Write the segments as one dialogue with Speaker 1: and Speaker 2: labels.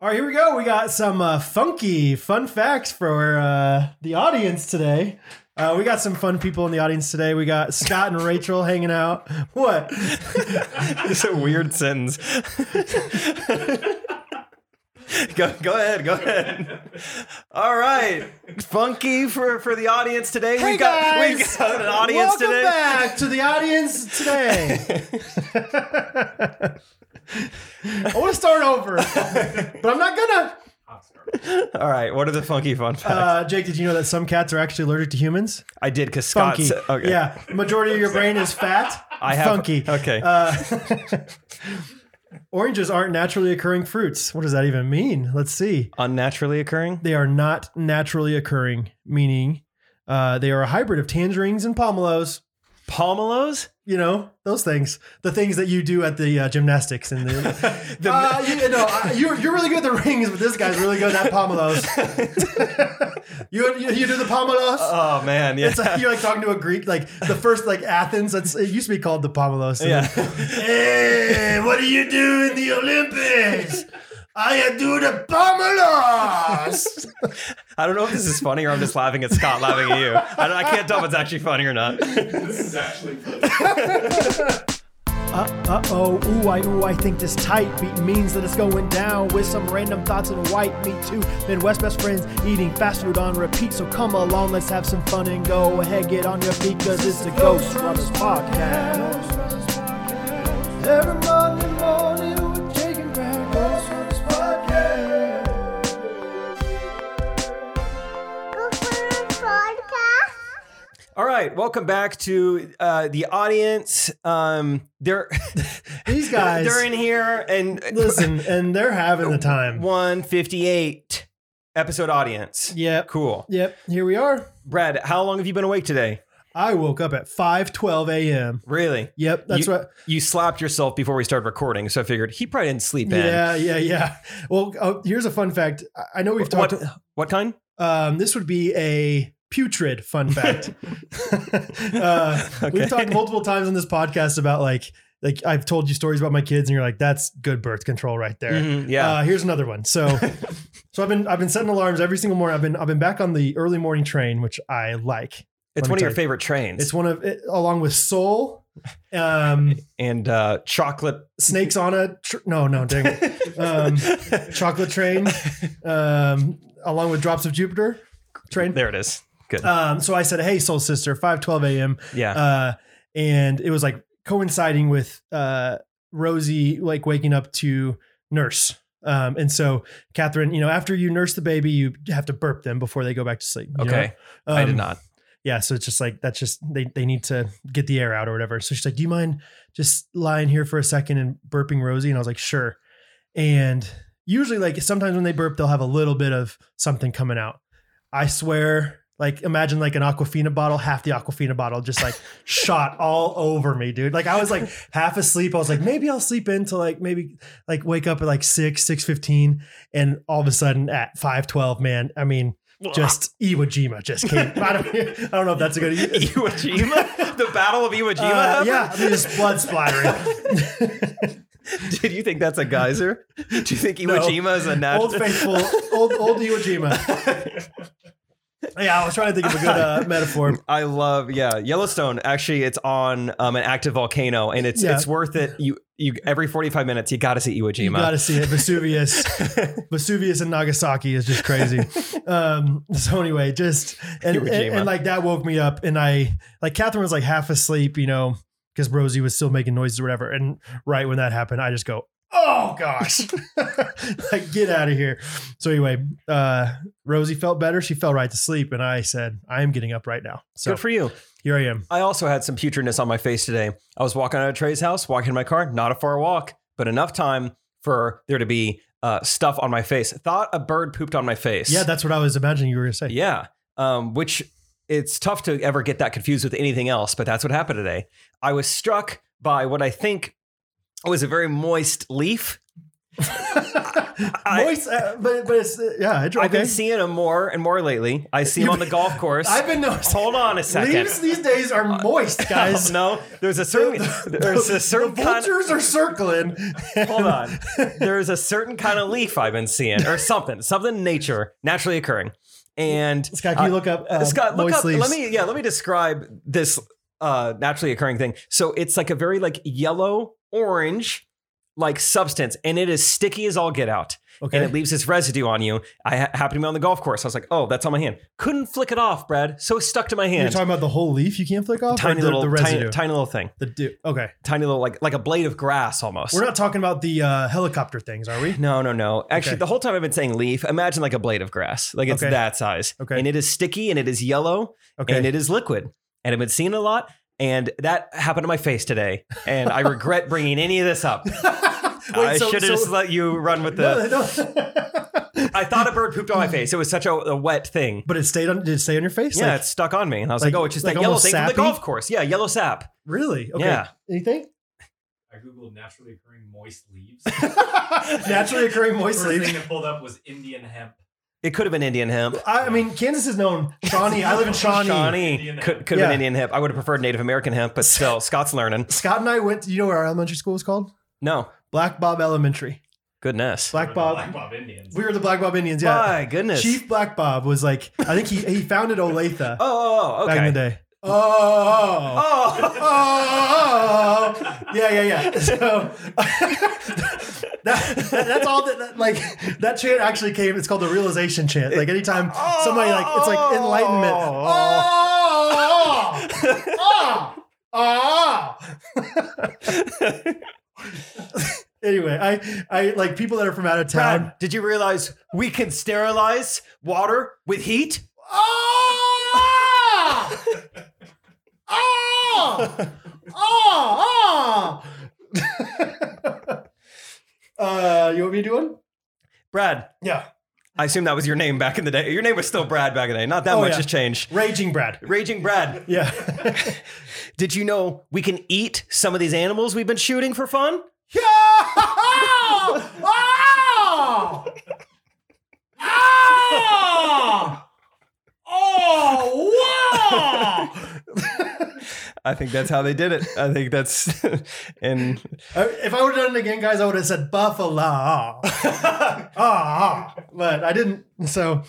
Speaker 1: All right, here we go. We got some uh, funky fun facts for uh, the audience today. Uh, we got some fun people in the audience today. We got Scott and Rachel hanging out. What?
Speaker 2: It's a weird sentence. go, go ahead, go ahead. All right, funky for for the audience today.
Speaker 1: Hey,
Speaker 2: we got we
Speaker 1: guys!
Speaker 2: got an audience
Speaker 1: Welcome
Speaker 2: today.
Speaker 1: back to the audience today. I want to start over, but I'm not gonna.
Speaker 2: All right, what are the funky fun facts?
Speaker 1: Uh, Jake, did you know that some cats are actually allergic to humans?
Speaker 2: I did because Scott.
Speaker 1: Funky.
Speaker 2: said- Uh, okay.
Speaker 1: Yeah, majority of your brain is fat.
Speaker 2: I have
Speaker 1: funky. Uh,
Speaker 2: Okay,
Speaker 1: Oranges aren't naturally occurring fruits. What does that even mean? Let's see.
Speaker 2: unnaturally occurring.
Speaker 1: They are not naturally occurring, meaning uh, they are a hybrid of tangerines and pomelos.
Speaker 2: Pomelos.
Speaker 1: You know those things, the things that you do at the uh, gymnastics and the. uh, you, know, uh, you're you're really good at the rings, but this guy's really good at pomelos. you, you you do the pomelos.
Speaker 2: Oh man, yeah.
Speaker 1: It's like you're like talking to a Greek, like the first like Athens. That's it used to be called the Pomelos. And
Speaker 2: Yeah.
Speaker 1: then, hey, what do you do in the Olympics? I do the Pomelos.
Speaker 2: I don't know if this is funny or I'm just laughing at Scott laughing at you. I, don't- I can't tell if it's actually funny or not.
Speaker 3: This is actually
Speaker 1: Uh oh, ooh, I ooh, I think this tight beat means that it's going down with some random thoughts and white meat too. Midwest best friends eating fast food on repeat. So come along, let's have some fun and go ahead, get on your feet, cause it's the Ghost Brothers Podcast. Every Monday morning we're taking back Ghost Brothers Podcast.
Speaker 4: podcast.
Speaker 2: All right, welcome back to uh, the audience. Um, they're
Speaker 1: These guys
Speaker 2: they're in here and
Speaker 1: listen, and they're having the time.
Speaker 2: 158 episode audience.
Speaker 1: Yep.
Speaker 2: Cool.
Speaker 1: Yep, here we are.
Speaker 2: Brad, how long have you been awake today?
Speaker 1: I woke up at 5:12 a.m.
Speaker 2: Really?
Speaker 1: Yep, that's
Speaker 2: you,
Speaker 1: right.
Speaker 2: You slapped yourself before we started recording, so I figured he probably didn't sleep in.
Speaker 1: Yeah, yeah, yeah. Well, uh, here's a fun fact. I- I know we've
Speaker 2: What
Speaker 1: talked.
Speaker 2: what kind?
Speaker 1: Um, this would be a putrid fun fact. uh,
Speaker 2: Okay.
Speaker 1: We've talked multiple times on this podcast about like, like I've told you stories about my kids, and you're like, "That's good birth control right there."
Speaker 2: Mhm, yeah.
Speaker 1: Uh, here's another one. So, so I've been I've been setting alarms every single morning. I've been I've been back on the early morning train, which I like.
Speaker 2: it's
Speaker 1: let me
Speaker 2: one of your
Speaker 1: tell you.
Speaker 2: favorite trains.
Speaker 1: It's one of it, along with Soul, um,
Speaker 2: and uh, chocolate.
Speaker 1: Snakes on a tr- no no dang it. Um, chocolate train um, along with drops of jupiter train
Speaker 2: There it is. Good.
Speaker 1: um, so i said hey soul sister 5 12 a.m
Speaker 2: yeah.
Speaker 1: uh, and it was like coinciding with uh, rosie like waking up to nurse um, and so catherine you know after you nurse the baby you have to burp them before they go back to sleep you know?
Speaker 2: okay. I did
Speaker 1: uh, Um,
Speaker 2: not.
Speaker 1: yeah so it's just like that's just they they need to get the air out or whatever so she's like do you mind just lying here for a second and burping rosie and i was like sure and usually like sometimes when they burp they'll have a little bit of something coming out i swear like imagine like an aquafina bottle half the aquafina bottle just like shot all over me dude like i was like half asleep i was like maybe i'll sleep in till like maybe like wake up at like 6 6 15 and all of a sudden at 5 12 man i mean just Iwo Jima just came. I don't, I don't know if that's a good.
Speaker 2: Iwo Jima? the Battle of Iwo Jima?
Speaker 1: Uh,
Speaker 2: happened?
Speaker 1: yeah, I mean, just blood splattering.
Speaker 2: Did you think that's a geyser? Do you think Iwo
Speaker 1: No.
Speaker 2: Jima is a natural?
Speaker 1: old faithful, old old Iwo Jima. Yeah, I was trying to think of a good uh, metaphor.
Speaker 2: I love yeah Yellowstone. Actually, it's on um, an active volcano, and it's
Speaker 1: Yeah.
Speaker 2: it's worth it. You you every forty five minutes, you got to see Iwo
Speaker 1: You
Speaker 2: Jima.
Speaker 1: gotta see it. Vesuvius, Vesuvius and Nagasaki is just crazy. Um, so anyway, just and,
Speaker 2: Iwo
Speaker 1: and,
Speaker 2: Jima.
Speaker 1: and, like that woke me up, and I like Catherine was like half asleep, you know, because Rosie was still making noises or whatever. And right when that happened, I just go, "Oh gosh, like get out of here." So anyway, uh, Rosie felt better. She fell right to sleep, and I said, "I am getting up right now." So
Speaker 2: Good for you.
Speaker 1: here I am.
Speaker 2: I also had some putridness on my face today. I was walking out of Trey's house, walking in my car, not a far walk, but enough time for there to be uh, stuff on my face. Thought a bird pooped on my face.
Speaker 1: Yeah, that's what I was imagining you were gonna say.
Speaker 2: Yeah. Um, which it's tough to ever get that confused with anything else, but that's what happened today. I was struck by what I think was a very moist leaf I-
Speaker 1: Moist, uh, but but it's yeah. I
Speaker 2: I've been seeing him more and more lately. I see him
Speaker 1: You-
Speaker 2: on the golf course.
Speaker 1: I've been noticing.
Speaker 2: Hold on a second. Um,
Speaker 1: Leaves these days are moist, guys.
Speaker 2: no, there's a certain there's a certain
Speaker 1: the
Speaker 2: kind.
Speaker 1: vultures are circling.
Speaker 2: Hold on. There's a certain kind of leaf I've been seeing, or something, something nature naturally occurring. And
Speaker 1: Scott, can you
Speaker 2: uh,
Speaker 1: look up? Uh,
Speaker 2: Scott, look
Speaker 1: moist
Speaker 2: up.
Speaker 1: leaves?
Speaker 2: Let me yeah, let me describe this uh, naturally occurring thing. So it's like a very like yellow orange like substance, and it is sticky as all get out, and
Speaker 1: Okay.
Speaker 2: it leaves this residue on you. I ha- happened to be on the golf course. I was like, oh, that's on my hand. Couldn't flick it off, Brad. So it's stuck to my
Speaker 1: You're
Speaker 2: hand.
Speaker 1: talking about the whole leaf you can't flick off. or
Speaker 2: Tiny
Speaker 1: the,
Speaker 2: little,
Speaker 1: the
Speaker 2: tiny,
Speaker 1: residue.
Speaker 2: tiny little thing,
Speaker 1: the du- okay.
Speaker 2: tiny little like like a blade of grass almost.
Speaker 1: We're not talking about the uh, helicopter things, are we?
Speaker 2: No, no, no. Actually,
Speaker 1: Okay.
Speaker 2: the whole time I've been saying leaf, imagine like a blade of grass. Like it's
Speaker 1: Okay.
Speaker 2: that size.
Speaker 1: Okay.
Speaker 2: And it is sticky and it is yellow
Speaker 1: Okay.
Speaker 2: and it is liquid. And I've been seeing it a lot. And that happened to my face today. And I regret bringing any of this up. I should have just let you run with
Speaker 1: no,
Speaker 2: the.
Speaker 1: no.
Speaker 2: I thought a bird pooped on my face. It was such a, a wet thing.
Speaker 1: but it stayed on. Did it stay on your face?
Speaker 2: yeah,
Speaker 1: Like,
Speaker 2: it stuck on me. And I was like,
Speaker 1: like-
Speaker 2: oh, it's just
Speaker 1: like
Speaker 2: that yellow
Speaker 1: almost
Speaker 2: thing from the
Speaker 1: sappy?
Speaker 2: golf course. Yeah, yellow sap.
Speaker 1: really? Okay.
Speaker 2: Yeah.
Speaker 1: Anything?
Speaker 3: I googled naturally occurring moist leaves.
Speaker 1: Naturally occurring moist
Speaker 3: First
Speaker 1: leaves.
Speaker 3: thing that pulled up was Indian hemp.
Speaker 2: It could have been Indian hemp.
Speaker 1: I, I mean, Kansas is known. Shawnee. I live in Shawnee.
Speaker 2: Shawnee.
Speaker 3: Indian
Speaker 2: Could,
Speaker 3: hemp.
Speaker 2: could have
Speaker 1: Yeah.
Speaker 2: been Indian hemp. I would have preferred Native American hemp, but still, Scott's learning.
Speaker 1: Scott and I went. you know where our elementary school was called?
Speaker 2: No,
Speaker 1: Black Bob Elementary.
Speaker 2: goodness.
Speaker 1: Black
Speaker 3: Black
Speaker 1: Bob.
Speaker 3: Bob Indians.
Speaker 1: We were the Black Bob Indians. Yeah.
Speaker 2: My goodness.
Speaker 1: Chief Black Bob was like. I think he he founded Olathe
Speaker 2: Oh, oh, oh,
Speaker 1: back in the
Speaker 2: okay.
Speaker 1: day. Oh.
Speaker 2: Oh,
Speaker 1: oh, yeah, yeah, yeah. So that, that- that's all that, that- like that chant actually came. It's called the realization chant. Like anytime somebody like it's like enlightenment. Oh, oh, oh. anyway, I I like people that are from out of town.
Speaker 2: Brad, did you realize we can sterilize water with heat?
Speaker 1: Ah! Oh! Oh! Oh! Oh! uh, you want me to do one?
Speaker 2: Brad,
Speaker 1: Yeah.
Speaker 2: I assume that was your name back in the day. Your name was still Brad back in the day. Not that
Speaker 1: Oh,
Speaker 2: much
Speaker 1: yeah.
Speaker 2: has changed.
Speaker 1: Raging Brad.
Speaker 2: Raging Brad,
Speaker 1: Yeah.
Speaker 2: did you know we can eat some of these animals we've been shooting for fun?
Speaker 1: yeah! Ah! Oh! Oh! Oh! Wow!
Speaker 2: I think that's how they did it. I think that's and
Speaker 1: I- If I would have done it again, guys, I would have said buffalo. Ah, ah. but I didn't. So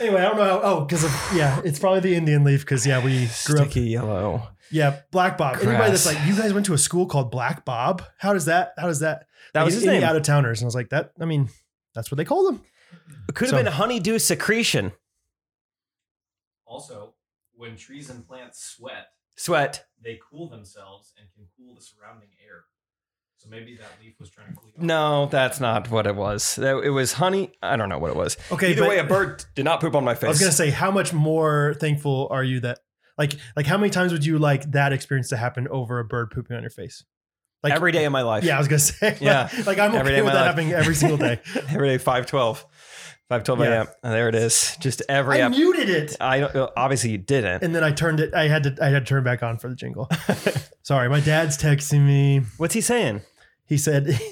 Speaker 1: anyway, I don't know. How, oh, because yeah, it's probably the Indian leaf. Because yeah, we grew up.
Speaker 2: sticky yellow.
Speaker 1: Yeah, Black Bob. Anybody that's
Speaker 2: Grass.
Speaker 1: like, you guys went to a school called Black Bob. How does that? How does that?
Speaker 2: That was
Speaker 1: Like,
Speaker 2: his
Speaker 1: any
Speaker 2: name.
Speaker 1: Out of towners, and I was like, that. I mean, that's what they call them.
Speaker 2: It could have
Speaker 1: So-
Speaker 2: been honeydew secretion.
Speaker 3: Also, when trees and plants sweat,
Speaker 2: Sweat.
Speaker 3: they cool themselves and can cool the surrounding air. So maybe that leaf was trying to cool. you off.
Speaker 2: No, that's not what it was. That- It was honey. I don't know what it was.
Speaker 1: Okay,
Speaker 2: Either
Speaker 1: but
Speaker 2: way, a bird did not poop on my face.
Speaker 1: I was gonna say, how much more thankful are you that? Like, like how many times would you like that experience to happen over a bird pooping on your face? Like
Speaker 2: every day of my life.
Speaker 1: Yeah, I was gonna say.
Speaker 2: Yeah.
Speaker 1: like, like, I'm
Speaker 2: Every
Speaker 1: okay
Speaker 2: day of
Speaker 1: with
Speaker 2: my
Speaker 1: that
Speaker 2: life.
Speaker 1: happening every single day.
Speaker 2: every day, 512. 512
Speaker 1: Yeah.
Speaker 2: a.m. And There it is. Just every
Speaker 1: I
Speaker 2: app.
Speaker 1: muted it,
Speaker 2: I don't, well, obviously you didn't.
Speaker 1: and then I turned it. I had to. I had to turn back on for the jingle. Sorry, my dad's texting me.
Speaker 2: What's he saying?
Speaker 1: He said.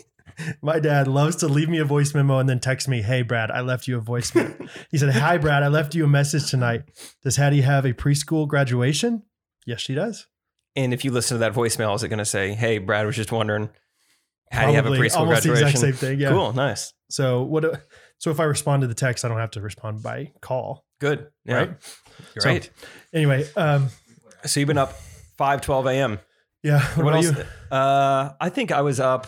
Speaker 1: My dad loves to leave me a voice memo and then text me, "Hey Brad, I left you a voicemail." he said, "Hi Brad, I left you a message tonight. Does Hattie have a preschool graduation?" Yes, she does.
Speaker 2: And if you listen to that voicemail, is it going to say, "Hey, Brad was just wondering how do you have a
Speaker 1: Probably
Speaker 2: preschool
Speaker 1: almost the
Speaker 2: graduation?"
Speaker 1: exact same thing. Yeah.
Speaker 2: Cool, nice,
Speaker 1: So what? do- So if I respond to the text, I don't have to respond by call.
Speaker 2: good, yeah.
Speaker 1: Right.
Speaker 2: great.
Speaker 1: Anyway, um,
Speaker 2: So, you've been up five twelve a.m.
Speaker 1: yeah. What, about you?
Speaker 2: Uh, I think I was up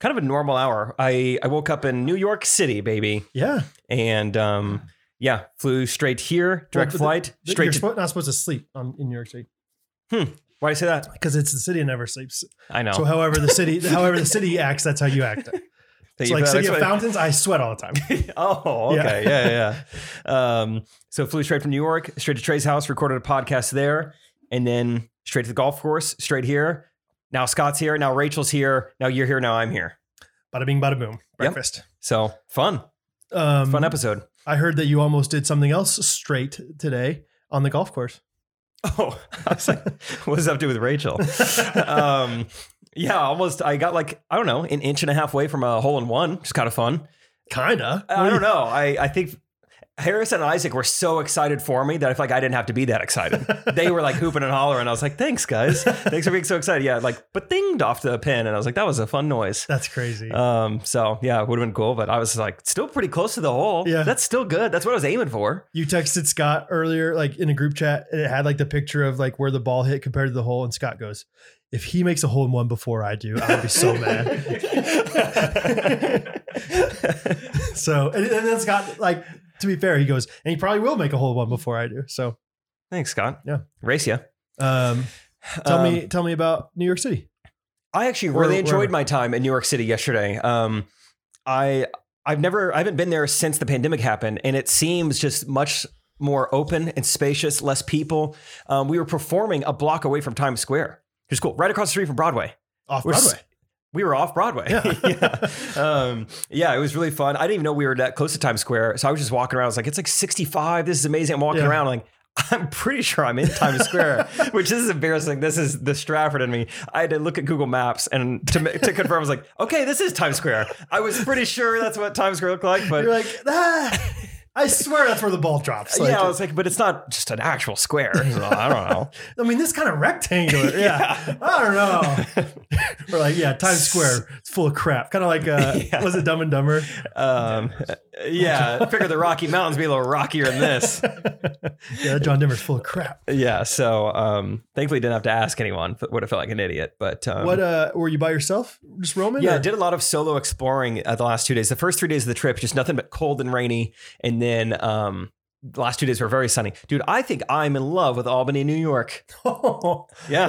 Speaker 2: kind of a normal hour. I I woke up in New York City, baby,
Speaker 1: Yeah,
Speaker 2: and um, yeah, flew straight here, direct
Speaker 1: but the-
Speaker 2: flight,
Speaker 1: Straight
Speaker 2: straight
Speaker 1: you're
Speaker 2: to.
Speaker 1: spo- not supposed to sleep on, in New York City
Speaker 2: Why do you say that?
Speaker 1: because it's the city that never sleeps.
Speaker 2: I know.
Speaker 1: So however the city, however the city acts, that's how you act.
Speaker 2: Thank
Speaker 1: It's
Speaker 2: you
Speaker 1: like
Speaker 2: for that
Speaker 1: city of
Speaker 2: explanation.
Speaker 1: fountains. I sweat all the time.
Speaker 2: Oh,
Speaker 1: Yeah.
Speaker 2: okay. Yeah, yeah. yeah. um, so flew straight from New York, straight to Trey's house, recorded a podcast there, and then straight to the golf course, straight here. Now Scott's here. Now Rachel's here. Now you're here. Now I'm here.
Speaker 1: Bada bing, bada boom. Breakfast.
Speaker 2: So fun,
Speaker 1: Um,
Speaker 2: fun episode.
Speaker 1: I heard that you almost did something else straight today on the golf course.
Speaker 2: Oh, I was like, what does that have to do with Rachel? um, Yeah, almost. I got like I don't know an inch and a half away from a hole in one. It's kind of fun.
Speaker 1: Kinda.
Speaker 2: Uh, I I don't know. I I think Harris and Isaac were so excited for me that I feel like I didn't have to be that excited. they were like hooping and hollering. I was like, thanks guys, thanks for being so excited. Yeah, like but dinged off the pin, and I was like, that was a fun noise.
Speaker 1: That's crazy.
Speaker 2: Um, so yeah, it would have been cool, but I was like, still pretty close to the hole.
Speaker 1: Yeah.
Speaker 2: that's still good. That's what I was aiming for.
Speaker 1: you texted Scott earlier, like in a group chat, and it had like the picture of like where the ball hit compared to the hole. And Scott goes, "If he makes a hole in one before I do, I would be so mad." So, and, and then Scott, like to be fair, he goes, and he probably will make a hole in one before I do. So,
Speaker 2: Thanks, Scott.
Speaker 1: Yeah.
Speaker 2: race ya.
Speaker 1: um, tell
Speaker 2: Um,
Speaker 1: me, tell me about New York City.
Speaker 2: I actually
Speaker 1: Where-
Speaker 2: really enjoyed
Speaker 1: where-
Speaker 2: my time in New York City yesterday. Um, I I've never I haven't been there since the pandemic happened, and it seems just much more open and spacious, less people. Um, we were performing a block away from Times Square, which is cool, right across the street from Broadway.
Speaker 1: Off
Speaker 2: We're s-
Speaker 1: Broadway.
Speaker 2: We were off Broadway.
Speaker 1: Yeah.
Speaker 2: yeah. Um, yeah, it was really fun. I didn't even know we were that close to Times Square, so I was just walking around. I was like, "It's like 65. This is amazing." I'm walking
Speaker 1: Yeah.
Speaker 2: around like. I'm pretty sure I'm in Times Square, which this is embarrassing. This is the Stratford in me. I had to look at Google Maps and to, ma- to confirm, I was like, okay, this is Times Square. I was pretty sure that's what Times Square looked like, but
Speaker 1: You're like, ah, I swear that's where the ball drops. Like,
Speaker 2: yeah, I was like, but it's not just an actual square. So I don't know.
Speaker 1: I mean, this kind of rectangular. Yeah.
Speaker 2: Yeah.
Speaker 1: I don't know. or like, yeah, Times Square. It's full of crap. Kind of like, uh,
Speaker 2: Yeah.
Speaker 1: was it Dumb and Dumber?
Speaker 2: Um, yeah, I figured the Rocky Mountains be a little rockier than this.
Speaker 1: Yeah, John Denver's full of crap.
Speaker 2: Yeah, so um, thankfully didn't have to ask anyone. Would have felt like an idiot, but um,
Speaker 1: what, uh, were you by yourself? Just roaming?
Speaker 2: Yeah,
Speaker 1: or-
Speaker 2: I did a lot of solo exploring uh, the last two days. The first three days of the trip, just nothing but cold and rainy. And then um, the last two days were very sunny. Dude, I think I'm in love with Albany, New York. Yeah.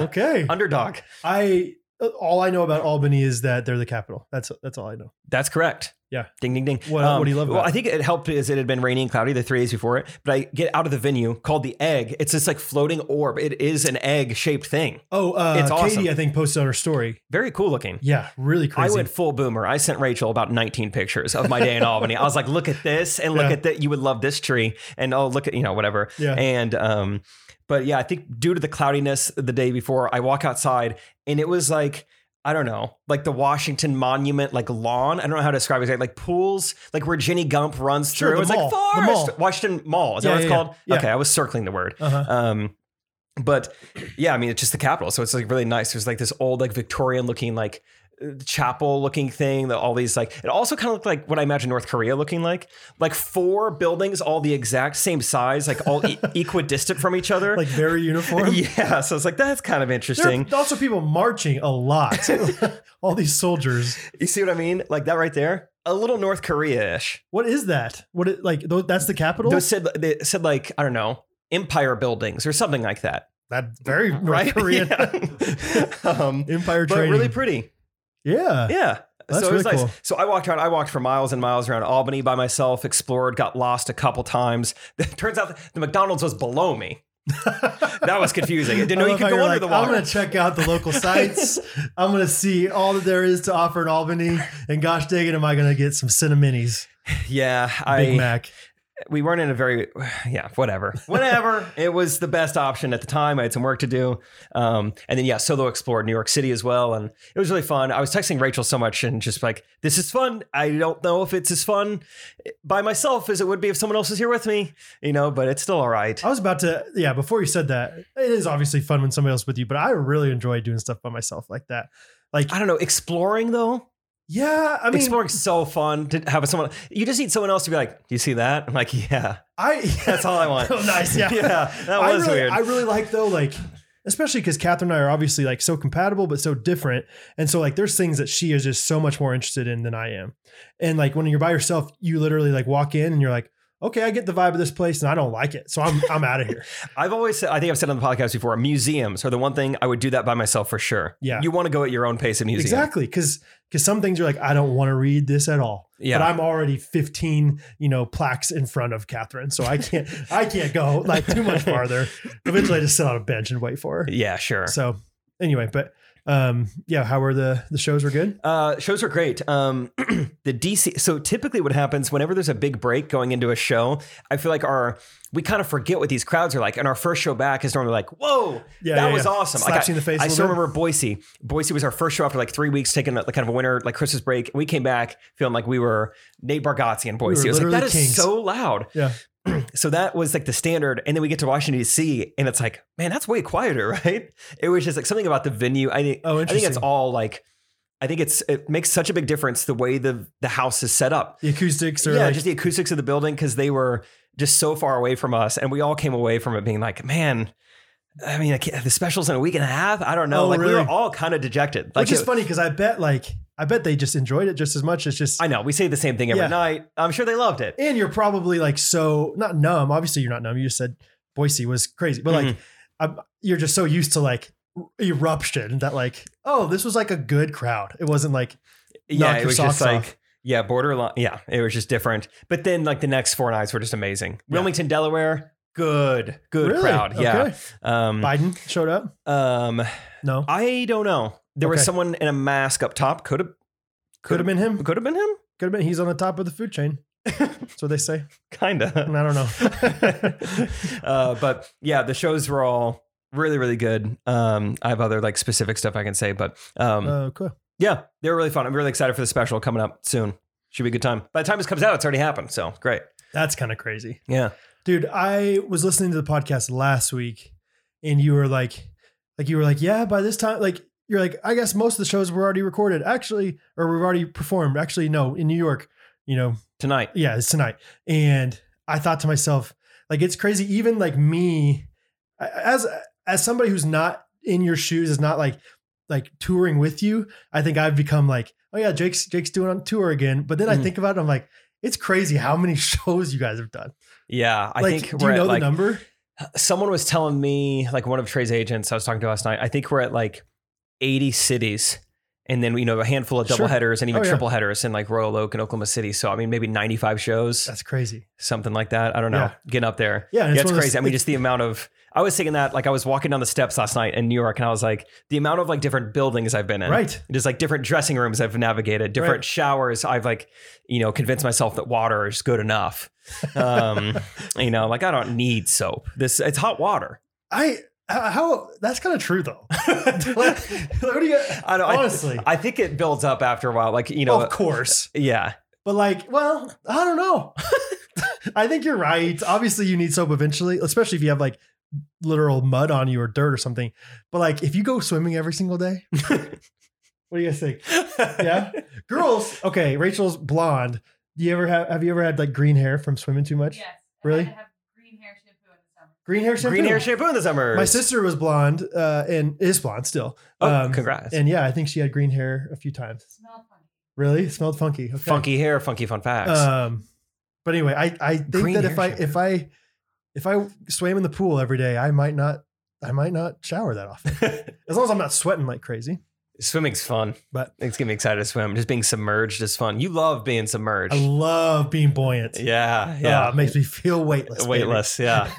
Speaker 1: okay.
Speaker 2: Underdog.
Speaker 1: I, uh, all I know about Albany is that they're the capital. That's, that's all I know.
Speaker 2: That's correct.
Speaker 1: Yeah.
Speaker 2: Ding, ding, ding.
Speaker 1: What- what do you love
Speaker 2: Well,
Speaker 1: about it?
Speaker 2: I think it helped is it had been rainy and cloudy the three days before it. But I get out of the venue called the Egg. It's this like floating orb. It is an egg shaped thing.
Speaker 1: Oh, uh,
Speaker 2: It's awesome.
Speaker 1: Katie, I think, posted on her story.
Speaker 2: Very cool looking.
Speaker 1: Yeah, really
Speaker 2: I
Speaker 1: crazy.
Speaker 2: went full boomer. I sent Rachel about 19 pictures of my day in Albany. I was like, look at this and look
Speaker 1: Yeah.
Speaker 2: at that. You would love this tree. And oh, look at, you know, whatever.
Speaker 1: Yeah.
Speaker 2: And, um, but yeah, I think due to the cloudiness the day before, I walk outside and it was like, I don't know, like the Washington Monument, like lawn. I don't know how to describe it. Like pools, like where Jenny Gump runs
Speaker 1: Sure,
Speaker 2: through.
Speaker 1: the
Speaker 2: It's like
Speaker 1: mall. The
Speaker 2: forest.
Speaker 1: mall.
Speaker 2: Washington Mall. Is
Speaker 1: Yeah,
Speaker 2: that what
Speaker 1: yeah,
Speaker 2: it's
Speaker 1: yeah.
Speaker 2: called?
Speaker 1: Yeah.
Speaker 2: Okay. I was circling the word.
Speaker 1: uh-huh.
Speaker 2: Um, but yeah, I mean, it's just the capital. So it's like really nice. There's like this old, like Victorian looking, like chapel looking thing that all these like it also kind of looked like what I imagine North Korea looking like like four buildings all the exact same size like all e- equidistant from each other
Speaker 1: Like, very uniform.
Speaker 2: yeah so it's like that's kind of
Speaker 1: There
Speaker 2: interesting
Speaker 1: are also people marching a lot. all these soldiers.
Speaker 2: you see what I mean like that right there a little North Korea-ish
Speaker 1: What is that? What it, like tho- that's the capital?
Speaker 2: they said they said like I don't know empire buildings or something like that
Speaker 1: that very North
Speaker 2: right
Speaker 1: Korean
Speaker 2: Yeah. um
Speaker 1: Empire
Speaker 2: but
Speaker 1: training.
Speaker 2: really pretty
Speaker 1: yeah.
Speaker 2: Yeah.
Speaker 1: That's
Speaker 2: so it was
Speaker 1: really
Speaker 2: nice.
Speaker 1: cool.
Speaker 2: So I walked around. I walked for miles and miles around Albany by myself. Explored. Got lost a couple times. Turns out the McDonald's was below me. That was confusing. I didn't know
Speaker 1: I
Speaker 2: you
Speaker 1: love
Speaker 2: could
Speaker 1: how
Speaker 2: go
Speaker 1: you're
Speaker 2: under
Speaker 1: like,
Speaker 2: the
Speaker 1: I'm
Speaker 2: water.
Speaker 1: going to check out the local sites. I'm going to see all that there is to offer in Albany. And gosh dang it, am I going to get some Cineminis,
Speaker 2: yeah,
Speaker 1: Big
Speaker 2: I
Speaker 1: Mac.
Speaker 2: we weren't in a very yeah whatever whatever. it was the best option at the time. I had some work to do, um, and then yeah, solo explored New York City as well, and it was really fun. I was texting Rachel so much and just like this is fun. I don't know if it's as fun by myself as it would be if someone else was here with me, you know, but it's still all right.
Speaker 1: I was about to, yeah, before you said that, it is obviously fun when somebody else is with you, but I really enjoy doing stuff by myself like that. Like,
Speaker 2: I don't know, exploring though.
Speaker 1: yeah, I mean,
Speaker 2: exploring's so fun to have someone. You just need someone else to be like, "Do you see that?" I'm like, "Yeah,
Speaker 1: I,
Speaker 2: that's all I want."
Speaker 1: Oh, nice. Yeah.
Speaker 2: yeah, that
Speaker 1: I
Speaker 2: was
Speaker 1: really,
Speaker 2: weird.
Speaker 1: I really like though, like especially because Catherine and I are obviously like so compatible but so different, and so like there's things that she is just so much more interested in than I am, and like when you're by yourself, you literally like walk in and you're like. Okay, I get the vibe of this place, and I don't like it, so I'm I'm out of here.
Speaker 2: I've always said, I think I've said on the podcast before, museums are the one thing I would do that by myself for sure.
Speaker 1: Yeah.
Speaker 2: you want to go at your own pace at museum.
Speaker 1: exactly, because because some things you're like, I don't want to read this at all.
Speaker 2: Yeah.
Speaker 1: but I'm already 15, you know, plaques in front of Catherine, so I can't I can't go like too much farther. Eventually, I just sit on a bench and wait for her.
Speaker 2: Yeah, sure.
Speaker 1: So anyway, but Um, yeah, how were the the shows? Were good.
Speaker 2: Uh, shows are great. Um, the DC. So typically, what happens whenever there's a big break going into a show, I feel like our we kind of forget what these crowds are like, and our first show back is normally like, "Whoa,
Speaker 1: Yeah,
Speaker 2: that
Speaker 1: yeah,
Speaker 2: was
Speaker 1: yeah.
Speaker 2: awesome!"
Speaker 1: Slaps
Speaker 2: like, I,
Speaker 1: you in the face a
Speaker 2: I
Speaker 1: little
Speaker 2: still
Speaker 1: bit.
Speaker 2: remember Boise. Boise was our first show after like three weeks, taking like kind of a winter like Christmas break. And we came back feeling like we were Nate Bargatze in Boise.
Speaker 1: were
Speaker 2: I was like,
Speaker 1: literally
Speaker 2: "That is
Speaker 1: kings."
Speaker 2: so loud."
Speaker 1: Yeah.
Speaker 2: so that was like the standard, and then we get to Washington D.C. and it's like, man, that's way quieter, right? It was just like something about the venue. I think.
Speaker 1: Oh,
Speaker 2: I think
Speaker 1: interesting.
Speaker 2: it's all like. I think it's it makes such a big difference the way the the house is set up
Speaker 1: the acoustics or
Speaker 2: yeah,
Speaker 1: like,
Speaker 2: just the acoustics of the building because they were just so far away from us, and we all came away from it being like, man. I mean, I can't- the specials in a week and a half. I don't know.
Speaker 1: Oh,
Speaker 2: like we
Speaker 1: really?
Speaker 2: were all kind of dejected. Like
Speaker 1: which is
Speaker 2: it-
Speaker 1: funny because I bet like I bet they just enjoyed it just as much. It's just
Speaker 2: I know we say the same thing every
Speaker 1: Yeah.
Speaker 2: night. I'm sure they loved it.
Speaker 1: and you're probably like so not numb. Obviously, you're not numb. You just said Boise was crazy, but
Speaker 2: Mm-hmm.
Speaker 1: like I'm, you're just so used to like eruption that like oh this was like a good crowd. It wasn't like
Speaker 2: yeah,
Speaker 1: knock
Speaker 2: it
Speaker 1: your
Speaker 2: was just
Speaker 1: socks off.
Speaker 2: like yeah, borderline. Yeah, it was just different. But then like the next four nights were just amazing.
Speaker 1: Yeah.
Speaker 2: Wilmington, Delaware, good, good
Speaker 1: really?
Speaker 2: crowd. Yeah.
Speaker 1: Okay.
Speaker 2: Um,
Speaker 1: Biden showed up.
Speaker 2: um,
Speaker 1: No,
Speaker 2: I don't know. There
Speaker 1: Okay.
Speaker 2: was someone in a mask up top. Could have,
Speaker 1: could have been him.
Speaker 2: could have been him.
Speaker 1: Could have been he's on the top of the food chain. That's what they say.
Speaker 2: Kinda.
Speaker 1: And I don't know.
Speaker 2: uh, but yeah, the shows were all really, really good. Um, I have other like specific stuff I can say, but um,
Speaker 1: Oh, cool.
Speaker 2: yeah, they were really fun. I'm really excited for the special coming up soon. Should be a good time. By the time this comes out, it's already happened. So great.
Speaker 1: That's kind of crazy.
Speaker 2: Yeah.
Speaker 1: Dude, I was listening to the podcast last week and you were like like you were like, "Yeah, by this time like you're like, I guess most of the shows were already recorded. Actually, or we've already performed. Actually, no, in New York, you know,
Speaker 2: Tonight.
Speaker 1: yeah, it's tonight. And I thought to myself, like it's crazy even like me as as somebody who's not in your shoes is not like like touring with you, I think I've become like, oh yeah, Jake's Jake's doing on tour again. But then I
Speaker 2: Mhm.
Speaker 1: think about it, I'm like, it's crazy how many shows you guys have done.
Speaker 2: Yeah. I
Speaker 1: like,
Speaker 2: think
Speaker 1: do
Speaker 2: we're
Speaker 1: you know
Speaker 2: at,
Speaker 1: the
Speaker 2: like,
Speaker 1: number?
Speaker 2: someone was telling me, like one of Trey's agents I was talking to last night, I think we're at like 80 cities. And then, you know, a handful of
Speaker 1: Sure.
Speaker 2: double headers and even
Speaker 1: Oh, yeah.
Speaker 2: triple headers in like Royal Oak and Oklahoma City. So, I mean, maybe 95 shows.
Speaker 1: That's crazy.
Speaker 2: something like that. I don't know.
Speaker 1: Yeah.
Speaker 2: Getting up there.
Speaker 1: Yeah, and
Speaker 2: Yeah,
Speaker 1: it's
Speaker 2: it's
Speaker 1: one of
Speaker 2: crazy.
Speaker 1: those-
Speaker 2: I mean,
Speaker 1: it's-
Speaker 2: just the amount of I was thinking that like I was walking down the steps last night in New York and I was like, the amount of like different buildings I've been in.
Speaker 1: Right.
Speaker 2: Just like different dressing rooms I've navigated, different
Speaker 1: Right.
Speaker 2: showers. I've like, you know, convinced myself that water is good enough. Um, you know, like I don't need soap. This it's hot water.
Speaker 1: I how- how that's kind of true though. like, like, what do you?
Speaker 2: I don't I-
Speaker 1: Honestly.
Speaker 2: I, think it builds up after a while. Like, you know,
Speaker 1: of course,
Speaker 2: yeah.
Speaker 1: but like, well, I don't know. I think you're right. Obviously, you need soap eventually, especially if you have like literal mud on you or dirt or something. But like, if you go swimming every single day, what do you guys think? Yeah, girls. Okay, Rachel's blonde. Do you ever have? Have you ever had like green hair from swimming too much?
Speaker 4: Yes.
Speaker 1: Really?
Speaker 4: I had to have green hair shampoo in the summer.
Speaker 1: Green hair. Shampoo.
Speaker 2: Green hair shampoo in the summer.
Speaker 1: My sister was blonde uh, and is blonde still.
Speaker 2: Oh,
Speaker 1: Um,
Speaker 2: congrats.
Speaker 1: And yeah, I think she had green hair a few times.
Speaker 4: It smelled funny.
Speaker 1: Really? It smelled funky. Okay.
Speaker 2: funky hair, funky fun facts.
Speaker 1: Um, but anyway, I, I think
Speaker 2: Green
Speaker 1: that
Speaker 2: hair
Speaker 1: if I
Speaker 2: shampoo.
Speaker 1: if I if I swam in the pool every day, I might not I might not shower that often. as long as I'm not sweating like crazy.
Speaker 2: Swimming's fun,
Speaker 1: But-
Speaker 2: it's getting me excited to swim. Just being submerged is fun. You love being submerged.
Speaker 1: I love being buoyant.
Speaker 2: yeah,
Speaker 1: Yeah,
Speaker 2: yeah.
Speaker 1: it makes me feel weightless. baby.
Speaker 2: Weightless, yeah.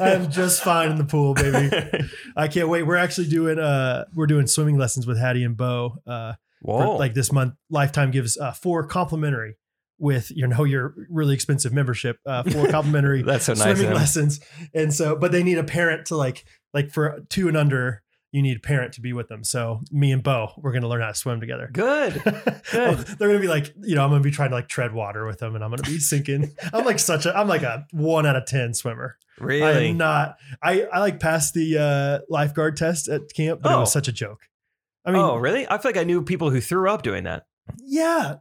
Speaker 1: I'm just fine in the pool, baby. I can't wait. We're actually doing uh we're doing swimming lessons with Hattie and Bo uh for,
Speaker 2: Whoa.
Speaker 1: like this month lifetime gives uh, four complimentary with you know your really expensive membership uh, four complimentary
Speaker 2: that's so nice. of
Speaker 1: swimming
Speaker 2: them.
Speaker 1: lessons and so but they need a parent to like like for two and under you need a parent to be with them so me and bo we're going to learn how to swim together
Speaker 2: Good.
Speaker 1: They're gonna be like, you know, I'm gonna be trying to like tread water with them, and I'm gonna be sinking. I'm like such a, I'm like a one out of ten swimmer. I
Speaker 2: Really?
Speaker 1: am not. I I like passed the uh, lifeguard test at camp, but it was
Speaker 2: Oh.
Speaker 1: such a joke. I mean,
Speaker 2: oh, really? I feel like I knew people who threw up doing that.
Speaker 1: yeah,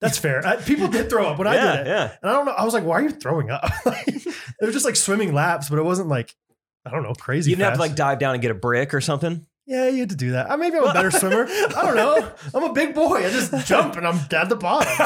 Speaker 1: that's fair. I, people did throw up when I
Speaker 2: yeah,
Speaker 1: did it.
Speaker 2: yeah.
Speaker 1: And I don't know. I was like, why are you throwing up? like, it was just like swimming laps, but it wasn't like, I don't know, crazy.
Speaker 2: You didn't have to
Speaker 1: fast.
Speaker 2: like dive down and get a brick or something.
Speaker 1: yeah, you had to do that. Uh, Maybe I'm a better swimmer. I don't know. I'm a big boy. I just jump and I'm at the bottom.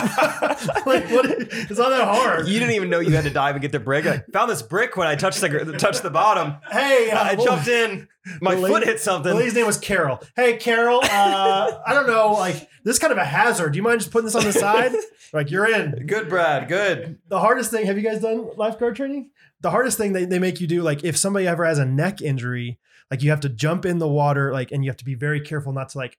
Speaker 1: like, what? It's not that hard.
Speaker 2: You didn't even know you had to dive and get the brick. I found this brick when I touched the touched the bottom.
Speaker 1: hey,
Speaker 2: I
Speaker 1: uh,
Speaker 2: jumped in. My
Speaker 1: The
Speaker 2: foot
Speaker 1: lady-
Speaker 2: hit
Speaker 1: The
Speaker 2: something.
Speaker 1: lady's name was Carol. Hey, Carol. Uh, I don't know. Like this is kind of a hazard. Do you mind just putting this on the side? like you're in.
Speaker 2: Good, Brad. Good.
Speaker 1: The hardest thing. Have you guys done lifeguard training? The hardest thing they, they make you do, like if somebody ever has a neck injury, like you have to jump in the water, like and you have to be very careful not to like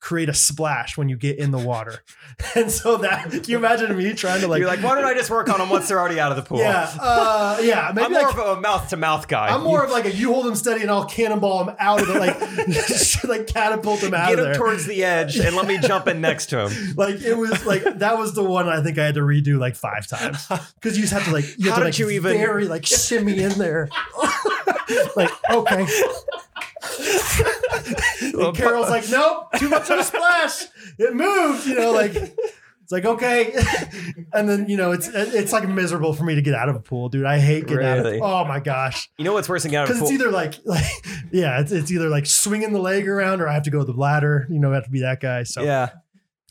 Speaker 1: create a splash when you get in the water. and so that can you imagine me trying to like,
Speaker 2: You're like, why don't I just work on them once they're already out of the pool?
Speaker 1: yeah, uh, yeah, maybe
Speaker 2: I'm
Speaker 1: like
Speaker 2: more of a mouth to mouth guy.
Speaker 1: I'm more of like a you hold him steady and I'll cannonball him out of it, like just, like catapult him out
Speaker 2: get
Speaker 1: of
Speaker 2: him
Speaker 1: there.
Speaker 2: towards the edge and let me jump in next to him.
Speaker 1: like it was like that was the one I think I had to redo like five times because you just have to like you
Speaker 2: How
Speaker 1: have to
Speaker 2: did
Speaker 1: like
Speaker 2: you even-
Speaker 1: very like shimmy in there. like okay, and Carol's like nope, too much of a splash. It moved, you know, like. It's like okay, and then you know it's it's like miserable for me to get out of a pool, dude. I hate getting out of.
Speaker 2: Really?
Speaker 1: Oh my gosh,
Speaker 2: You know what's worse than getting out of
Speaker 1: because
Speaker 2: the
Speaker 1: it's
Speaker 2: pool?
Speaker 1: either like, like yeah, it's, it's either like swinging the leg around or I have to go with the bladder. You know, I have to be that guy. So
Speaker 2: Yeah.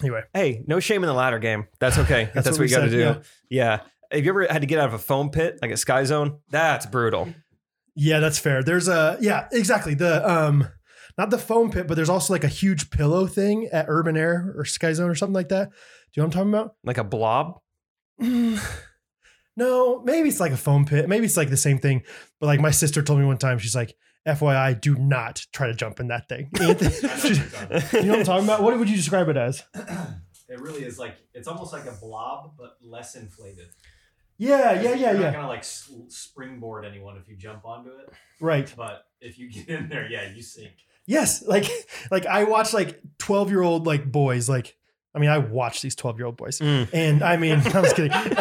Speaker 1: anyway,
Speaker 2: Hey, no shame in the ladder game. That's okay. That's,
Speaker 1: That's
Speaker 2: what,
Speaker 1: what
Speaker 2: we,
Speaker 1: we
Speaker 2: got to
Speaker 1: said,
Speaker 2: do. Yeah. Have you ever had to get out of a foam pit like a Sky Zone? That's brutal.
Speaker 1: yeah, that's fair. There's a yeah, exactly the um, not the foam pit, but there's also like a huge pillow thing at Urban Air or Sky Zone or something like that. Do you know what I'm talking about?
Speaker 2: Like a blob.
Speaker 1: Mm, no, maybe it's like a foam pit. Maybe it's like the same thing. But like my sister told me one time, she's like, FYI, do not try to jump in that thing. Anthony- you know what I'm talking about? What would you describe it as?
Speaker 3: It really is like it's almost like a blob, but less inflated.
Speaker 1: Yeah, yeah, yeah,
Speaker 3: You're not
Speaker 1: yeah.
Speaker 3: gonna like s- springboard anyone if you jump onto it,
Speaker 1: Right.
Speaker 3: but if you get in there, yeah, you sink.
Speaker 1: Yes, like like I watch like 12 year old like boys like I mean I watch these 12 year old boys
Speaker 2: Mm.
Speaker 1: and I mean I was kidding. Uh,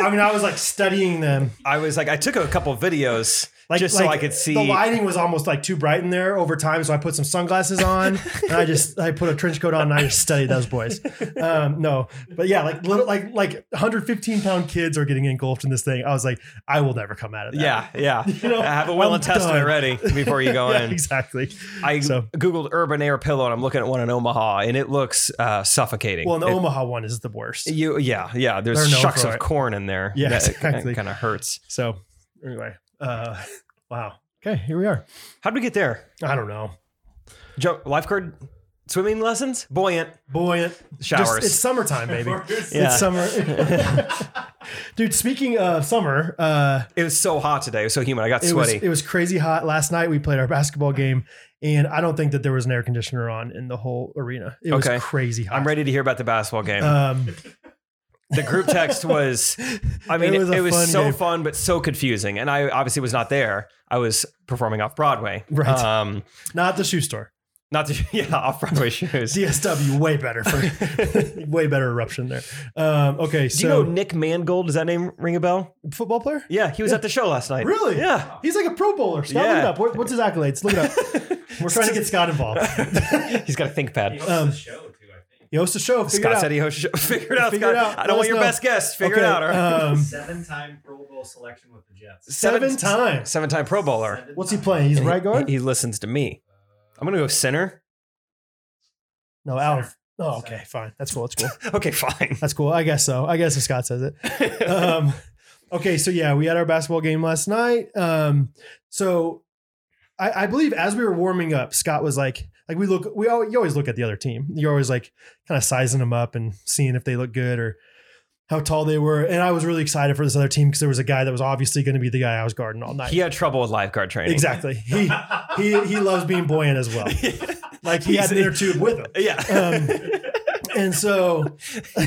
Speaker 1: I mean I was like studying them
Speaker 2: I was like, I took a couple videos
Speaker 1: like
Speaker 2: just so
Speaker 1: like,
Speaker 2: I could see.
Speaker 1: The lighting was almost like too bright in there over time so I put some sunglasses on and I just I put a trench coat on and I just studied those boys. Um no, but yeah like little like like 115 pound kids are getting engulfed in this thing. I was like I will never come out of that.
Speaker 2: yeah, yeah.
Speaker 1: You know,
Speaker 2: have a will
Speaker 1: I'm
Speaker 2: and testament
Speaker 1: done.
Speaker 2: ready before you go
Speaker 1: Yeah,
Speaker 2: in.
Speaker 1: exactly.
Speaker 2: I
Speaker 1: So-
Speaker 2: googled urban air pillow and I'm looking at one in Omaha and it looks uh, suffocating.
Speaker 1: Well, an
Speaker 2: It-
Speaker 1: Omaha one is the worst.
Speaker 2: you yeah yeah. There's
Speaker 1: They're known
Speaker 2: shucks
Speaker 1: for
Speaker 2: of
Speaker 1: it.
Speaker 2: corn in there.
Speaker 1: Yeah,
Speaker 2: that,
Speaker 1: exactly.
Speaker 2: kind of hurts.
Speaker 1: So anyway, uh, wow. Okay, here we are.
Speaker 2: How would we get there?
Speaker 1: I don't know.
Speaker 2: Jump lifeguard swimming lessons, buoyant
Speaker 1: Buoyant.
Speaker 2: showers.
Speaker 1: Just- it's summertime, baby.
Speaker 2: Yeah.
Speaker 1: It's summer. Dude, speaking of summer, uh,
Speaker 2: It was so hot today. It was so humid. I got
Speaker 1: it was
Speaker 2: sweaty.
Speaker 1: it was crazy hot. Last night we played our basketball game, and I don't think that there was an air conditioner on in the whole arena. It
Speaker 2: Okay.
Speaker 1: was crazy hot.
Speaker 2: I'm ready to hear about the basketball game.
Speaker 1: Um,
Speaker 2: the group text was, I mean, it
Speaker 1: It
Speaker 2: was,
Speaker 1: was a fun
Speaker 2: so
Speaker 1: game.
Speaker 2: fun, but so confusing. And I obviously was not there. I was performing off Broadway.
Speaker 1: Right.
Speaker 2: Um,
Speaker 1: not the shoe store.
Speaker 2: not to, yeah, off Broadway shoes. Do
Speaker 1: DSW way better for way better eruption there. Um, okay,
Speaker 2: you
Speaker 1: so
Speaker 2: know Nick Mangold? Does that name ring a bell?
Speaker 1: football player?
Speaker 2: Yeah, he was at the show last night.
Speaker 1: Really?
Speaker 2: Yeah.
Speaker 1: He's like a Pro Bowler. Scott, look it
Speaker 2: Yeah.
Speaker 1: up. What- What's his accolades? Look it up. We're trying to get Scott involved.
Speaker 2: He's got a think
Speaker 3: He
Speaker 2: pad.
Speaker 3: hosts
Speaker 1: Um,
Speaker 3: the show too, I think.
Speaker 1: He hosts a show. Figure
Speaker 2: Scott
Speaker 1: it out.
Speaker 2: said he hosts a show. Figure it out,
Speaker 1: Figure it
Speaker 2: Scott.
Speaker 1: out.
Speaker 2: I
Speaker 1: Let
Speaker 2: don't want
Speaker 1: us
Speaker 2: your
Speaker 1: know.
Speaker 2: best guess. Figure
Speaker 1: Okay,
Speaker 2: it out. All right.
Speaker 1: um,
Speaker 3: Seven-time Pro Bowl selection with the Jets.
Speaker 1: seven times.
Speaker 2: Seven time Pro Bowler.
Speaker 3: Seven
Speaker 1: What's he
Speaker 3: times.
Speaker 1: playing? He's
Speaker 2: And he-
Speaker 1: right guard.
Speaker 2: He, he listens to me. I'm going to go center.
Speaker 1: no, Alf. Oh, okay, fine. That's cool. That's cool.
Speaker 2: Okay, fine.
Speaker 1: That's cool. I guess so. I guess if Scott says it. Um, okay, so yeah, we had our basketball game last night. Um, so I, I believe as we were warming up, Scott was like, like we look, we all, you always look at the other team. You're always like kind of sizing them up and seeing if they look good or how tall they were. And I was really excited for this other team because there was a guy that was obviously going to be the guy I was guarding all night.
Speaker 2: he had trouble with lifeguard training.
Speaker 1: exactly. He he he loves being buoyant as well. Like he had an inner tube with him.
Speaker 2: Yeah.
Speaker 1: Um, and so,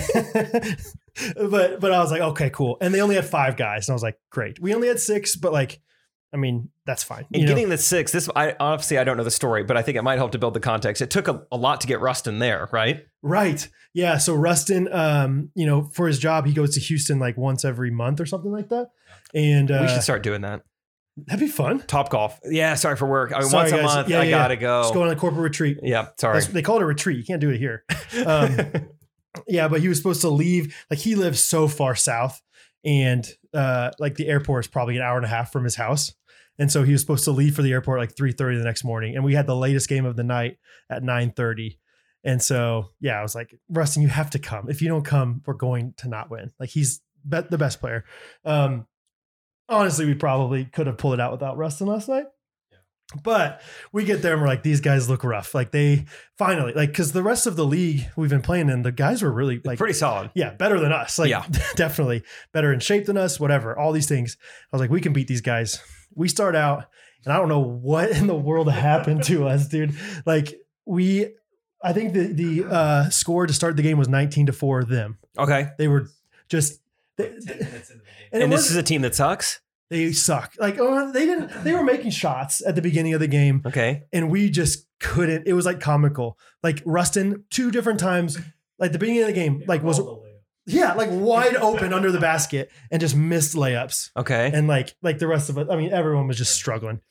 Speaker 1: but but I was like, okay, cool. And they only had five guys, and I was like, great. We only had six, but like, I mean, that's fine.
Speaker 2: and
Speaker 1: you know?
Speaker 2: getting the six, this I honestly I don't know the story, but I think it might help to build the context. It took a, a lot to get Rustin there, right?
Speaker 1: Right. Yeah. So Rustin, um, you know, for his job, he goes to Houston like once every month or something like that. And uh,
Speaker 2: we should start doing that.
Speaker 1: that'd be fun.
Speaker 2: Top golf. Yeah, sorry for work. I mean,
Speaker 1: Sorry,
Speaker 2: once a
Speaker 1: guys.
Speaker 2: month,
Speaker 1: Yeah,
Speaker 2: I
Speaker 1: yeah,
Speaker 2: gotta go.
Speaker 1: Just go on a corporate retreat.
Speaker 2: yeah, sorry.
Speaker 1: That's- they call it a retreat. You can't do it here. Um, yeah, but he was supposed to leave. Like he lives so far south, and uh, like the airport is probably an hour and a half from his house. And so he was supposed to leave for the airport like three thirty the next morning. And we had the latest game of the night at nine thirty. And so yeah, I was like, Rustin, you have to come. If you don't come, we're going to not win. Like he's be- the best player. Um, honestly, we probably could have pulled it out without Rustin last night. But we get there and we're like, these guys look rough. Like they finally, like, because the rest of the league we've been playing in, the guys were really like
Speaker 2: Pretty solid.
Speaker 1: yeah, better than us. Like,
Speaker 2: Yeah.
Speaker 1: definitely better in shape than us, whatever, all these things. I was like, we can beat these guys. We start out, and I don't know what in the world happened to us, dude. Like, we, I think the, the uh, score to start the game was 19 to 4 them.
Speaker 2: Okay.
Speaker 1: They were just, they,
Speaker 3: Like, 10 minutes into the game.
Speaker 1: And it
Speaker 2: And this
Speaker 1: was-
Speaker 2: is a team that sucks.
Speaker 1: they suck. Like, oh, they didn't, they were making shots at the beginning of the game,
Speaker 2: Okay.
Speaker 1: and we just couldn't. It was like comical. Like, Rustin, two different times, like the beginning of the game, like, was, yeah, like wide open under the basket and just missed layups.
Speaker 2: Okay.
Speaker 1: and like like the rest of us i mean everyone was just struggling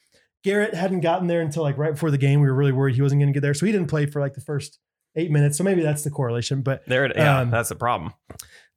Speaker 1: garrett hadn't gotten there until like right before the game we were really worried he wasn't going to get there so he didn't play for like the first eight minutes so maybe that's the correlation but
Speaker 2: there it. Yeah,
Speaker 1: um,
Speaker 2: that's the problem.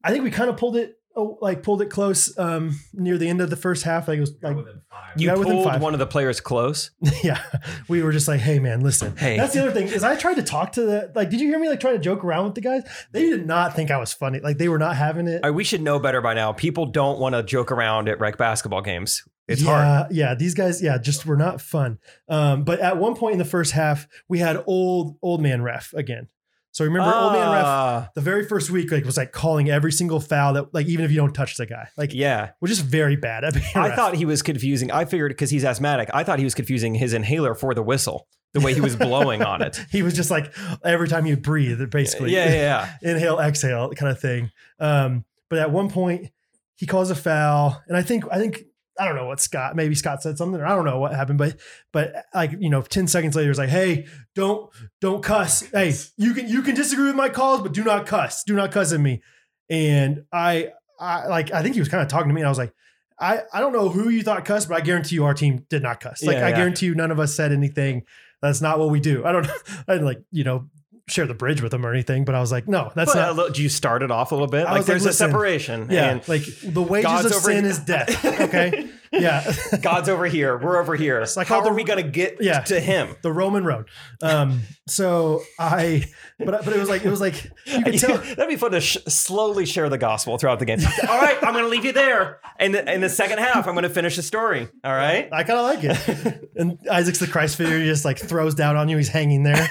Speaker 1: i think we kind of pulled it oh, like pulled it close um near the end of the first half like it was like
Speaker 3: within five.
Speaker 2: You
Speaker 1: got within
Speaker 2: pulled
Speaker 1: five.
Speaker 2: one of the players close.
Speaker 1: yeah we were just like hey man listen
Speaker 2: Hey.
Speaker 1: that's the other thing is i tried to talk to the like did you hear me like trying to joke around with the guys they did not think i was funny like they were not having it
Speaker 2: I, we should know better by now. People don't want to joke around at rec basketball games. It's
Speaker 1: yeah,
Speaker 2: hard.
Speaker 1: Yeah, these guys, yeah, just were not fun. Um, but at one point in the first half, we had old old man ref again. So remember, old man ref
Speaker 2: Ah,
Speaker 1: the very first week like was like calling every single foul that like even if you don't touch the guy, like
Speaker 2: Yeah.
Speaker 1: we're just very bad at being. a
Speaker 2: I
Speaker 1: ref.
Speaker 2: thought he was confusing. I figured because he's asthmatic, I thought he was confusing his inhaler for the whistle, the way he was blowing on it.
Speaker 1: he was just like every time you breathe, basically,
Speaker 2: Yeah, yeah, yeah.
Speaker 1: inhale, exhale kind of thing. Um, but at one point, he calls a foul, and I think I think I don't know what Scott. Maybe Scott said something, or I don't know what happened. But but like you know, ten seconds later, it's like, hey, don't don't cuss. Hey, you can you can disagree with my calls, but do not cuss. Do not cuss at me. And I I like I think he was kind of talking to me, and I was like. I, I don't know who you thought cussed, but I guarantee you our team did not cuss. Like
Speaker 2: Yeah,
Speaker 1: I
Speaker 2: yeah.
Speaker 1: guarantee you none of us said anything. That's not what we do. I don't I didn't like, you know, share the bridge with them or anything, but I was like, no, that's
Speaker 2: But uh,
Speaker 1: not
Speaker 2: a little- you started off a little bit.
Speaker 1: I
Speaker 2: Like,
Speaker 1: was like,
Speaker 2: there's
Speaker 1: listen,
Speaker 2: a separation.
Speaker 1: yeah,
Speaker 2: and
Speaker 1: like the wages
Speaker 2: God's
Speaker 1: of
Speaker 2: over
Speaker 1: sin
Speaker 2: here.
Speaker 1: is death. Okay, yeah,
Speaker 2: God's over here. We're over here.
Speaker 1: like
Speaker 2: how
Speaker 1: how the-
Speaker 2: are we gonna get
Speaker 1: Yeah.
Speaker 2: to him?
Speaker 1: the Roman road. Um, so I, but but it was like it was like you could tell.
Speaker 2: That'd be fun to sh- slowly share the gospel throughout the game. All right, I'm gonna leave you there. And the, in the second half, I'm gonna finish the story. All right.
Speaker 1: I kind of like it. And Isaac's the Christ figure he just like throws down on you. He's hanging there.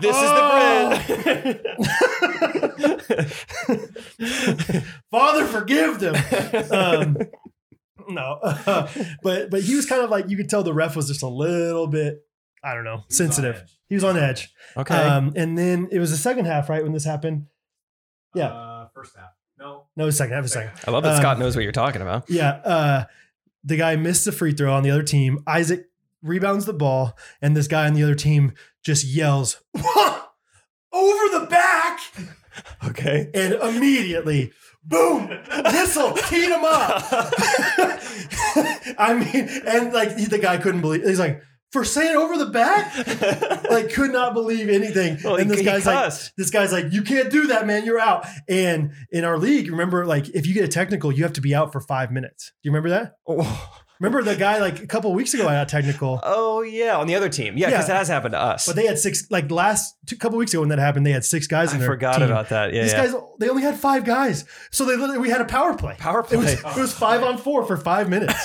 Speaker 2: This
Speaker 1: Oh.
Speaker 2: is the bread.
Speaker 1: Oh. Father, forgive them. Um, no, but but he was kind of like you could tell the ref was just a little bit I don't know sensitive. He was on edge.
Speaker 2: Okay.
Speaker 1: Um, and then it was the second half, right when this happened. Yeah.
Speaker 3: Uh, first half. No.
Speaker 1: No, it was second half. it was Second.
Speaker 3: half.
Speaker 2: I love that
Speaker 1: um,
Speaker 2: Scott knows what you're talking about.
Speaker 1: Yeah. Uh, the guy missed the free throw on the other team. Isaac rebounds the ball, and this guy on the other team just yells, over the back.
Speaker 2: Okay.
Speaker 1: And immediately, boom, missile, teed him up. I mean, and like he- the guy couldn't believe He's like, for saying over the back? Like, could not believe anything.
Speaker 2: Well,
Speaker 1: and
Speaker 2: he-
Speaker 1: this
Speaker 2: he
Speaker 1: guy's like,
Speaker 2: cussed.
Speaker 1: this guy's like, you can't do that, man. You're out. And in our league, remember, like, if you get a technical, you have to be out for five minutes. Do you remember that?
Speaker 2: Oh,
Speaker 1: Remember the guy like a couple weeks ago I got technical,
Speaker 2: oh, yeah, on the other team. Yeah, because
Speaker 1: Yeah.
Speaker 2: that has happened to us.
Speaker 1: but they had six like last two, couple weeks ago when that happened they had six guys.
Speaker 2: I
Speaker 1: In their
Speaker 2: forgot
Speaker 1: team.
Speaker 2: about that. Yeah.
Speaker 1: These
Speaker 2: yeah.
Speaker 1: guys they only had five guys, so they literally we had a power play.
Speaker 2: Power
Speaker 1: It was,
Speaker 2: play.
Speaker 1: it was five on four for five minutes.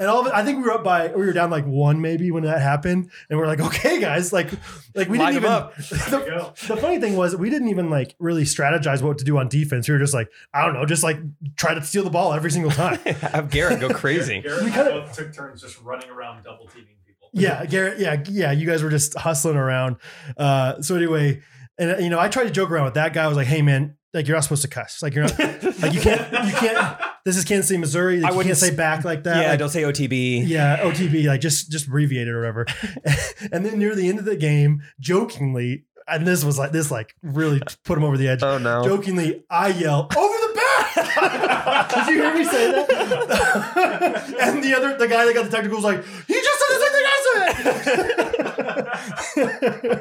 Speaker 1: And all of it, I think we were up by, we were down like one maybe when that happened, and we're like, okay, guys, like, like we
Speaker 2: Line
Speaker 1: didn't even.
Speaker 2: 'em up.
Speaker 1: The,
Speaker 3: There you go.
Speaker 1: the funny thing was, we didn't even like really strategize what to do on defense. We were just like, I don't know, just like try to steal the ball every single time.
Speaker 2: Have Garrett go crazy.
Speaker 3: Garrett
Speaker 1: We
Speaker 3: and I
Speaker 1: kinda-
Speaker 3: both took turns just running around double teaming people.
Speaker 1: yeah garrett yeah yeah you guys were just hustling around uh so anyway and uh, you know i tried to joke around with that guy i was like hey man like you're not supposed to cuss like you're not like you can't you can't this is kansas city missouri like,
Speaker 2: I
Speaker 1: you
Speaker 2: wouldn't
Speaker 1: can't say
Speaker 2: s-
Speaker 1: back like that
Speaker 2: yeah,
Speaker 1: Like,
Speaker 2: don't say OTB.
Speaker 1: yeah, OTB, like just just abbreviate it or whatever. and then near the end of the game, jokingly, and this was like this like really put him over the edge.
Speaker 2: Oh, no.
Speaker 1: Jokingly, I yell over the back. Did you hear me say that? and the other, the guy that got the technical was like, he just said the same thing I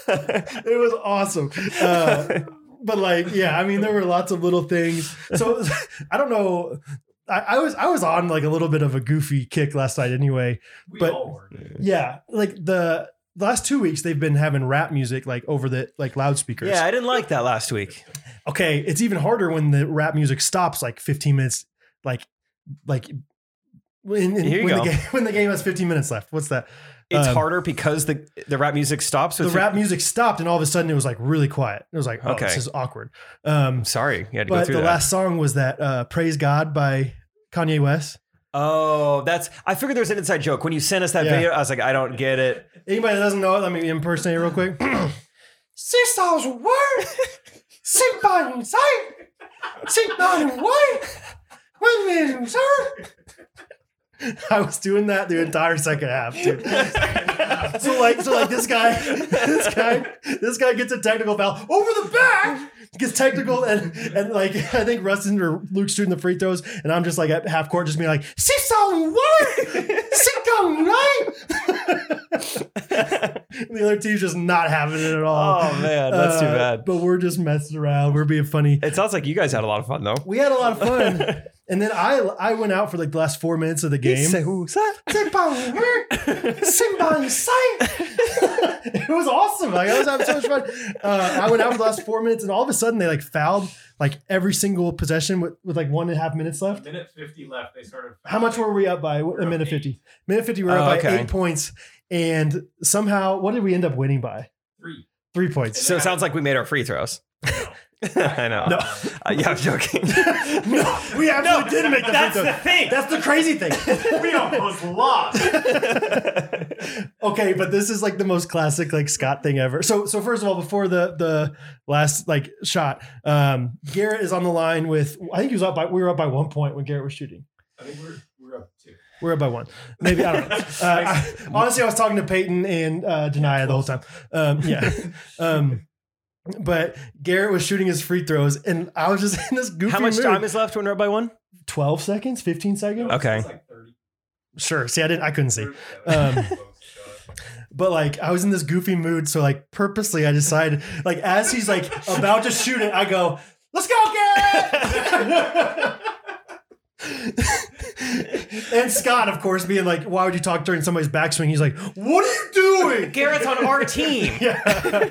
Speaker 1: said. it was awesome. Uh, but like, yeah, I mean, there were lots of little things. So I don't know. I, I was I was on like a little bit of a goofy kick last night anyway.
Speaker 3: We
Speaker 1: But-
Speaker 3: all were.
Speaker 1: Yeah, like the, the last two weeks they've been having rap music like over the like loudspeakers.
Speaker 2: Yeah, I didn't like that last week.
Speaker 1: Okay, it's even harder when the rap music stops like 15 minutes like like When, in,
Speaker 2: Here you
Speaker 1: when,
Speaker 2: go.
Speaker 1: The game, when the game has 15 minutes left, what's that?
Speaker 2: It's
Speaker 1: Um,
Speaker 2: harder because the the rap music stops.
Speaker 1: The
Speaker 2: with
Speaker 1: rap music stopped, and all of a sudden it was like really quiet. It was like, oh,
Speaker 2: Okay.
Speaker 1: this is awkward. Um,
Speaker 2: I'm sorry, you had to go
Speaker 1: but
Speaker 2: through
Speaker 1: the
Speaker 2: that.
Speaker 1: last song was that uh, "Praise God" by Kanye West.
Speaker 2: oh, that's. I figured there was an inside joke when you sent us that
Speaker 1: Yeah.
Speaker 2: video. I was like, I don't get it.
Speaker 1: Anybody that doesn't know it, let me impersonate it real quick. Six word, sit by your side, sit by your wife, women, sir. I was doing that the entire second half, dude. So like, so like this guy, this guy, this guy gets a technical foul over the back, gets technical, and and like I think Rustin or Luke's shooting the free throws, and I'm just like at half court, just being like, six on one, six on right. the other team's just not having it at all.
Speaker 2: Oh man, that's too
Speaker 1: Uh,
Speaker 2: bad.
Speaker 1: But we're just messing around. We're being funny.
Speaker 2: It sounds like you guys had a lot of fun though.
Speaker 1: We had a lot of fun. and then I I went out for like the last four minutes of the game.
Speaker 2: who's that?
Speaker 1: it was awesome. Like I was having so much fun. Uh, I went out for the last four minutes, and all of a sudden they like fouled like every single possession with, with like one and a half minutes
Speaker 3: A
Speaker 1: left.
Speaker 3: minute fifty left. They started.
Speaker 1: How much were we up by?
Speaker 3: We're
Speaker 1: A
Speaker 3: up
Speaker 1: minute
Speaker 3: eight.
Speaker 1: fifty. Minute fifty. We were
Speaker 2: Oh,
Speaker 1: up by
Speaker 2: okay.
Speaker 1: eight points, and somehow what did we end up winning by?
Speaker 3: Three.
Speaker 1: Three points.
Speaker 2: So it sounds like we made our free throws. I know.
Speaker 1: No.
Speaker 2: Uh, yeah, I'm joking.
Speaker 1: no, we absolutely didn't make the free throw.
Speaker 2: thing.
Speaker 1: That's the crazy thing.
Speaker 3: we almost lost.
Speaker 1: okay, but this is like the most classic like Scott thing ever. So so first of all, before the the last like shot, um, Garrett is on the line with I think he was up by we were up by one point when Garrett was shooting.
Speaker 3: I think we're we're up two.
Speaker 1: We We're up by one, maybe I don't know. Uh, I- honestly, I was talking to Peyton and uh, Janiyah the whole time. Um, yeah, um, but Garrett was shooting his free throws, and I was just in this goofy.
Speaker 2: How much
Speaker 1: mood.
Speaker 2: time is left when we're up by one?
Speaker 1: Twelve seconds, fifteen seconds.
Speaker 2: Okay.
Speaker 3: It's like thirty.
Speaker 1: Sure. See, I didn't. I couldn't see.
Speaker 3: Um,
Speaker 1: but like I was in this goofy mood, so like purposely I decided like as he's like about to shoot it, I go, "Let's go, Garrett!" and Scott, of course, being like, "Why would you talk during somebody's backswing?" He's like, "What are you doing?"
Speaker 2: Garrett's on our team.
Speaker 1: Yeah.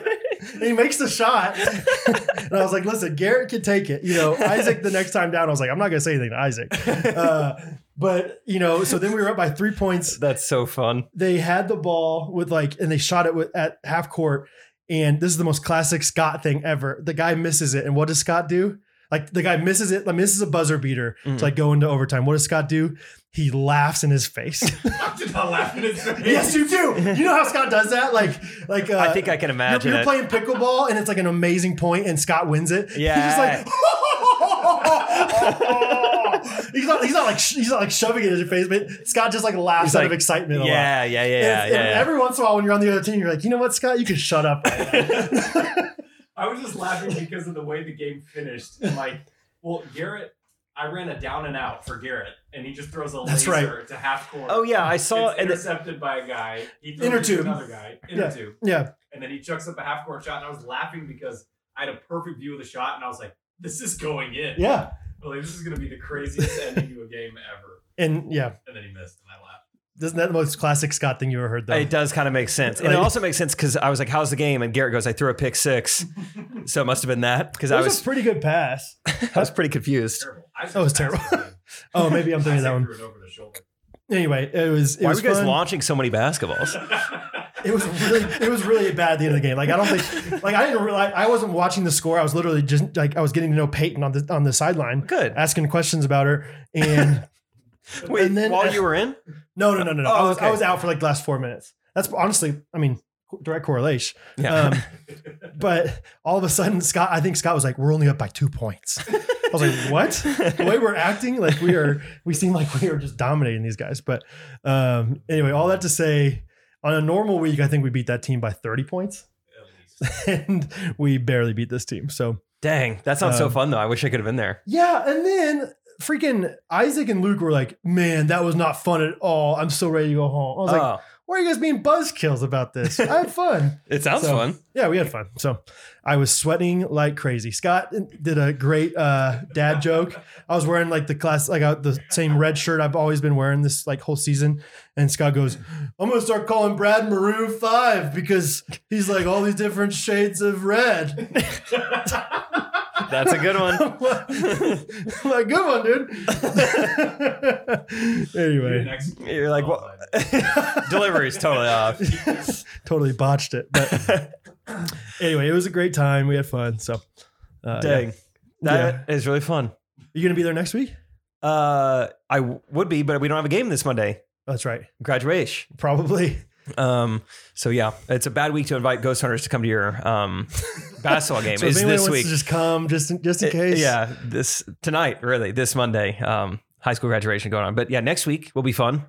Speaker 1: and he makes the shot. and I was like, listen, Garrett can take it. You know, Isaac the next time down, I was like, I'm not gonna say anything to Isaac. Uh, but you know, so then we were up by three points
Speaker 2: That's so fun.
Speaker 1: they had the ball with like and they shot it with, at half court and this is the most classic scott thing ever the guy misses it and what does scott do like the guy misses it like misses a buzzer beater
Speaker 2: Mhm.
Speaker 1: to like go into overtime what does scott do he laughs in his face
Speaker 3: I did not laugh in his face.
Speaker 1: yes you do you know how scott does that like like uh,
Speaker 2: I think I can imagine
Speaker 1: you're,
Speaker 2: it.
Speaker 1: you're playing pickleball and it's like an amazing point and Scott wins it.
Speaker 2: Yeah.
Speaker 1: He's just like he's not he's not like sh- he's not like shoving it in your face, but Scott just like laughs
Speaker 2: He's
Speaker 1: out
Speaker 2: like,
Speaker 1: of excitement a lot.
Speaker 2: yeah, yeah, yeah,
Speaker 1: And- and
Speaker 2: yeah.
Speaker 1: Every once in a while, when you're on the other team, you're like, you know what, Scott, you can shut up.
Speaker 3: I was just laughing because of the way the game finished. And like, well, Garrett, I ran a down and out for Garrett, and he just throws a
Speaker 1: That's
Speaker 3: laser to half court.
Speaker 2: oh yeah, I saw.
Speaker 3: it's
Speaker 2: And it-
Speaker 3: intercepted by a guy. He throws
Speaker 1: Inner
Speaker 3: it to
Speaker 1: tube.
Speaker 3: another guy. Inner
Speaker 1: Yeah.
Speaker 3: tube.
Speaker 1: yeah,
Speaker 3: And then he chucks up a half court shot, and I was laughing because I had a perfect view of the shot, and I was like, "This is going in.
Speaker 1: yeah,
Speaker 3: Like, this is going to be the craziest ending to a game ever."
Speaker 1: and yeah.
Speaker 3: And then he missed, and I laughed.
Speaker 1: Isn't that the most classic Scott thing you ever heard? Though
Speaker 2: it does kind of make sense, and it
Speaker 1: Like-
Speaker 2: also makes sense because I was like, "How's the game?" And Garrett goes, "I threw a pick six, so it must have been that." Because
Speaker 1: That
Speaker 2: I
Speaker 1: was a
Speaker 2: was,
Speaker 1: pretty good pass.
Speaker 2: I was pretty confused.
Speaker 3: Terrible. I
Speaker 1: That was terrible. Oh, maybe I'm thinking of that one.
Speaker 3: Threw it over the shoulder.
Speaker 1: Anyway, it was it
Speaker 2: Why were
Speaker 1: was
Speaker 2: you guys
Speaker 1: fun.
Speaker 2: launching so many basketballs?
Speaker 1: It was really it was really bad at the end of the game. Like I don't think like I didn't realize I wasn't watching the score. I was literally just like I was getting to know Peyton on the on the sideline,
Speaker 2: Good.
Speaker 1: asking questions about her. And
Speaker 2: Wait,
Speaker 1: and then-
Speaker 2: while you were in,
Speaker 1: no, no, no, no, no. I
Speaker 2: Oh,
Speaker 1: was
Speaker 2: okay.
Speaker 1: I was out for like the last four minutes. That's honestly, I mean, direct correlation.
Speaker 2: yeah,
Speaker 1: Um, but all of a sudden, Scott, I think Scott was like, "We're only up by two points." I was like, "What?" The way we're acting, like we are, we seem like we are just dominating these guys. But um, anyway, all that to say, on a normal week, I think we beat that team by thirty points,
Speaker 3: At least.
Speaker 1: and we barely beat this team. So
Speaker 2: dang, that sounds so
Speaker 1: um,
Speaker 2: fun though. I wish I could have been there.
Speaker 1: yeah, and then freaking Isaac and Luke were like, "Man, that was not fun at all. I'm so ready to go home." I was like,
Speaker 2: oh,
Speaker 1: "Why are you guys being buzzkills about this? I had fun."
Speaker 2: it sounds
Speaker 1: So-
Speaker 2: fun.
Speaker 1: Yeah, we had fun. So I was sweating like crazy. Scott did a great uh, dad joke. I was wearing like the class, like uh, the same red shirt I've always been wearing this like whole season. And Scott goes, "I'm gonna start calling Brad Maroon Five because he's like all these different shades of red."
Speaker 2: That's a good one.
Speaker 1: like good one, dude.
Speaker 3: You're
Speaker 1: anyway,
Speaker 3: next-
Speaker 2: You're like, what? Delivery's totally off.
Speaker 1: totally botched it, but anyway, it was a great time. We had fun. So, uh, yeah.
Speaker 2: Dang. that is really fun.
Speaker 1: you gonna be there next week?
Speaker 2: Uh, I w- would be, but we don't have a game this Monday.
Speaker 1: That's right.
Speaker 2: Graduation.
Speaker 1: Probably.
Speaker 2: Um, so yeah, it's a bad week to invite ghost hunters to come to your um basketball game.
Speaker 1: So if
Speaker 2: is
Speaker 1: anyone
Speaker 2: this
Speaker 1: wants
Speaker 2: week?
Speaker 1: to just come, just in, just in
Speaker 2: It-
Speaker 1: case.
Speaker 2: yeah, this tonight, really, this Monday. Um, high school graduation going on, but yeah, next week will be fun.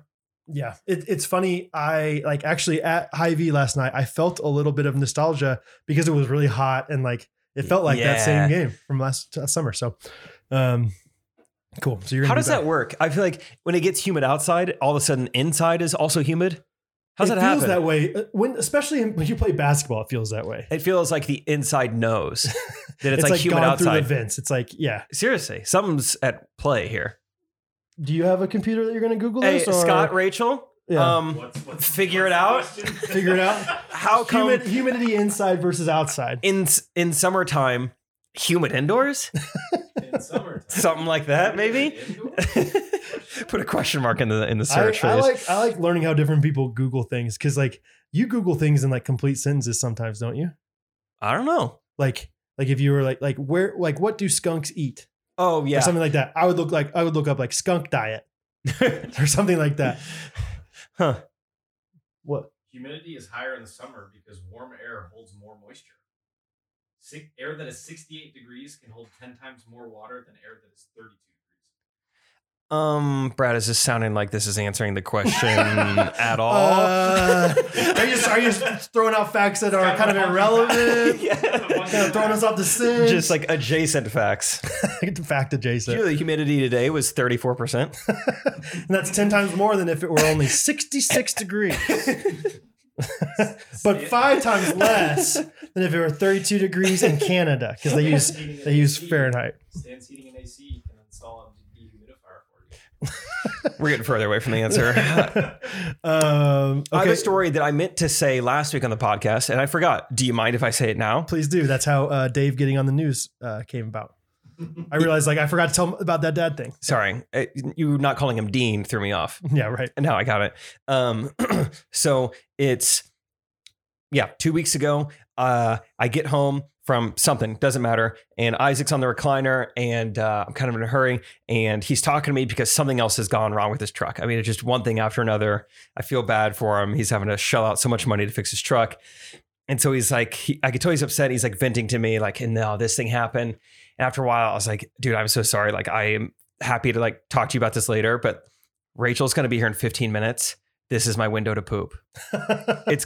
Speaker 1: yeah. It, it's funny. I like actually at High V last night. I felt a little bit of nostalgia because it was really hot and like it felt like that
Speaker 2: Yeah.
Speaker 1: same game from last uh, summer. So, um, cool. So you're gonna
Speaker 2: How
Speaker 1: be
Speaker 2: does
Speaker 1: back.
Speaker 2: that work? I feel like when it gets humid outside, all of a sudden inside is also humid. How's
Speaker 1: it
Speaker 2: that
Speaker 1: feels
Speaker 2: happen?
Speaker 1: that way uh, when, especially when you play basketball, it feels that way.
Speaker 2: it feels like the inside knows that
Speaker 1: It's,
Speaker 2: it's, like,
Speaker 1: like,
Speaker 2: humid
Speaker 1: gone through
Speaker 2: outside.
Speaker 1: the vents. It's like, yeah.
Speaker 2: Seriously, something's at play here.
Speaker 1: Do you have a computer that you're going to Google
Speaker 2: Hey,
Speaker 1: this? Or
Speaker 2: Scott, Rachel,
Speaker 1: Yeah.
Speaker 2: um,
Speaker 3: What's, what's,
Speaker 2: Figure
Speaker 3: what's
Speaker 2: it
Speaker 3: the
Speaker 2: out.
Speaker 3: question?
Speaker 1: Figure it out.
Speaker 2: how come
Speaker 1: Humid, humidity inside versus outside.
Speaker 2: in in summertime, humid indoors?
Speaker 3: In summertime.
Speaker 2: Something like that, maybe.
Speaker 3: Indoor?
Speaker 2: Put a question mark in the in the
Speaker 1: I,
Speaker 2: search
Speaker 1: I
Speaker 2: phrase.
Speaker 1: like I like learning how different people Google things because like you Google things in like complete sentences sometimes, don't you?
Speaker 2: I don't know.
Speaker 1: Like like if you were like like where like what do skunks eat
Speaker 2: Oh yeah,
Speaker 1: or something like that. I would look like I would look up like skunk diet or something like that.
Speaker 2: Huh.
Speaker 1: What?
Speaker 3: Humidity is higher in the summer because warm air holds more moisture. Sick, air that is 68 degrees can hold 10 times more water than air that is 32 degrees.
Speaker 2: Um, Brad, is this sounding like this is answering the question at all?
Speaker 1: Uh, are you are you throwing out facts that are kind of irrelevant?
Speaker 2: Yeah.
Speaker 1: Kind of throwing us off the sin.
Speaker 2: Just like adjacent facts.
Speaker 1: like fact
Speaker 2: You
Speaker 1: adjacent.
Speaker 2: know, the humidity today was 34%.
Speaker 1: and that's 10 times more than if it were only 66 degrees but five times less than if it were 32 degrees in canada because they use they use fahrenheit
Speaker 3: Stan's heating and AC can install a dehumidifier for you.
Speaker 2: We're getting further away from the answer.
Speaker 1: um
Speaker 2: I have
Speaker 1: okay
Speaker 2: a story that I meant to say last week on the podcast and I forgot. Do you mind if I say it now?
Speaker 1: please do that's how uh, dave getting on the news uh, came about i realized like i forgot to tell him about that dad thing
Speaker 2: Sorry. Uh, You not calling him Dean threw me off.
Speaker 1: yeah right
Speaker 2: And now I got it. Um, so it's yeah, two weeks ago. Uh, I get home from something doesn't matter, and Isaac's on the recliner, and uh, I'm kind of in a hurry, and he's talking to me because something else has gone wrong with his truck. I mean, it's just one thing after another. I feel bad for him. He's having to shell out so much money to fix his truck, and so he's like, he, I could tell he's upset. He's like venting to me, like, "No, this thing happened." And after a while, I was like, "Dude, I'm so sorry. Like, I am happy to like talk to you about this later, but Rachel's going to be here in 15 minutes. This is my window to poop. It's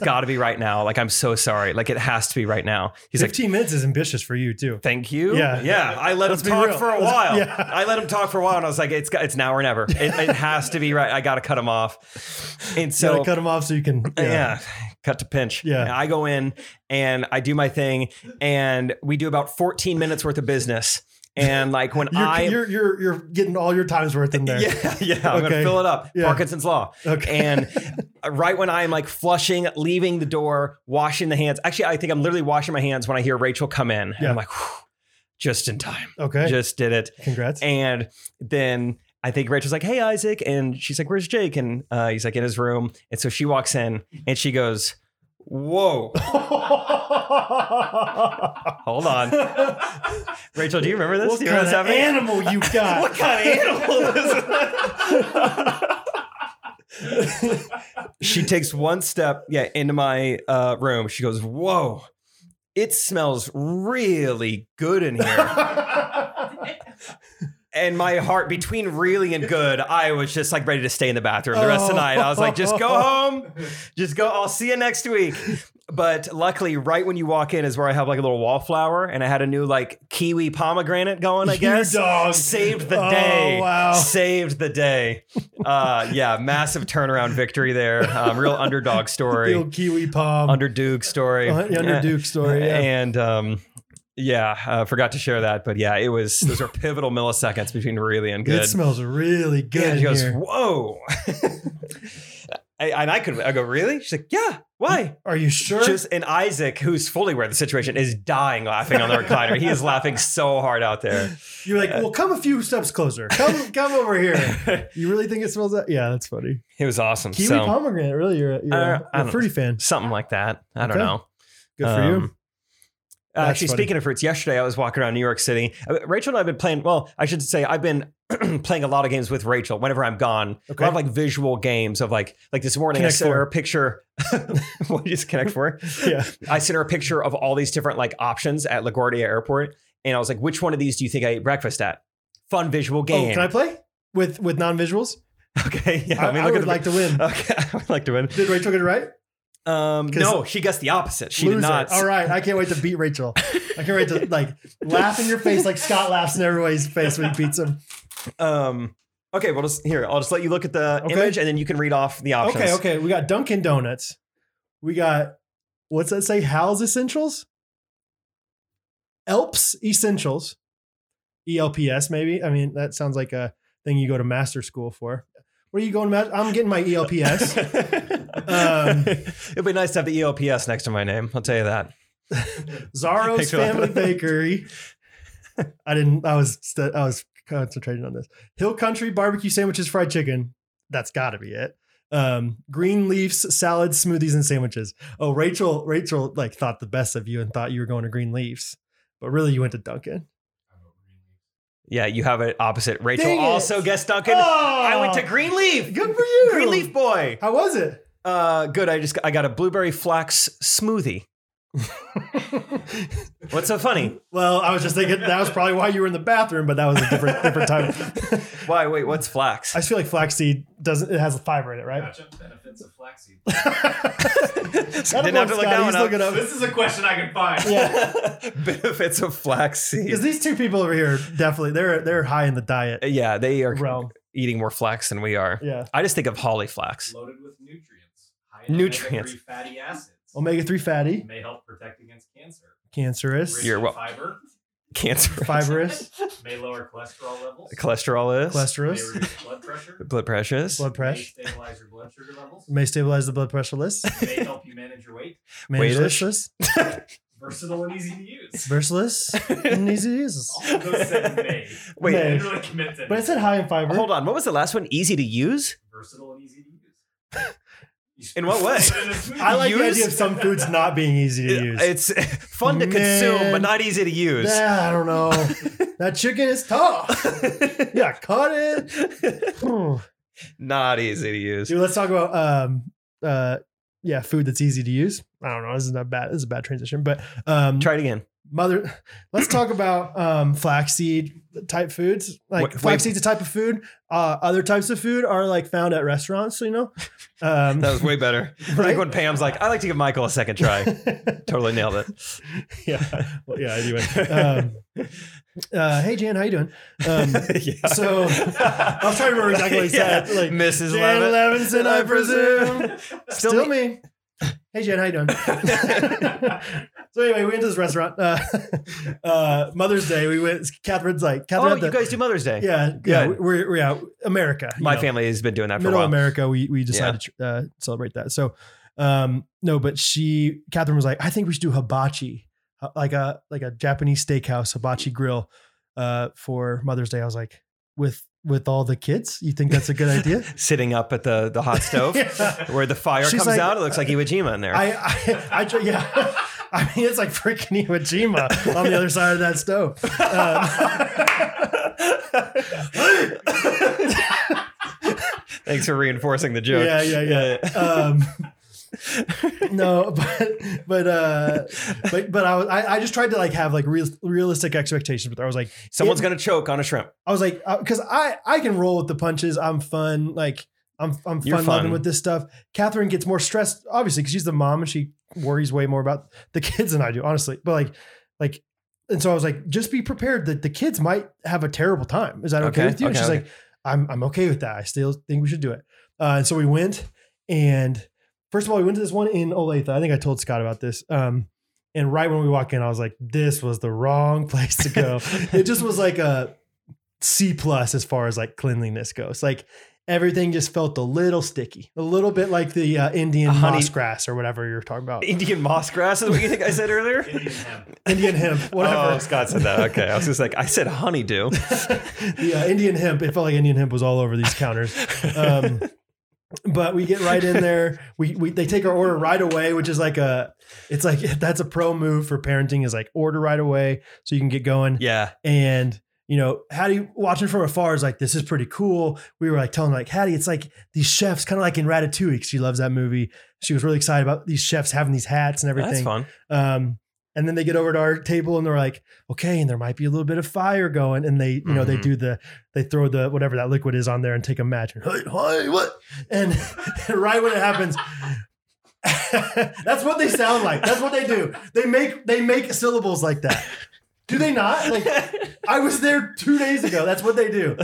Speaker 2: got to be right now. Like, I'm so sorry. Like, it has to be right now. He's like,
Speaker 1: 15 minutes is ambitious for you too
Speaker 2: thank you.
Speaker 1: Yeah.
Speaker 2: Yeah. I let
Speaker 1: Let's
Speaker 2: him
Speaker 1: be
Speaker 2: talk
Speaker 1: real.
Speaker 2: for a
Speaker 1: Let's-
Speaker 2: while.
Speaker 1: yeah.
Speaker 2: I let him talk for a while. And I was like, it's, got, it's now or never. It, it has to be right. I got to cut him off. And
Speaker 1: so
Speaker 2: so, uh,
Speaker 1: cut him off so you can
Speaker 2: yeah. cut to pinch.
Speaker 1: Yeah.
Speaker 2: And I go in and I do my thing. And we do about 14 minutes worth of business. And like, when
Speaker 1: You're,
Speaker 2: I.
Speaker 1: you're you're you're getting all your times worth in there.
Speaker 2: yeah, yeah. I'm
Speaker 1: Okay.
Speaker 2: gonna fill it up.
Speaker 1: Yeah.
Speaker 2: Parkinson's law.
Speaker 1: Okay.
Speaker 2: And right when I'm like flushing, leaving the door, washing the hands. Actually, I think I'm literally washing my hands when I hear Rachel come in. And
Speaker 1: Yeah.
Speaker 2: I'm like, "Whew, just in time.
Speaker 1: Okay.
Speaker 2: Just did it.
Speaker 1: Congrats.
Speaker 2: And then I think Rachel's like, hey, Isaac. And she's like, where's Jake? And uh, he's like, in his room. And so she walks in and she goes, whoa, hold on. Rachel, do you remember this?
Speaker 1: What
Speaker 2: do you remember
Speaker 1: kind
Speaker 2: this
Speaker 1: of
Speaker 2: happening?
Speaker 1: animal you got?
Speaker 2: What kind of animal is it? she takes one step, yeah, into my uh, room. She goes, "Whoa, it smells really good in here." and my heart, between really and good, I was just like ready to stay in the bathroom the rest of the night. I was like, "Just go
Speaker 1: Oh.
Speaker 2: home, just go. I'll see you next week." But luckily, right when you walk in is where I have like a little wallflower, and I had a new like kiwi pomegranate going. I
Speaker 1: You
Speaker 2: guess
Speaker 1: dog.
Speaker 2: saved the
Speaker 1: Oh,
Speaker 2: day.
Speaker 1: wow.
Speaker 2: Saved the day. Uh, yeah, massive turnaround victory there. Um, real underdog
Speaker 1: The
Speaker 2: story,
Speaker 1: old kiwi palm.
Speaker 2: under Duke story,
Speaker 1: Uh, under Duke story. Yeah.
Speaker 2: and um, yeah, uh, forgot to share that, but yeah, it was those are pivotal milliseconds between really and good.
Speaker 1: It smells really good
Speaker 2: Yeah,
Speaker 1: in
Speaker 2: she goes,
Speaker 1: here.
Speaker 2: whoa. I, and I could, I go, really? She's like, yeah. Why?
Speaker 1: Are you sure?
Speaker 2: Just and Isaac, who's fully aware of the situation, is dying laughing on the recliner. he is laughing so hard out there.
Speaker 1: You're
Speaker 2: uh,
Speaker 1: like, well, come a few steps closer. Come, come over here. You really think it smells that? Yeah, that's funny.
Speaker 2: it was awesome.
Speaker 1: Kiwi
Speaker 2: so uh,
Speaker 1: pomegranate. Really, you're, a- you're
Speaker 2: I
Speaker 1: a-
Speaker 2: don't- I
Speaker 1: a
Speaker 2: don't-
Speaker 1: fruity fan.
Speaker 2: something like that. I don't
Speaker 1: Okay.
Speaker 2: know.
Speaker 1: Good for you.
Speaker 2: Um,
Speaker 1: That's
Speaker 2: Actually,
Speaker 1: funny.
Speaker 2: speaking of fruits, yesterday I was walking around New York City. Uh, Rachel and I've been playing. Well, I should say I've been playing a lot of games with Rachel. Whenever I'm gone,
Speaker 1: Okay.
Speaker 2: a lot of like visual games of like like this morning.
Speaker 1: Connect
Speaker 2: I sent her
Speaker 1: Four.
Speaker 2: a picture. what you just connect for?
Speaker 1: Yeah. Oh,
Speaker 2: I sent her a picture of all these different like options at LaGuardia Airport, and I was like, "Which one of these do you think I ate breakfast at?" Fun visual game.
Speaker 1: Oh, can I play with with non visuals?
Speaker 2: okay, yeah.
Speaker 1: I, I would
Speaker 2: look at the- Uh,
Speaker 1: like to win.
Speaker 2: Okay, I would like to win.
Speaker 1: Did Rachel get it right?
Speaker 2: Um,
Speaker 1: 'Cause-
Speaker 2: no, she guessed the opposite. She
Speaker 1: Loser.
Speaker 2: did not.
Speaker 1: All right, I can't wait to beat Rachel. I can't wait to like laugh in your face like Scott laughs in everybody's face when he beats him.
Speaker 2: Um, okay, well, just here. I'll just let you look at the
Speaker 1: Okay.
Speaker 2: image, and then you can read off the options.
Speaker 1: Okay, okay. We got Dunkin' Donuts. We got what's that say? Hal's Essentials. Elps Essentials. E ELPS maybe. I mean, that sounds like a thing you go to master school for. Where are you going, Matt? I'm getting my E ELPS. Um,
Speaker 2: It'd be nice to have the E ELPS next to my name. I'll tell you that.
Speaker 1: Zorro's
Speaker 2: Picture like
Speaker 1: Family
Speaker 2: that.
Speaker 1: Bakery. I didn't. I was. St- I was concentrating on this. Hill Country Barbecue Sandwiches, Fried Chicken. That's got to be it. Um, green leaves, salads, smoothies, and sandwiches. Oh, Rachel. Rachel like thought the best of you and thought you were going to Green Leaves, but really you went to Dunkin'.
Speaker 2: Yeah, you have it opposite. Rachel
Speaker 1: Dang it. Oh.
Speaker 2: also guessed Duncan. I went to Greenleaf.
Speaker 1: Good for you.
Speaker 2: Greenleaf boy.
Speaker 1: How was it?
Speaker 2: Uh, good. I just I got a blueberry flax smoothie. What's so funny?
Speaker 1: Well, I was just thinking that was probably why you were in the bathroom, but that was a different different time.
Speaker 2: Why? Wait. What's flax?
Speaker 1: I just feel like flaxseed doesn't. It has fiber in it, right?
Speaker 3: Matchup benefits of flaxseed.
Speaker 1: That
Speaker 2: Didn't have to
Speaker 1: boy, Scotty,
Speaker 2: look that
Speaker 1: he's
Speaker 2: one up.
Speaker 1: looking up.
Speaker 3: this is a question I can find.
Speaker 1: Yeah,
Speaker 2: Benefits of
Speaker 1: because
Speaker 2: flaxseed.
Speaker 1: these two people over here definitely they're they're high in the diet
Speaker 2: Yeah, they are
Speaker 1: realm.
Speaker 2: eating more flax than we are.
Speaker 1: Yeah,
Speaker 2: I just think of holly flax.
Speaker 3: Loaded with nutrients. High in
Speaker 2: Nutrients.
Speaker 3: omega-3 Fatty acids.
Speaker 1: omega three fatty,
Speaker 3: May help protect against cancer.
Speaker 1: cancerous,
Speaker 3: Rich
Speaker 2: You're
Speaker 3: in
Speaker 2: wel-
Speaker 3: Fiber.
Speaker 2: Cancer.
Speaker 1: fibrous,
Speaker 3: May lower cholesterol levels.
Speaker 2: Cholesterol is.
Speaker 3: May
Speaker 1: cholesterous,
Speaker 3: reduce blood pressure.
Speaker 2: blood pressures.
Speaker 1: blood pressure.
Speaker 3: May stabilize your blood sugar levels.
Speaker 1: May stabilize the blood pressure list.
Speaker 3: May help you manage your weight.
Speaker 1: Manage
Speaker 2: Weightless.
Speaker 1: list.
Speaker 3: Versatile and easy to use.
Speaker 1: Versalist. and easy to use.
Speaker 3: All of those said may.
Speaker 2: Wait,
Speaker 1: May.
Speaker 3: I didn't really commit to
Speaker 1: But it said high in fiber.
Speaker 2: hold on. What was the last one? Easy to use?
Speaker 3: Versatile and easy to use.
Speaker 2: In what way?
Speaker 3: Put it in a smoothie.
Speaker 1: I like the
Speaker 2: Use?
Speaker 1: idea of some foods not being easy to use.
Speaker 2: It's fun to consume,
Speaker 1: Man.
Speaker 2: but not easy to use.
Speaker 1: Yeah, I don't know. that chicken is tough. Yeah, cut it. Hmm.
Speaker 2: not easy to use.
Speaker 1: Dude, let's talk about um uh yeah, food that's easy to use. I don't know. This is not bad. This is a bad transition, but um
Speaker 2: Try it again.
Speaker 1: mother let's talk about um flaxseed type foods like
Speaker 2: Wait, wait.
Speaker 1: flaxseed's a type of food uh other types of food are like found at restaurants you know um
Speaker 2: That was way better.
Speaker 1: Right?
Speaker 2: Like when Pam's like, I like to give Michael a second try. totally nailed it.
Speaker 1: yeah well, yeah anyway um uh hey jan how you doing um
Speaker 2: yeah.
Speaker 1: so i was trying to remember exactly what he said
Speaker 2: Yeah.
Speaker 1: like
Speaker 2: Mrs.
Speaker 1: jan
Speaker 2: Levitt.
Speaker 1: levinson i presume
Speaker 2: Still,
Speaker 1: still,
Speaker 2: me.
Speaker 1: me. Hey Jen, how you doing? so anyway, we went to this restaurant. Uh, uh, Mother's Day, we went. Catherine's like Catherine.
Speaker 2: Oh,
Speaker 1: had the-
Speaker 2: you guys do Mother's Day.
Speaker 1: yeah, yeah.
Speaker 2: Good.
Speaker 1: We're, we're out America. you
Speaker 2: My
Speaker 1: know.
Speaker 2: family has been doing that for a
Speaker 1: middle
Speaker 2: while.
Speaker 1: America. We we decided to uh, celebrate that. So um, no, but she Catherine was like, I think we should do hibachi, uh, like a like a Japanese steakhouse hibachi grill uh, for Mother's Day. I was like, with with all the kids, you think that's a good idea?
Speaker 2: Sitting up at the, the hot stove
Speaker 1: Yeah.
Speaker 2: where the fire
Speaker 1: She's
Speaker 2: comes
Speaker 1: like-
Speaker 2: out. It looks like Iwo Jima in there.
Speaker 1: I, I, I, tr- yeah. I mean, it's like freaking Iwo Jima on the other side of that stove.
Speaker 2: Thanks for reinforcing the joke. Uh,
Speaker 1: Yeah, yeah, yeah. Um, no, but but uh, but but I was I, I just tried to like have like real, realistic expectations. But I was like,
Speaker 2: Someone's
Speaker 1: it-
Speaker 2: gonna choke on a shrimp.
Speaker 1: I was like, because I I can roll with the punches. I'm fun. Like I'm I'm
Speaker 2: You're
Speaker 1: fun loving
Speaker 2: fun.
Speaker 1: with this stuff. Catherine gets more stressed, obviously, because she's the mom and she worries way more about the kids than I do, honestly. But like, like, and so I was like, just be prepared that the kids might have a terrible time. Is that okay,
Speaker 2: Okay,
Speaker 1: with you? and
Speaker 2: okay,
Speaker 1: she's
Speaker 2: okay.
Speaker 1: like, I'm I'm okay with that. I still think we should do it. Uh, and so we went, and first of all, we went to this one in Olathe. I think I told Scott about this. Um, and right when we walk in, I was like, this was the wrong place to go. it just was like a C plus as far as like cleanliness goes. Like everything just felt a little sticky, a little bit like the uh, Indian
Speaker 2: A honey-
Speaker 1: moss grass or whatever you're talking about.
Speaker 2: Indian moss grass is what you think I said earlier.
Speaker 3: Indian hemp.
Speaker 1: Indian hemp,
Speaker 2: Oh,
Speaker 1: whatever.
Speaker 2: Scott said that. Okay, I was just like, I said honeydew.
Speaker 1: the uh, Indian hemp. It felt like Indian hemp was all over these counters. Um, but we get right in there. We, we they take our order right away, which is like a, it's like that's a pro move for parenting is like order right away so you can get going.
Speaker 2: yeah,
Speaker 1: And you know, Hattie watching from afar is like, this is pretty cool. We were like telling like Hattie, it's like these chefs, kind of like in Ratatouille. 'cause She loves that movie. She was really excited about these chefs having these hats and
Speaker 2: that's
Speaker 1: everything.
Speaker 2: fun.
Speaker 1: Um, and then they get over to our table and they're like, okay, and there might be a little bit of fire going. And they, you know, they
Speaker 2: Mhm.
Speaker 1: do the, they throw the whatever that liquid is on there and take a match. And, hey, hey, what? And, right when it happens, that's what they sound like. That's what they do. They make they make syllables like that. Do they not? Like I was there two days ago. That's what they do.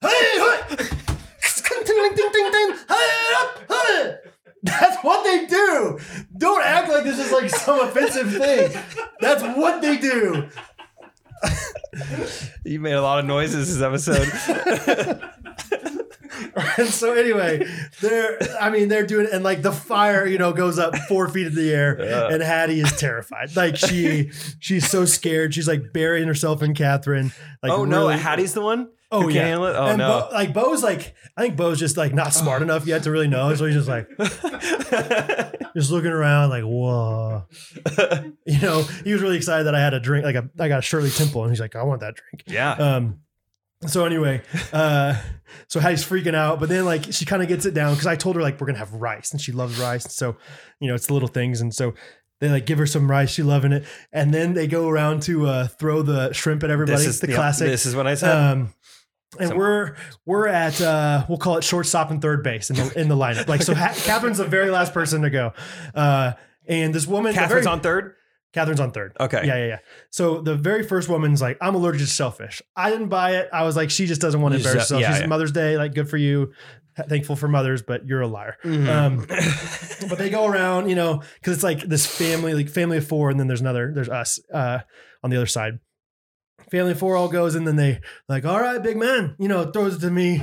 Speaker 1: Hey, hey. Ding, ding, ding, ding. Hey, up, hey. That's what they do. Don't act like this is like some offensive thing. That's what they do.
Speaker 2: You made a lot of noises this episode.
Speaker 1: And so anyway, they're I mean they're doing and like the fire you know goes up four feet in the air
Speaker 2: Yeah.
Speaker 1: and Hattie is terrified. Like she she's so scared. She's like burying herself in Catherine. Like
Speaker 2: oh no,
Speaker 1: really-
Speaker 2: Hattie's the one.
Speaker 1: Oh
Speaker 2: who can't
Speaker 1: yeah.
Speaker 2: handle it? Oh
Speaker 1: and
Speaker 2: no.
Speaker 1: Bo, like Bo's like I think Bo's just like not smart enough yet to really know. So he's just like just looking around like whoa. you know he was really excited that I had a drink like a, I got a Shirley Temple and he's like I want that drink.
Speaker 2: yeah.
Speaker 1: Um, so anyway, uh, so Hattie's freaking out, but then like she kind of gets it down because I told her like we're gonna have rice and she loves rice, and so you know it's the little things, and so they like give her some rice, she loving it, and then they go around to uh, throw the shrimp at everybody.
Speaker 2: This is
Speaker 1: the
Speaker 2: yeah,
Speaker 1: classic.
Speaker 2: This is what I said.
Speaker 1: um, and
Speaker 2: So-
Speaker 1: we're we're at uh, we'll call it shortstop and third base in the in the lineup. Like so, ha- Catherine's the very last person to go, uh, and this woman, the
Speaker 2: Catherine's
Speaker 1: very-
Speaker 2: on third.
Speaker 1: Catherine's on third.
Speaker 2: Okay.
Speaker 1: Yeah, yeah, yeah. So the very first woman's like, I'm allergic to shellfish. I didn't buy it. I was like, she just doesn't want to
Speaker 2: You
Speaker 1: embarrass
Speaker 2: just-
Speaker 1: herself.
Speaker 2: yeah,
Speaker 1: She's
Speaker 2: yeah.
Speaker 1: Mother's Day, like, good for you. Thankful for mothers, but you're a liar.
Speaker 2: Mm-hmm.
Speaker 1: Um, but they go around, you know, because it's like this family, like family of four, and then there's another, there's us uh, on the other side. Family of four all goes, and then they like, all right, big man, you know, throws it to me.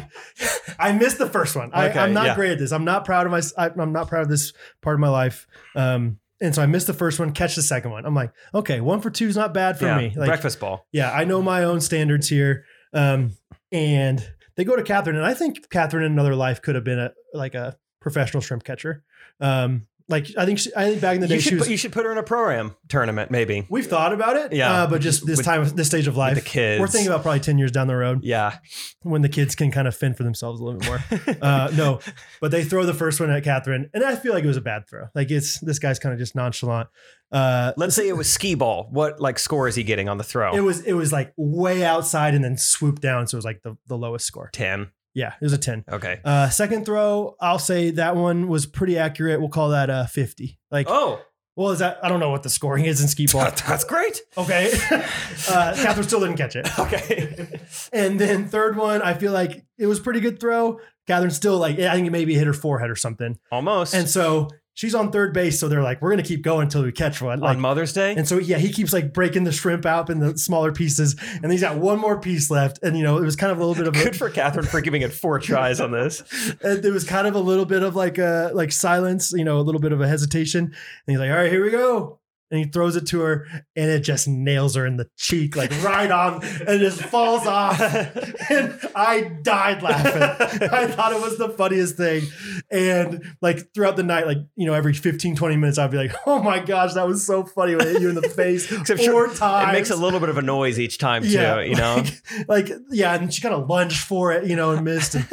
Speaker 1: I missed the first one. I,
Speaker 2: Okay,
Speaker 1: I'm not
Speaker 2: yeah.
Speaker 1: great at this. I'm not proud of my. I, I'm not proud of this part of my life. Um, and so I missed the first one, catch the second one. I'm like, okay, one for two is not bad for
Speaker 2: yeah.
Speaker 1: me. Like,
Speaker 2: Breakfast ball.
Speaker 1: yeah, I know my own standards here. Um, and they go to Catherine, and I think Catherine in another life could have been a like a professional shrimp catcher. Um, like I think she, I think back in the day
Speaker 2: You
Speaker 1: she
Speaker 2: should,
Speaker 1: was.
Speaker 2: put, you should put her in a program tournament, maybe.
Speaker 1: we've thought about it,
Speaker 2: Yeah.
Speaker 1: uh, but just this
Speaker 2: With-
Speaker 1: time, this stage of
Speaker 2: With
Speaker 1: life,
Speaker 2: the kids.
Speaker 1: we're thinking about probably ten years down the road
Speaker 2: Yeah.
Speaker 1: when the kids can kind of fend for themselves a little bit more. Uh, no, but they throw the first one at Catherine, and I feel like it was a bad throw. Like it's this guy's kind of just nonchalant. Uh,
Speaker 2: Let's say it was skee ball. What like score is he getting on the throw?
Speaker 1: It was it was like way outside and then swooped down, so it was like the, the lowest score.
Speaker 2: ten.
Speaker 1: Yeah, it was a ten.
Speaker 2: Okay.
Speaker 1: Uh, second throw, I'll say that one was pretty accurate. We'll call that a fifty. Like,
Speaker 2: Oh,
Speaker 1: well, is that I don't know what the scoring is in skee ball.
Speaker 2: that's great.
Speaker 1: okay, uh, Catherine still didn't catch it.
Speaker 2: Okay.
Speaker 1: And then third one, I feel like it was pretty good throw. Catherine still like I think it maybe hit her forehead or something.
Speaker 2: Almost.
Speaker 1: And so she's on third base, so they're like, we're gonna keep going until we catch one. Like,
Speaker 2: on Mother's Day.
Speaker 1: and so yeah, he keeps like breaking the shrimp out in the smaller pieces, and he's got one more piece left. And you know, it was kind of a little bit of a,
Speaker 2: Good for Catherine for giving it four tries on this.
Speaker 1: and there was kind of a little bit of like a like silence, you know, a little bit of a hesitation. And he's like, "All right, here we go." And he throws it to her, and it just nails her in the cheek, like right on, and just falls off. And I died laughing. I thought it was the funniest thing. And like throughout the night, like, you know, every 15, 20 minutes, I'd be like, oh my gosh, that was so funny when it hit you in the face. four
Speaker 2: Except sure,
Speaker 1: times.
Speaker 2: It makes a little bit of a noise each time too.
Speaker 1: Yeah,
Speaker 2: you know.
Speaker 1: like yeah and she kind of lunged for it you know and missed and,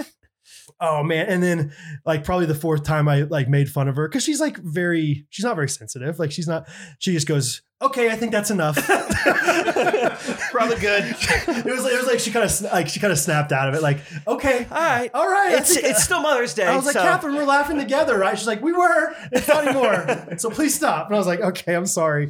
Speaker 1: oh man and then like probably the fourth time i like made fun of her because she's like very she's not very sensitive like she's not she just goes okay i think that's enough
Speaker 2: Probably good.
Speaker 1: it was like it was like she kind of like she kind of snapped out of it like okay
Speaker 2: All right.
Speaker 1: all right I
Speaker 2: It's
Speaker 1: think-
Speaker 2: it's still Mother's Day.
Speaker 1: I was like,
Speaker 2: so-
Speaker 1: Catherine, we're laughing together, right? She's like, we were. It's not anymore. so please stop. And I was like, okay, I'm sorry.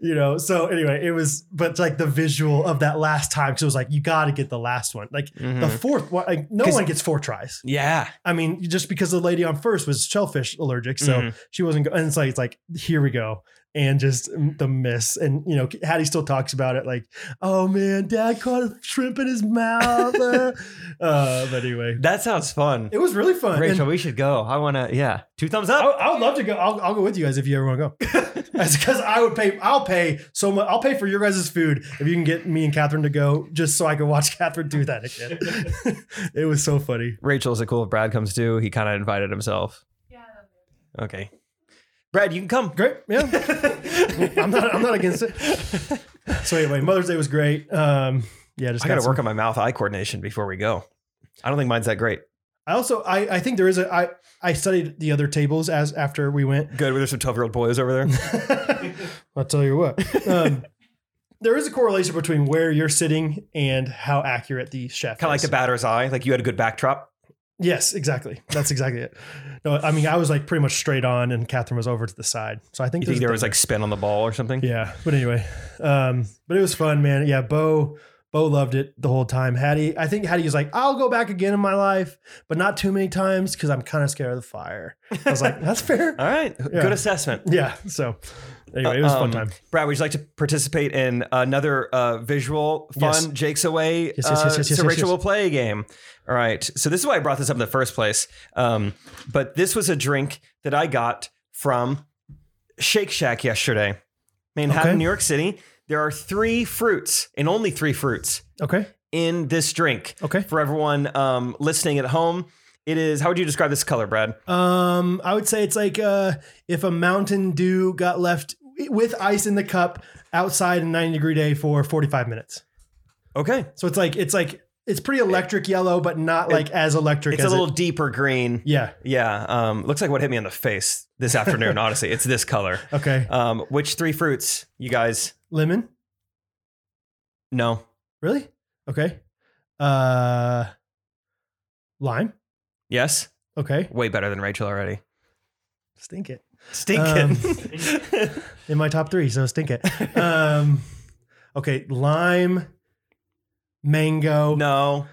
Speaker 1: You know, so anyway, it was, but like the visual of that last time, because it was like, you got to get the last one. Like the
Speaker 2: Mhm.
Speaker 1: fourth one, like no
Speaker 2: 'Cause-
Speaker 1: one gets four tries.
Speaker 2: Yeah.
Speaker 1: I mean, just because the lady on first was shellfish allergic. So
Speaker 2: Mhm.
Speaker 1: she wasn't, go- and it's like, it's like, here we go. and just the miss. And you know, Hattie still talks about it like, "Oh man, Dad caught a shrimp in his mouth." uh, but anyway,
Speaker 2: That sounds fun.
Speaker 1: it was really fun.
Speaker 2: Rachel,
Speaker 1: And Oh.
Speaker 2: we should go. I want to. Yeah, two thumbs
Speaker 1: I,
Speaker 2: up.
Speaker 1: I would love to go. I'll, I'll go with you guys if you ever want to go. That's because I would pay. I'll pay so much. I'll pay for your guys' food if you can get me and Catherine to go, just so I can watch Catherine do that again. it was so funny.
Speaker 2: Rachel, is it cool if Brad comes too? He kind of invited himself.
Speaker 4: Yeah, that'll be okay.
Speaker 2: Okay, Brad, you can come.
Speaker 1: Great, yeah. I'm not. I'm not against it. So anyway, Mother's Day was great. Um, yeah, just
Speaker 2: I got to
Speaker 1: some-
Speaker 2: work on my mouth eye coordination before we go. I don't think mine's that great.
Speaker 1: I also I I think there is a I I studied the other tables as after we went.
Speaker 2: Good. There's some 12 year old boys over there.
Speaker 1: I'll tell you what. Um, there is a correlation between where you're sitting and how accurate the chef.
Speaker 2: kind of like the
Speaker 1: is.
Speaker 2: batter's eye. Like you had a good backdrop.
Speaker 1: Yes, exactly. That's exactly it. No, I mean I was like pretty much straight on, and Catherine was over to the side. So I think,
Speaker 2: You think there
Speaker 1: there's a
Speaker 2: was like spin on the ball or something?
Speaker 1: Yeah, but anyway, um, but it was fun, man. Yeah, Bo, Bo loved it the whole time. Hattie, I think Hattie was like, "I'll go back again in my life, but not too many times because I'm kind of scared of the fire." I was like, "That's fair."
Speaker 2: All right. Good assessment.
Speaker 1: Yeah. So anyway, it was a fun
Speaker 2: Um,
Speaker 1: time.
Speaker 2: Brad, would you like to participate in another uh, visual fun
Speaker 1: Yes.
Speaker 2: Jake's away?
Speaker 1: Yes, yes,
Speaker 2: uh,
Speaker 1: yes, yes, yes,
Speaker 2: so Rachel
Speaker 1: yes.
Speaker 2: will play a game. All right. So this is why I brought this up in the first place. Um, but this was a drink that I got from Shake Shack yesterday, Manhattan,
Speaker 1: Okay.
Speaker 2: New York City. There are three fruits and only three fruits
Speaker 1: Okay.
Speaker 2: in this drink.
Speaker 1: Okay.
Speaker 2: For everyone um, listening at home, it is. How would you describe this color, Brad?
Speaker 1: Um, I would say it's like uh, if a Mountain Dew got left with ice in the cup outside a 90 degree day for 45 minutes.
Speaker 2: Okay.
Speaker 1: So it's like it's like it's pretty electric yellow, but not like as electric.
Speaker 2: It's
Speaker 1: as
Speaker 2: a little
Speaker 1: It,
Speaker 2: deeper green.
Speaker 1: yeah.
Speaker 2: Yeah. Um, looks like what hit me in the face this afternoon, honestly. It's this color.
Speaker 1: Okay.
Speaker 2: Um, which three fruits, you guys?
Speaker 1: Lemon.
Speaker 2: No.
Speaker 1: Really? Okay. Uh lime.
Speaker 2: Yes?
Speaker 1: Okay.
Speaker 2: Way better than Rachel already.
Speaker 1: Stink it.
Speaker 2: Stink
Speaker 1: Um,
Speaker 2: it.
Speaker 1: In my top three, so stink it. Um okay, lime, mango,
Speaker 2: no.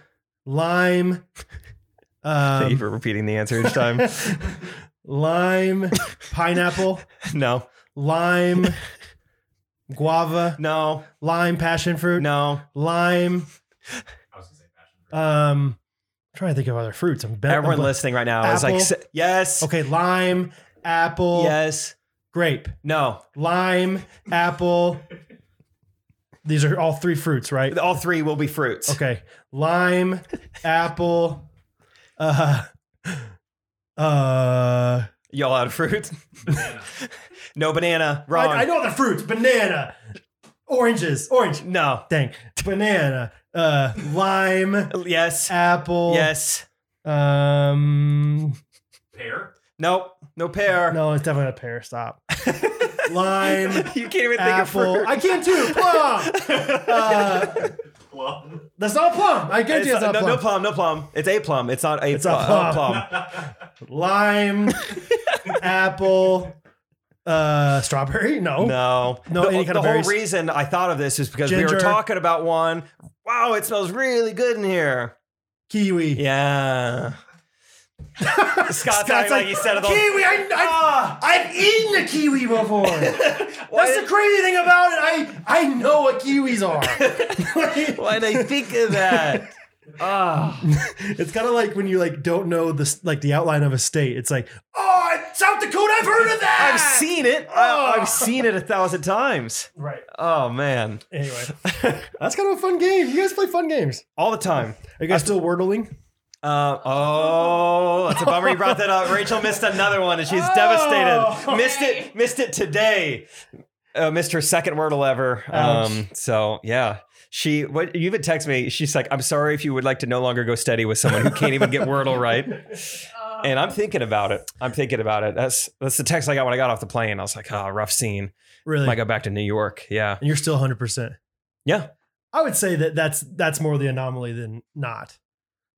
Speaker 1: lime,
Speaker 2: Thank you
Speaker 1: um,
Speaker 2: for repeating the answer each time.
Speaker 1: lime, pineapple,
Speaker 2: no.
Speaker 1: lime, guava,
Speaker 2: No.
Speaker 1: lime, passion fruit,
Speaker 2: No.
Speaker 1: lime,
Speaker 3: I was gonna say passion fruit.
Speaker 1: um I'm trying to think of other fruits. I'm bet-
Speaker 2: Everyone
Speaker 1: I'm-
Speaker 2: listening right now is like,
Speaker 1: Apple.
Speaker 2: se- yes.
Speaker 1: Okay, lime, apple,
Speaker 2: Yes.
Speaker 1: grape.
Speaker 2: No.
Speaker 1: lime, apple. These are all three fruits, right?
Speaker 2: All three will be fruits.
Speaker 1: Okay. Lime, apple, uh, uh,
Speaker 2: Y'all out of fruit? no banana. Wrong.
Speaker 1: I, I know the fruits banana, oranges, orange,
Speaker 2: No.
Speaker 1: dang, banana, uh, lime,
Speaker 2: Yes.
Speaker 1: apple,
Speaker 2: Yes.
Speaker 1: um,
Speaker 3: Pear.
Speaker 2: Nope. No pear.
Speaker 1: no, it's definitely not a pear. Stop. Lime,
Speaker 2: You can't even think
Speaker 1: apple,
Speaker 2: of fruit.
Speaker 1: I can too. Plum, uh,
Speaker 3: Plum.
Speaker 1: that's not plum. I guarantee
Speaker 2: It's
Speaker 1: it's,
Speaker 2: not-
Speaker 1: not
Speaker 2: no, no
Speaker 1: plum.
Speaker 2: plum, no plum. It's a plum. It's not a
Speaker 1: It's
Speaker 2: plum.
Speaker 1: not
Speaker 2: oh,
Speaker 1: plum.
Speaker 2: plum.
Speaker 1: lime, apple, uh, strawberry. No.
Speaker 2: No,
Speaker 1: No,
Speaker 2: The,
Speaker 1: any kind
Speaker 2: the
Speaker 1: of
Speaker 2: whole
Speaker 1: berries.
Speaker 2: reason I thought of this is because we were
Speaker 1: Ginger.
Speaker 2: talking about one. Wow, it smells really good in here.
Speaker 1: kiwi.
Speaker 2: Yeah. Scott's,
Speaker 1: Scott's
Speaker 2: acting like
Speaker 1: like,
Speaker 2: he said it all.
Speaker 1: kiwi. I, I,
Speaker 2: Ah,
Speaker 1: I've eaten a kiwi before.
Speaker 2: why,
Speaker 1: That's the
Speaker 2: did-
Speaker 1: crazy thing about it. I I know what kiwis are.
Speaker 2: why did I think of that? Ah,
Speaker 1: it's kind of like when you like don't know this like the outline of a state. It's like, oh, it's South Dakota. I've heard of that.
Speaker 2: I've seen it. I,
Speaker 1: Oh.
Speaker 2: I've seen it a thousand times.
Speaker 1: Right.
Speaker 2: Oh man,
Speaker 1: Anyway, that's kind of a fun game. You guys plys play fun games.
Speaker 2: all the time.
Speaker 1: Are you guys still wordling?
Speaker 2: Uh, oh, that's a bummer you brought that up. Rachel missed another one, and she's
Speaker 1: Oh.
Speaker 2: devastated. Missed
Speaker 4: Okay.
Speaker 2: it. Missed it today. Uh, missed her second wordle ever.
Speaker 1: Ouch.
Speaker 2: Um, so yeah, she. What you even text me? She's like, "I'm sorry if you would like to no longer go steady with someone who can't even get wordle right."
Speaker 4: Uh,
Speaker 2: And I'm thinking about it. I'm thinking about it. That's that's the text I got when I got off the plane. I was like, "Oh, rough scene."
Speaker 1: Really?
Speaker 2: When I got back to New York. Yeah.
Speaker 1: and you're still 100 percent.
Speaker 2: Yeah.
Speaker 1: I would say that that's that's more the anomaly than not.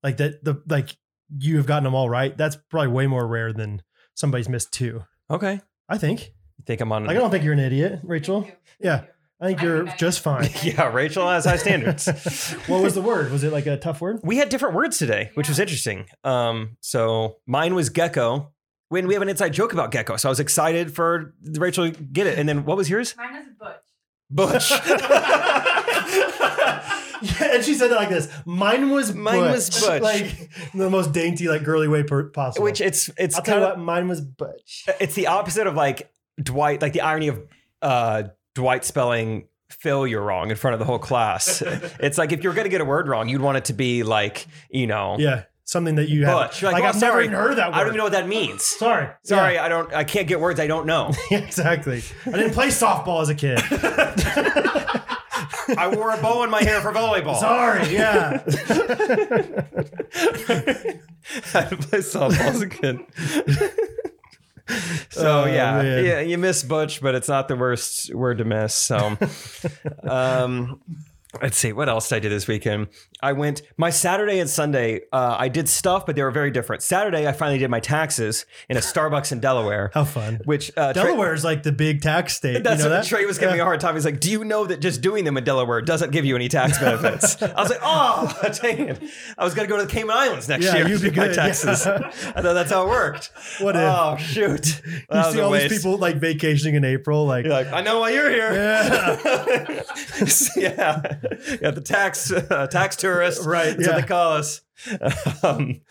Speaker 1: Like that the like you have gotten them all right. That's probably way more rare than somebody's missed two.
Speaker 2: Okay.
Speaker 1: I think.
Speaker 2: You think I'm on?
Speaker 1: Like I don't think you're an idiot, Rachel.
Speaker 4: thank you,
Speaker 1: Yeah.
Speaker 4: thank you.
Speaker 1: I think
Speaker 4: I
Speaker 1: you're
Speaker 4: think I-
Speaker 1: just fine.
Speaker 2: yeah, Rachel has high standards.
Speaker 1: what was the word? Was it like a tough word?
Speaker 2: we had different words today, which
Speaker 4: Yeah.
Speaker 2: was interesting. Um, so mine was gecko, when we have an inside joke about Gecko. So I was excited for Rachel to get it. And then what was yours?
Speaker 4: Mine is Butch.
Speaker 2: Butch.
Speaker 1: Yeah, and she said it like this. Mine was
Speaker 2: Mine
Speaker 1: butch.
Speaker 2: was butch.
Speaker 1: like the most dainty, like girly way per- possible.
Speaker 2: Which it's it's
Speaker 1: I'll tell
Speaker 2: kind
Speaker 1: you
Speaker 2: of
Speaker 1: what, mine was butch.
Speaker 2: it's the opposite of like Dwight, like the irony of uh, Dwight spelling Phil you're wrong in front of the whole class. it's like if you're gonna get a word wrong, you'd want it to be like, you know,
Speaker 1: Yeah, something that you have.
Speaker 2: Oh. Butch. You're like,
Speaker 1: like
Speaker 2: oh,
Speaker 1: I've never
Speaker 2: sorry.
Speaker 1: even heard of that word.
Speaker 2: I don't even know what that means.
Speaker 1: Sorry,
Speaker 2: Sorry, I don't I can't get words I don't know.
Speaker 1: Yeah, exactly. I didn't play softball as a kid.
Speaker 2: I wore a bow in my hair for volleyball.
Speaker 1: Sorry, yeah.
Speaker 2: I play softball as a kid. so
Speaker 1: Oh,
Speaker 2: yeah,
Speaker 1: man.
Speaker 2: yeah, you miss Butch, but it's not the worst word to miss. So, um, let's see what else did I do this weekend. I went my Saturday and Sunday. Uh, I did stuff, but they were very different. Saturday, I finally did my taxes in a Starbucks in Delaware,
Speaker 1: How fun.
Speaker 2: which uh, Trey-
Speaker 1: Delaware is like the big tax state.
Speaker 2: that's
Speaker 1: you know
Speaker 2: what
Speaker 1: that?
Speaker 2: Trey was giving me a hard time. He's like, "Do you know that just doing them in Delaware doesn't give you any tax benefits?" I was like, "Oh, dang it! I was gonna go to the Cayman Islands next
Speaker 1: Yeah,
Speaker 2: year
Speaker 1: you'd
Speaker 2: to
Speaker 1: be
Speaker 2: do my
Speaker 1: good.
Speaker 2: taxes."
Speaker 1: Yeah.
Speaker 2: I thought that's how it worked.
Speaker 1: What if?
Speaker 2: Oh shoot! That
Speaker 1: You
Speaker 2: was
Speaker 1: see
Speaker 2: a
Speaker 1: all
Speaker 2: waste.
Speaker 1: these people like vacationing in April, like,
Speaker 2: You're like, I know why you're here.
Speaker 1: yeah.
Speaker 2: Yeah, yeah. the tax uh, tax tourists,
Speaker 1: Right,
Speaker 2: That's what
Speaker 1: yeah.
Speaker 2: they call us. Um,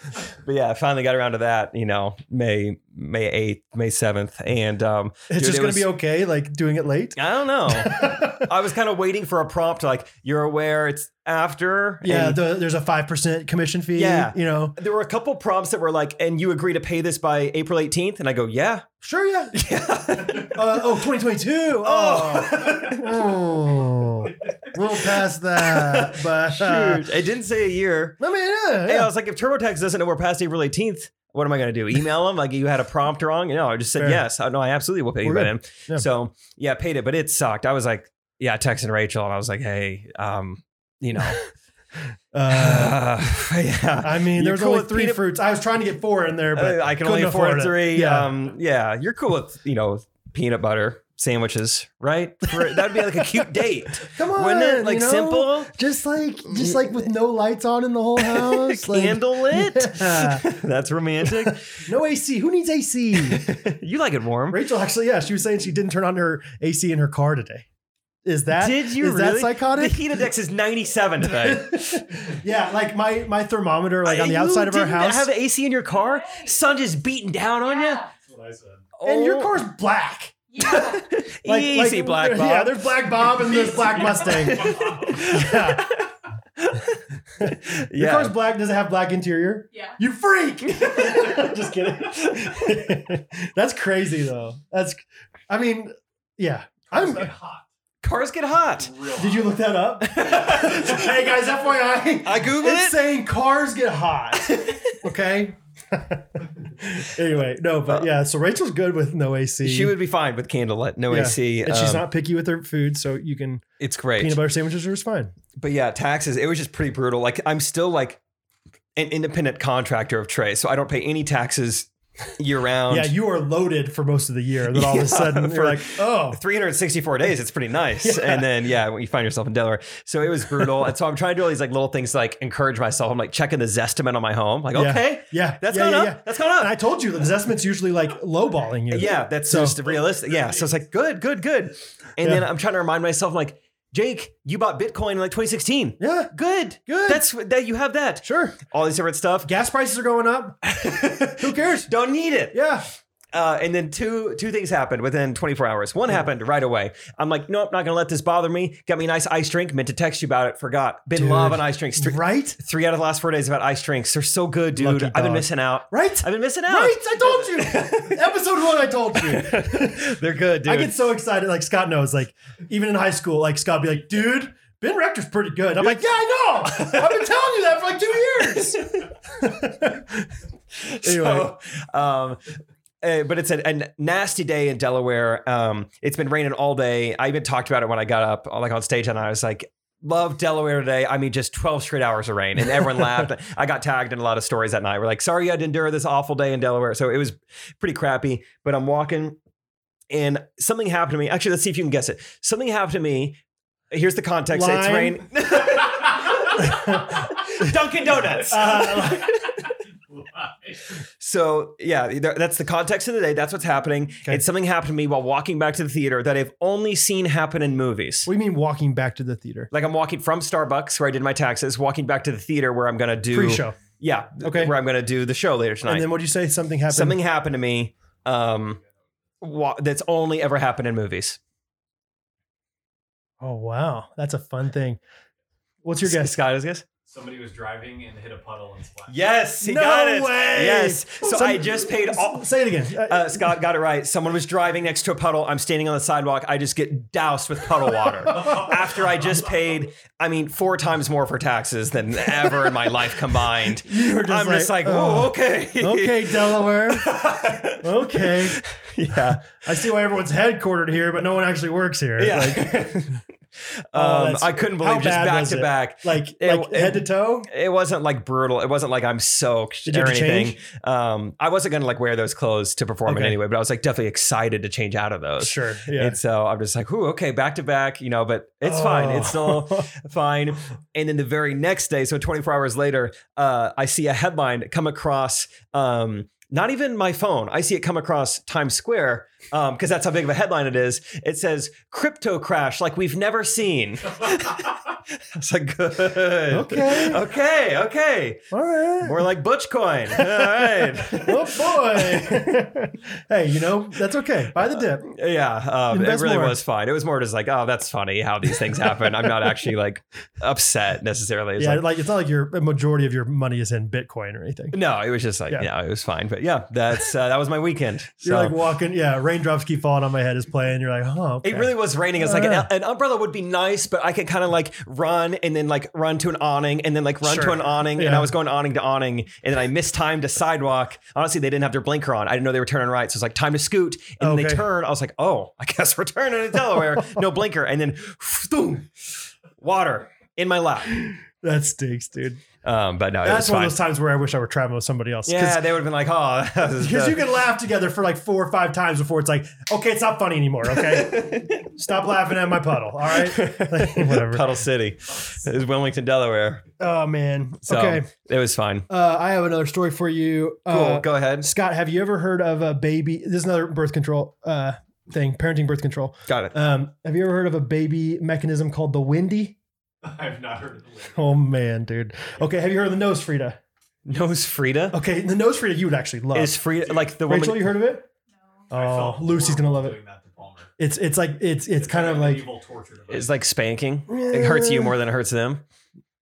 Speaker 2: but yeah, I finally got around to that. You know, May May eighth, May seventh, and um,
Speaker 1: It's
Speaker 2: dude,
Speaker 1: just
Speaker 2: it
Speaker 1: gonna
Speaker 2: was-
Speaker 1: be okay, like doing it late.
Speaker 2: I don't know. I was kind of waiting for a prompt like you're aware it's after.
Speaker 1: yeah,
Speaker 2: and
Speaker 1: the, there's a five percent commission fee.
Speaker 2: Yeah.
Speaker 1: you know,
Speaker 2: there were a couple prompts that were like, and you agree to pay this by April 18th, and I go, yeah,
Speaker 1: sure, yeah.
Speaker 2: yeah.
Speaker 1: Uh, oh, 2022. Oh, oh. we'll pass that. But uh,
Speaker 2: Shoot, it didn't say a year.
Speaker 1: I mean, yeah,
Speaker 2: And I
Speaker 1: yeah.
Speaker 2: was like, if TurboTax doesn't know we're past April 18th, what am I going to do? Email them like you had a prompt wrong? You know, I just said
Speaker 1: Fair.
Speaker 2: yes. I, no, I absolutely will pay you
Speaker 1: We're
Speaker 2: by then.
Speaker 1: good. Yeah.
Speaker 2: So yeah, paid it, but it sucked. I was like, yeah, texting Rachel, and I was like, hey, um, you know,
Speaker 1: Uh,
Speaker 2: yeah.
Speaker 1: I mean,
Speaker 2: You're
Speaker 1: there's
Speaker 2: cool
Speaker 1: only
Speaker 2: with
Speaker 1: three
Speaker 2: peanut-
Speaker 1: fruits. I was trying to get four in there, but
Speaker 2: Uh, I can
Speaker 1: couldn't
Speaker 2: only afford,
Speaker 1: it.
Speaker 2: three.
Speaker 1: Yeah.
Speaker 2: Yeah. Um, yeah, you're cool with you know peanut butter sandwiches, right? For- that'd be like a cute date,
Speaker 1: Come on,
Speaker 2: wouldn't
Speaker 1: you
Speaker 2: it? Like
Speaker 1: know?
Speaker 2: simple,
Speaker 1: Just like, just like with no lights on in the whole house, like
Speaker 2: candlelit.
Speaker 1: Yeah.
Speaker 2: That's romantic.
Speaker 1: no AC. Who needs AC?
Speaker 2: you like it warm?
Speaker 1: Rachel actually, yeah, she was saying she didn't turn on her AC in her car today. Is that
Speaker 2: Did you
Speaker 1: is that
Speaker 2: really? The
Speaker 1: psychotic?
Speaker 2: heat index is 97 today.
Speaker 1: yeah, like my my thermometer, like on the
Speaker 2: Uh, You
Speaker 1: outside of our
Speaker 2: didn't
Speaker 1: house,
Speaker 2: have AC in your car. Sun just beating down on you.
Speaker 4: Yeah.
Speaker 3: That's what I said.
Speaker 1: and your
Speaker 2: Oh,
Speaker 1: car's black.
Speaker 4: Yeah.
Speaker 1: Like,
Speaker 2: easy,
Speaker 1: like,
Speaker 2: black Bob.
Speaker 1: Yeah, there's black Bob and there's black Mustang. Yeah. Your
Speaker 2: Yeah.
Speaker 1: car's black. Does it have black interior?
Speaker 4: yeah.
Speaker 1: You freak! Just kidding. That's crazy though. That's, I mean, yeah. I'm.
Speaker 3: It's getting hot.
Speaker 2: Cars get hot.
Speaker 3: Real
Speaker 1: Did you look that up? hey guys, FYI.
Speaker 2: I googled
Speaker 1: it's
Speaker 2: it.
Speaker 1: saying cars get hot. okay. anyway, no, but yeah. So Rachel's good with no AC.
Speaker 2: Uh, She would be fine with candlelit, no
Speaker 1: Yeah.
Speaker 2: AC.
Speaker 1: and she's
Speaker 2: um,
Speaker 1: not picky with her food, so you can
Speaker 2: It's great.
Speaker 1: peanut butter sandwiches are just fine.
Speaker 2: but yeah, taxes. It was just pretty brutal. Like I'm still like an independent contractor of Trey, so I don't pay any taxes year round.
Speaker 1: Yeah, you are loaded for most of the year. Then all of
Speaker 2: Um, Yeah,
Speaker 1: a sudden
Speaker 2: for-
Speaker 1: you're like, oh,
Speaker 2: 364 days. It's pretty nice.
Speaker 1: Yeah.
Speaker 2: And then yeah, when you find yourself in Delaware, so it was brutal. and so I'm trying to do all these like little things to like encourage myself. I'm like checking the Zestimate on my home. Like
Speaker 1: Yeah.
Speaker 2: okay,
Speaker 1: yeah,
Speaker 2: that's
Speaker 1: yeah,
Speaker 2: gone
Speaker 1: yeah,
Speaker 2: up.
Speaker 1: yeah.
Speaker 2: That's gone up.
Speaker 1: And I told you the investment's usually like lowballing you.
Speaker 2: Yeah, that's
Speaker 1: So-
Speaker 2: just realistic. Yeah. So it's like, good, good, good.
Speaker 1: Yeah.
Speaker 2: And then I'm trying to remind myself, like, Jake, you bought Bitcoin in like 2016.
Speaker 1: yeah,
Speaker 2: Good.
Speaker 1: Good.
Speaker 2: That's that you have that.
Speaker 1: sure.
Speaker 2: All these different stuff.
Speaker 1: Gas prices are going up. Who cares?
Speaker 2: Don't need it.
Speaker 1: Yeah,
Speaker 2: Uh, and then two two things happened within 24 hours.
Speaker 1: Hmm.
Speaker 2: One happened right away. I'm like, no, I'm not gonna let this bother me. Got me a nice ice drink. Meant to text you about it. Forgot. Been
Speaker 1: Dude.
Speaker 2: love on ice drinks. Three,
Speaker 1: right,
Speaker 2: three out of the last four days about ice drinks. They're so good, dude.
Speaker 1: Lucky
Speaker 2: I've
Speaker 1: dog.
Speaker 2: been missing out.
Speaker 1: right,
Speaker 2: I've been missing out.
Speaker 1: right. I told you. Episode one, I told you.
Speaker 2: They're good, dude.
Speaker 1: I get so excited. Like Scott knows, like even in high school, like Scott would be like, dude, Ben Rector's pretty good. I'm like, yeah, I know. I've been telling you that for like two years. anyway,
Speaker 2: So, um, uh, but it's a, a nasty day in Delaware. Um, it's been raining all day. I even talked about it when I got up, uh, like on stage, and I was like, "Love Delaware today." I mean, just twelve straight hours of rain, and everyone laughed. I got tagged in a lot of stories that night. We're like, "Sorry, I had to endure this awful day in Delaware." So it was pretty crappy. But I'm walking, and something happened to me. Actually, let's see if you can guess it. Something happened to me. Here's the context. It's
Speaker 1: Lime.
Speaker 2: rain. Dunkin' Donuts.
Speaker 1: Uh,
Speaker 3: Why?
Speaker 2: So yeah, th- that's the context of the day. That's what's happening.
Speaker 1: Okay.
Speaker 2: And something happened to me while walking back to the theater that I've only seen happen in movies.
Speaker 1: What do you mean walking back to the theater?
Speaker 2: Like I'm walking from Starbucks where I did my taxes, walking back to the theater where I'm gonna do
Speaker 1: Pre-show.
Speaker 2: Yeah, th-
Speaker 1: Okay.
Speaker 2: where I'm gonna do the show later tonight.
Speaker 1: And then what would you say? Something happened.
Speaker 2: Something happened to me um, wa- that's only ever happened in movies.
Speaker 1: Oh wow, that's a fun thing. What's your
Speaker 2: S-
Speaker 1: guess?
Speaker 2: Scott? Is guess?
Speaker 3: Somebody was driving and hit a puddle and splashed.
Speaker 2: Yes,
Speaker 1: he No got it. way!
Speaker 2: Yes. So
Speaker 1: Some-
Speaker 2: I just paid all.
Speaker 1: Say it again. Uh,
Speaker 2: Uh, Scott got it right. Someone was driving next to a puddle. I'm standing on the sidewalk. I just get doused with puddle water
Speaker 1: Uh,
Speaker 2: after I just paid. I mean, four times more for taxes than ever in my life combined.
Speaker 1: you were
Speaker 2: I'm just like,
Speaker 1: oh,
Speaker 2: whoa, okay,
Speaker 1: okay, Delaware. Okay,
Speaker 2: yeah,
Speaker 1: I see why everyone's headquartered here, but no one actually works here.
Speaker 2: yeah.
Speaker 1: Like, Oh,
Speaker 2: um,
Speaker 1: that's-
Speaker 2: I couldn't
Speaker 1: how
Speaker 2: believe just
Speaker 1: bad
Speaker 2: back
Speaker 1: was
Speaker 2: to
Speaker 1: it?
Speaker 2: back.
Speaker 1: like,
Speaker 2: It-
Speaker 1: like
Speaker 2: it-
Speaker 1: head to toe.
Speaker 2: it wasn't like brutal. It wasn't like I'm soaked
Speaker 1: Did you
Speaker 2: or
Speaker 1: have to
Speaker 2: anything. Um, I wasn't gonna like wear those clothes to perform
Speaker 1: Okay.
Speaker 2: it anyway, but I was like definitely excited to change out of those.
Speaker 1: Sure. Yeah.
Speaker 2: And so I'm just like, ooh, okay, back to back, you know, but it's fine.
Speaker 1: Oh.
Speaker 2: It's still fine. And then the very next day, so 24 hours later, uh, I see a headline come across um, not even my phone. I see it come across Times Square because that's how big of a headline it is. It says crypto crash like we've never seen. It's like good.
Speaker 1: Okay.
Speaker 2: Okay. Okay.
Speaker 1: all right.
Speaker 2: More like Butch coin. All right.
Speaker 1: oh boy. hey, you know that's okay. Buy the dip.
Speaker 2: Yeah, um, it
Speaker 1: Invest
Speaker 2: really
Speaker 1: more.
Speaker 2: was fine. It was more just like, oh, that's funny how these things happen. I'm not actually like upset necessarily. It's
Speaker 1: yeah,
Speaker 2: like-
Speaker 1: like it's not like your a majority of your money is in Bitcoin or anything.
Speaker 2: no, it was just like,
Speaker 1: Yeah.
Speaker 2: yeah, it was fine. But yeah, that's uh, that was my weekend.
Speaker 1: You're
Speaker 2: So
Speaker 1: like walking, yeah. Raindrops keep falling on my head. Is playing. You're like, huh? okay. Uh.
Speaker 2: it really was raining. It's like
Speaker 1: Yeah.
Speaker 2: an, an umbrella would be nice, but I could kind of like run and then like run to an awning and then like run to
Speaker 1: Sure.
Speaker 2: an awning. And
Speaker 1: Yeah.
Speaker 2: I was going awning to awning, and then I mistimed a sidewalk. Honestly, they didn't have their blinker on. I didn't know they were turning right, so it's like time to scoot. And then
Speaker 1: Okay.
Speaker 2: they turn. I was like, oh, I guess we're turning to Delaware. no blinker, and then boom, water. In my lap.
Speaker 1: That stinks, dude.
Speaker 2: Um, but no,
Speaker 1: That's
Speaker 2: it was
Speaker 1: one
Speaker 2: fine.
Speaker 1: of those times where I wish I were traveling with somebody else.
Speaker 2: yeah, they would have been like, oh, that was
Speaker 1: Because
Speaker 2: the-
Speaker 1: you can laugh together for like four or five times before it's like, okay, it's not funny anymore. Okay, stop laughing at my puddle. All right, Like, whatever.
Speaker 2: Puddle City. It was Wilmington, Delaware.
Speaker 1: Oh man.
Speaker 2: So
Speaker 1: Okay,
Speaker 2: it was fine.
Speaker 1: uh, I have another story for you.
Speaker 2: Cool.
Speaker 1: Uh,
Speaker 2: Go ahead.
Speaker 1: Scott, have you ever heard of a baby? This is another birth control uh, thing, parenting birth control.
Speaker 2: Got it.
Speaker 1: Um, have you ever heard of a baby mechanism called the Windy?
Speaker 3: I've not heard of the lady.
Speaker 1: Oh man, dude. Okay, have you heard of the nose Frida?
Speaker 2: Knows Frida.
Speaker 1: Okay, the nose Frida you would actually love.
Speaker 2: Is Frida like the
Speaker 1: Rachel,
Speaker 2: woman?
Speaker 1: you heard of it?
Speaker 4: No.
Speaker 3: I
Speaker 1: Oh,
Speaker 3: felt
Speaker 1: Lucy's gonna
Speaker 3: horrible
Speaker 1: love it.
Speaker 3: Doing that to Palmer.
Speaker 1: It's it's like it's it's kind
Speaker 3: like
Speaker 1: of
Speaker 3: a
Speaker 1: like
Speaker 3: medieval torture device.
Speaker 2: Is like spanking. It hurts you more than it hurts them.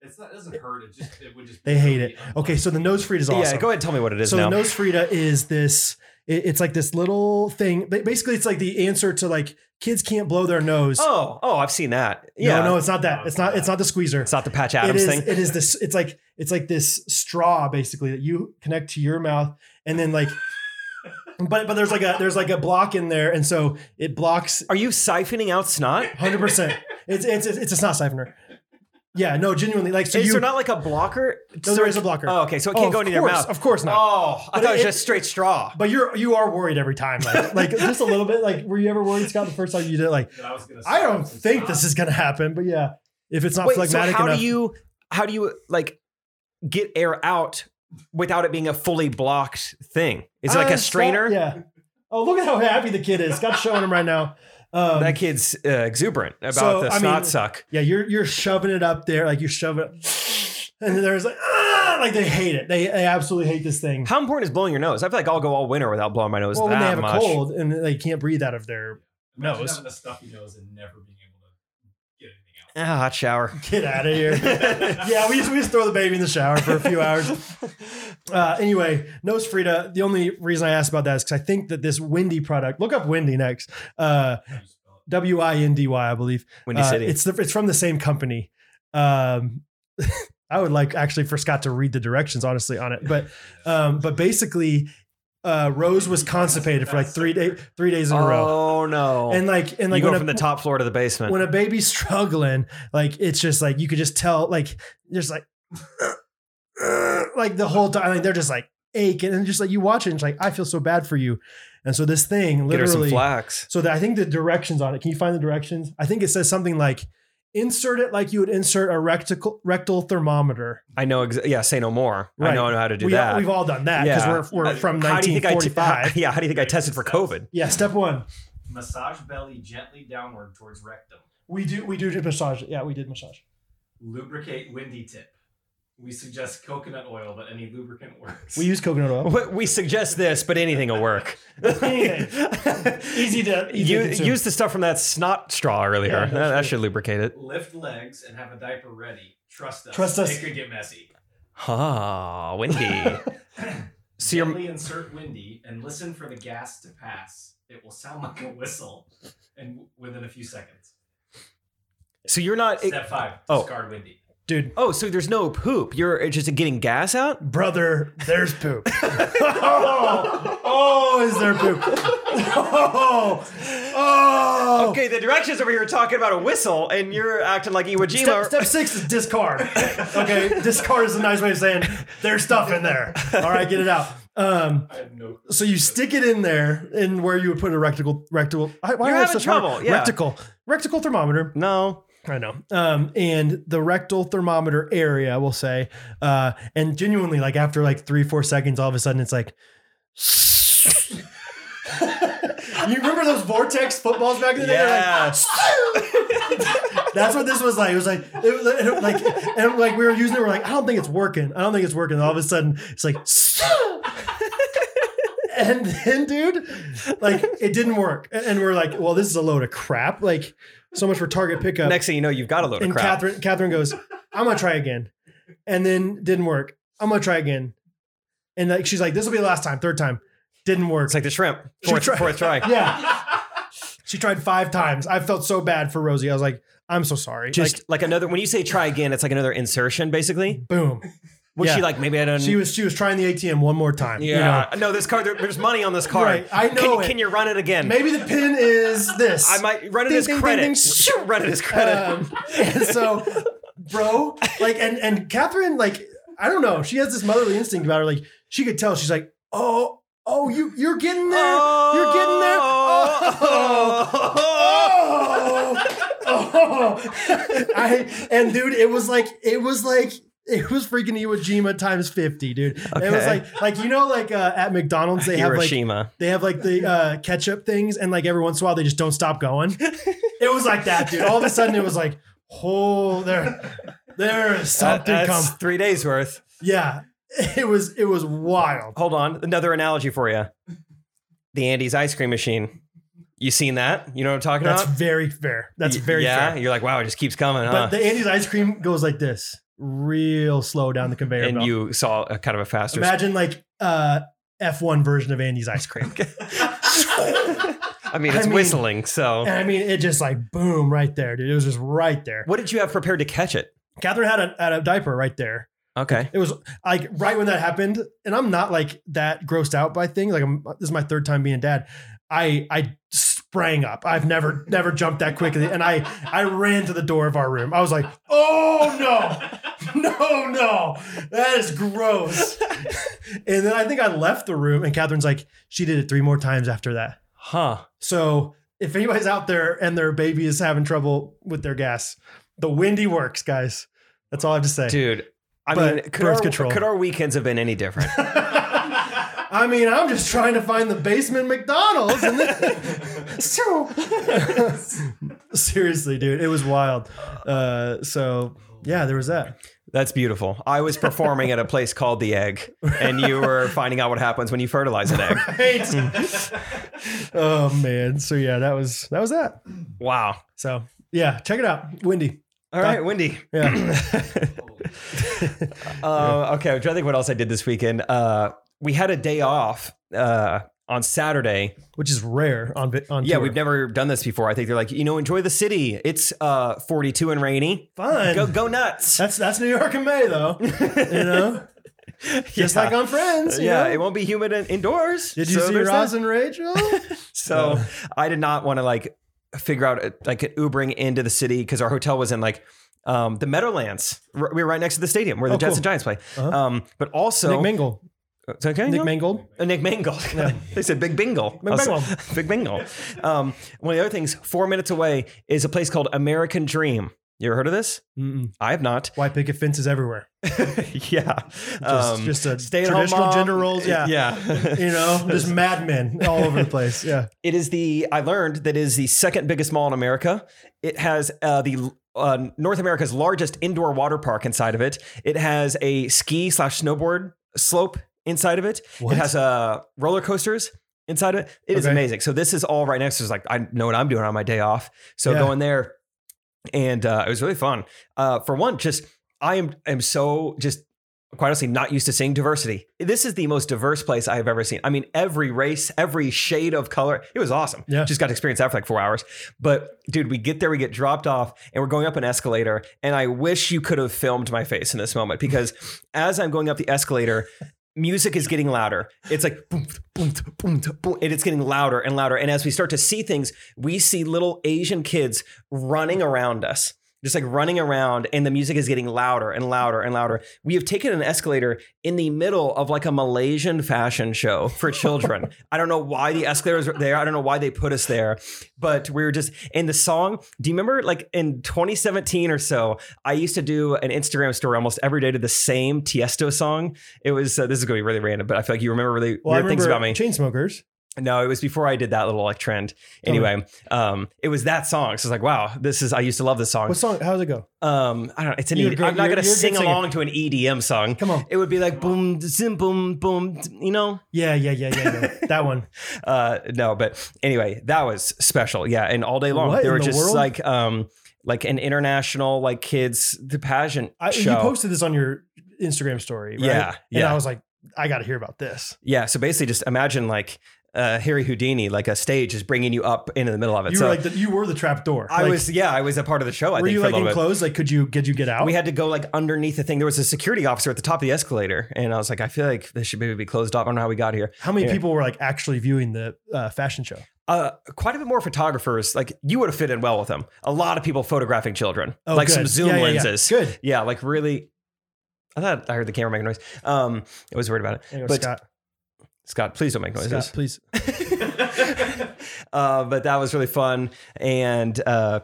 Speaker 3: It's not, it doesn't hurt. It just it would just.
Speaker 1: they hate it. Okay, so the nose Frida is awesome.
Speaker 2: Yeah. Go ahead. and Tell me what it is
Speaker 1: so
Speaker 2: now.
Speaker 1: the Nosferita is this. it- it's like this little thing. ba- Basically, it's like the answer to like kids can't blow their nose.
Speaker 2: oh, oh, I've seen that. Yeah.
Speaker 1: No, no, it's not that. It's not. It's not the squeezer.
Speaker 2: It's not the Patch
Speaker 1: It
Speaker 2: Adams
Speaker 1: is.
Speaker 2: thing.
Speaker 1: It is this. It's like it's like this straw basically that you connect to your mouth, and then like, but but there's like a there's like a block in there, and so it blocks
Speaker 2: Are you siphoning out snot?
Speaker 1: hundred percent. It's it's it's it's a snot siphoner. Yeah, no, genuinely. Like so,
Speaker 2: is
Speaker 1: you
Speaker 2: there not like a blocker?
Speaker 1: no, there is a blocker.
Speaker 2: Oh, okay. So it can't
Speaker 1: of
Speaker 2: go into your
Speaker 1: course,
Speaker 2: mouth.
Speaker 1: Of course not.
Speaker 2: Oh, I
Speaker 1: But
Speaker 2: thought it was
Speaker 1: it-
Speaker 2: just straight straw.
Speaker 1: But you're you are worried every time, like, like just a little bit. Like, were you ever worried, Scott, the first time you did? it? Like,
Speaker 3: That I was gonna.
Speaker 1: I don't think this is gonna happen. But yeah, if it's not
Speaker 2: Wait, so
Speaker 1: phlegmatic
Speaker 2: how
Speaker 1: enough,
Speaker 2: do you how do you like get air out without it being a fully blocked thing? Is it like
Speaker 1: Uh,
Speaker 2: a strainer?
Speaker 1: Scott- yeah. Oh, look at how happy the kid is. Scott's showing him right now. Um,
Speaker 2: That kid's uh, exuberant about
Speaker 1: So,
Speaker 2: the
Speaker 1: I mean-
Speaker 2: snot suck.
Speaker 1: yeah, you're you're shoving it up there, like you shove it, and then there's like, ah, like they hate it. They, they absolutely hate this thing.
Speaker 2: How important is blowing your nose? I feel like I'll go all winter without blowing my nose
Speaker 1: well,
Speaker 2: that
Speaker 1: when they have
Speaker 2: much.
Speaker 1: a cold and they can't breathe out of their
Speaker 3: Imagine
Speaker 1: nose.
Speaker 3: having a stuffy nose and never being able to get anything
Speaker 2: Ah,
Speaker 3: out.
Speaker 2: hot shower.
Speaker 1: Get out of here. yeah, we just, we just throw the baby in the shower for a few hours. Uh, anyway, Nose Frida. The only reason I asked about that is because I think that this Windy product. Look up Windy next. Uh,
Speaker 3: How you spell
Speaker 1: W i n d y, I believe.
Speaker 2: Windy
Speaker 1: Uh,
Speaker 2: City.
Speaker 1: It's the, it's from the same company. Um, I would like actually for Scott to read the directions honestly on it, but um, but basically, uh, Rose was constipated for like three day three days in a row,
Speaker 2: oh no.
Speaker 1: and like and like
Speaker 2: you go
Speaker 1: when
Speaker 2: from
Speaker 1: a,
Speaker 2: the top floor to the basement.
Speaker 1: when a baby's struggling, like it's just like you could just tell, like just like like the whole time, like they're just like aching, and just like you watch it, and it's like I feel so bad for you, and so this thing
Speaker 2: Get her some
Speaker 1: literally
Speaker 2: flax.
Speaker 1: so that I think the directions on it. Can you find the directions? I think it says something like insert it like you would insert a rectal rectal thermometer.
Speaker 2: I know. Ex- yeah, say no more. I
Speaker 1: Right.
Speaker 2: know I know how to do
Speaker 1: we,
Speaker 2: that.
Speaker 1: We've all done that because
Speaker 2: Yeah.
Speaker 1: we're, we're
Speaker 2: Uh,
Speaker 1: from
Speaker 2: how do you think I t-
Speaker 1: 1945.
Speaker 2: how- yeah, how do you think I tested for COVID?
Speaker 1: yeah, step one.
Speaker 3: Massage belly gently downward towards rectum.
Speaker 1: We do we do massage. it. Yeah, we did massage.
Speaker 3: Lubricate windy tip. We suggest coconut oil, but any lubricant works.
Speaker 1: We use coconut oil.
Speaker 2: We- We suggest this, but anything will work.
Speaker 1: Anything. Easy to easy
Speaker 2: You,
Speaker 1: to consume.
Speaker 2: use the stuff from that snot straw earlier.
Speaker 1: Yeah, that's
Speaker 2: that, that
Speaker 1: right.
Speaker 2: should lubricate it.
Speaker 3: lift legs and have a diaper ready. Trust us.
Speaker 1: Trust us.
Speaker 3: It could get messy.
Speaker 2: Ah, windy. so you're
Speaker 3: Gently insert windy and listen for the gas to pass. It will sound like a whistle, and w- within a few seconds.
Speaker 2: so you're not.
Speaker 3: Step five.
Speaker 2: oh.
Speaker 3: Discard windy.
Speaker 1: dude.
Speaker 2: oh, so there's no poop. You're just getting gas out.
Speaker 1: Brother, there's poop. oh, oh, is there poop? Oh, oh.
Speaker 2: Okay, the directions over here are talking about a whistle, and you're acting like Iwo
Speaker 1: Step,
Speaker 2: Jima.
Speaker 1: step six is discard. Okay, discard is a nice way of saying there's stuff in there. All right, get it out. Um,
Speaker 3: I have no.
Speaker 1: so you stick it in there, in where you would put a rectal, rectal. I- Why do
Speaker 2: You're
Speaker 1: I have
Speaker 2: having
Speaker 1: such hard-
Speaker 2: trouble, yeah.
Speaker 1: Rectal, rectal thermometer.
Speaker 2: no.
Speaker 1: I know. Um, and the rectal thermometer area, we'll say, uh, and genuinely, like after like three, four seconds, all of a sudden, it's like. you remember those vortex footballs back in the day? They're like,
Speaker 2: Yeah.
Speaker 1: That's what this was like. It was like, it was it was like, and like we were using it. We're like, I don't think it's working. I don't think it's working. And all of a sudden, it's like, and then, dude, like it didn't work. And, and we're like, well, this is a load of crap. Like, so much for target pickup.
Speaker 2: Next thing you know, you've got a load
Speaker 1: and
Speaker 2: of crap.
Speaker 1: Catherine, Catherine goes, I'm gonna try again, and then didn't work. I'm gonna try again, and like she's like, this will be the last time. Third time, didn't work.
Speaker 2: it's like the shrimp.
Speaker 1: She
Speaker 2: Fourth,
Speaker 1: tried-
Speaker 2: fourth try.
Speaker 1: yeah. She tried five times. I felt so bad for Rosie. I was like, I'm so sorry.
Speaker 2: Just like, another. When you say try again, it's like another insertion, basically.
Speaker 1: like, boom.
Speaker 2: Was
Speaker 1: Yeah.
Speaker 2: she like maybe I don't?
Speaker 1: She was she was trying the ATM one more time. you
Speaker 2: yeah. No, this card. there- there's money on this
Speaker 1: know?
Speaker 2: card.
Speaker 1: Right. I know
Speaker 2: Can,
Speaker 1: it.
Speaker 2: can you run it again?
Speaker 1: Maybe the pin is this.
Speaker 2: I might run it
Speaker 1: Ding,
Speaker 2: as
Speaker 1: ding, ding,
Speaker 2: credit.
Speaker 1: ding, shoo.
Speaker 2: run it as credit.
Speaker 1: Um, and so, bro, like, and and Catherine, like, I don't know. She has this motherly instinct about her. Like, she could tell. She's like, oh, oh, you you're getting there. You're getting there. Oh. Oh, oh. I and dude, it was like it was like it was freaking Iwo Jima times fifty, dude. It was
Speaker 2: Okay.
Speaker 1: like like you know like uh, at McDonald's they have like
Speaker 2: Hiroshima.
Speaker 1: They have like the uh, ketchup things, and like every once in a while, they just don't stop going. it was like that, dude. All of a sudden, it was like, oh, there, there is something
Speaker 2: That- that's
Speaker 1: come.
Speaker 2: three days worth.
Speaker 1: Yeah, it was it was wild.
Speaker 2: Hold on, another analogy for you. The Andes ice cream machine. You seen that? You know what I'm talking
Speaker 1: That's
Speaker 2: about?
Speaker 1: very fair. That's
Speaker 2: Y-
Speaker 1: very
Speaker 2: yeah.
Speaker 1: fair.
Speaker 2: You're like, wow, it just keeps coming, huh?
Speaker 1: But the Andy's ice cream goes like this, real slow down the conveyor
Speaker 2: and
Speaker 1: belt.
Speaker 2: you saw a kind of a faster.
Speaker 1: Imagine like uh, F1 version of Andy's ice cream.
Speaker 2: I mean, it's
Speaker 1: I mean-
Speaker 2: whistling. So,
Speaker 1: and I mean, it just like boom right there, dude. It was just right there.
Speaker 2: what did you have prepared to catch it?
Speaker 1: Catherine had a, had a diaper right there.
Speaker 2: Okay.
Speaker 1: It was like right when that happened, and I'm not like that grossed out by things. Like I'm, this is my third time being a dad. I I sprang up. I've never never jumped that quickly, and I I ran to the door of our room. I was like, oh no, no no, that is gross. and then I think I left the room, and Catherine's like, she did it three more times after that.
Speaker 2: Huh.
Speaker 1: So if anybody's out there and their baby is having trouble with their gas, the windy works, guys. That's all I have to say.
Speaker 2: Dude. I
Speaker 1: But
Speaker 2: mean, could
Speaker 1: birth
Speaker 2: our,
Speaker 1: control.
Speaker 2: could our weekends have been any different?
Speaker 1: I mean, I'm just trying to find the basement McDonald's. And then, so, seriously, dude, it was wild. Uh, so yeah, there was that.
Speaker 2: That's beautiful. I was performing at a place called The Egg, and you were finding out what happens when you fertilize an egg.
Speaker 1: oh man, so yeah, that was that was that.
Speaker 2: Wow.
Speaker 1: So yeah, check it out, Windy.
Speaker 2: All right, Wendy.
Speaker 1: Yeah,
Speaker 2: Uh, okay, I'm trying to think what else I did this weekend. Uh, we had a day off uh, on Saturday.
Speaker 1: which is rare on vi- on
Speaker 2: Yeah,
Speaker 1: tour.
Speaker 2: we've never done this before. I think they're like, you know, enjoy the city. It's uh, 42 and rainy.
Speaker 1: fun.
Speaker 2: Go go nuts.
Speaker 1: That's that's New York in May though. You know, just
Speaker 2: Yeah.
Speaker 1: like on Friends. you
Speaker 2: yeah,
Speaker 1: know?
Speaker 2: it won't be humid in- indoors.
Speaker 1: Did you
Speaker 2: So
Speaker 1: see
Speaker 2: there's that.
Speaker 1: Ross and Rachel?
Speaker 2: So
Speaker 1: Uh.
Speaker 2: I did not want to like figure out uh, like Ubering into the city because our hotel was in like um, the Meadowlands. R- We were right next to the stadium where the
Speaker 1: Oh,
Speaker 2: Jets
Speaker 1: cool.
Speaker 2: and Giants play.
Speaker 1: Uh-huh.
Speaker 2: Um, but also
Speaker 1: Nick Mingle.
Speaker 2: It's okay,
Speaker 1: Nick
Speaker 2: no?
Speaker 1: Mangold.
Speaker 2: Uh, Nick Mangle. they said Big Bingle.
Speaker 1: Big
Speaker 2: I was-
Speaker 1: Bingle.
Speaker 2: Big Bingle. Um, one of the other things, four minutes away, is a place called American Dream. You ever heard of this?
Speaker 1: Mm-mm.
Speaker 2: I have not.
Speaker 1: White picket fences everywhere.
Speaker 2: yeah.
Speaker 1: Just,
Speaker 2: Um,
Speaker 1: just a
Speaker 2: stay-at-home
Speaker 1: traditional
Speaker 2: mom.
Speaker 1: gender roles. Yeah.
Speaker 2: Yeah.
Speaker 1: You know, just madmen all over the place. Yeah.
Speaker 2: It is the I learned that it is the second biggest mall in America. It has uh, the uh, North America's largest indoor water park inside of it. It has a ski slash snowboard slope inside of it.
Speaker 1: What?
Speaker 2: It has uh, roller coasters inside of it. It is
Speaker 1: Okay.
Speaker 2: amazing. So this is all right next. to It's like I know what I'm doing on my day off. So
Speaker 1: Yeah.
Speaker 2: going there, and uh, it was really fun. Uh, for one, just I am am so just quite honestly not used to seeing diversity. This is the most diverse place I have ever seen. I mean, every race, every shade of color. It was awesome.
Speaker 1: Yeah.
Speaker 2: Just got to experience that for like four hours. But dude, we get there, we get dropped off, and we're going up an escalator. And I wish you could have filmed my face in this moment because as I'm going up the escalator, music is getting louder. It's like boom, boom, boom, boom, and it's getting louder and louder. And as we start to see things, we see little Asian kids running around us. Just like running around, and the music is getting louder and louder and louder. We have taken an escalator in the middle of like a Malaysian fashion show for children. I don't know why the escalators were there. I don't know why they put us there, but we were just in the song. Do you remember like in 2017 or so? I used to do an Instagram story almost every day to the same Tiesto song. It was uh, this is gonna be really random, but I feel like you remember really
Speaker 1: Well, I
Speaker 2: weird things
Speaker 1: remember
Speaker 2: about me.
Speaker 1: chain smokers.
Speaker 2: No, it was before I did that little like trend.
Speaker 1: Tell me.
Speaker 2: Anyway, um, it was that song. So it's like, wow, this is I used to love this song.
Speaker 1: What song? How's it go?
Speaker 2: Um, I don't. know. It's an.
Speaker 1: You're
Speaker 2: ED-
Speaker 1: great.
Speaker 2: I'm not
Speaker 1: You're-
Speaker 2: gonna
Speaker 1: you're a good
Speaker 2: sing
Speaker 1: singer.
Speaker 2: along to an EDM song.
Speaker 1: Come on.
Speaker 2: It would be like boom, zim, boom, boom. You know,
Speaker 1: Yeah, yeah, yeah, yeah. yeah. that one.
Speaker 2: uh no but anyway that was special yeah and all day long
Speaker 1: What
Speaker 2: they
Speaker 1: in
Speaker 2: were
Speaker 1: the
Speaker 2: just
Speaker 1: world?
Speaker 2: like um like an international like kids the pageant
Speaker 1: I, you
Speaker 2: show
Speaker 1: posted this on your Instagram story, right?
Speaker 2: yeah
Speaker 1: And
Speaker 2: yeah
Speaker 1: I was like, I got to hear about this.
Speaker 2: yeah so basically just imagine like uh harry houdini like a stage is bringing you up into the middle of it
Speaker 1: You
Speaker 2: so
Speaker 1: were like, the, you were the trap door.
Speaker 2: i
Speaker 1: Like,
Speaker 2: was yeah i was a part of the show i
Speaker 1: were
Speaker 2: think
Speaker 1: you
Speaker 2: for
Speaker 1: like
Speaker 2: a little bit
Speaker 1: enclosed? Like, could you could you get out?
Speaker 2: we had to go like underneath the thing there was a security officer at the top of the escalator and i was like i feel like this should maybe be closed off i don't know how we got here
Speaker 1: How many
Speaker 2: Yeah.
Speaker 1: people were like actually viewing the uh, fashion show?
Speaker 2: uh, quite a bit more photographers like you would have fit in well with them a lot of people photographing children
Speaker 1: Oh,
Speaker 2: like
Speaker 1: good.
Speaker 2: some zoom
Speaker 1: Yeah, yeah, yeah.
Speaker 2: lenses
Speaker 1: Good.
Speaker 2: yeah, like really. I thought I heard the camera make a noise. Um, I was worried about it.
Speaker 1: Anyway,
Speaker 2: But-
Speaker 1: Scott,
Speaker 2: Scott, please don't make
Speaker 1: Scott,
Speaker 2: noises.
Speaker 1: please.
Speaker 2: uh, but that was really fun, and uh,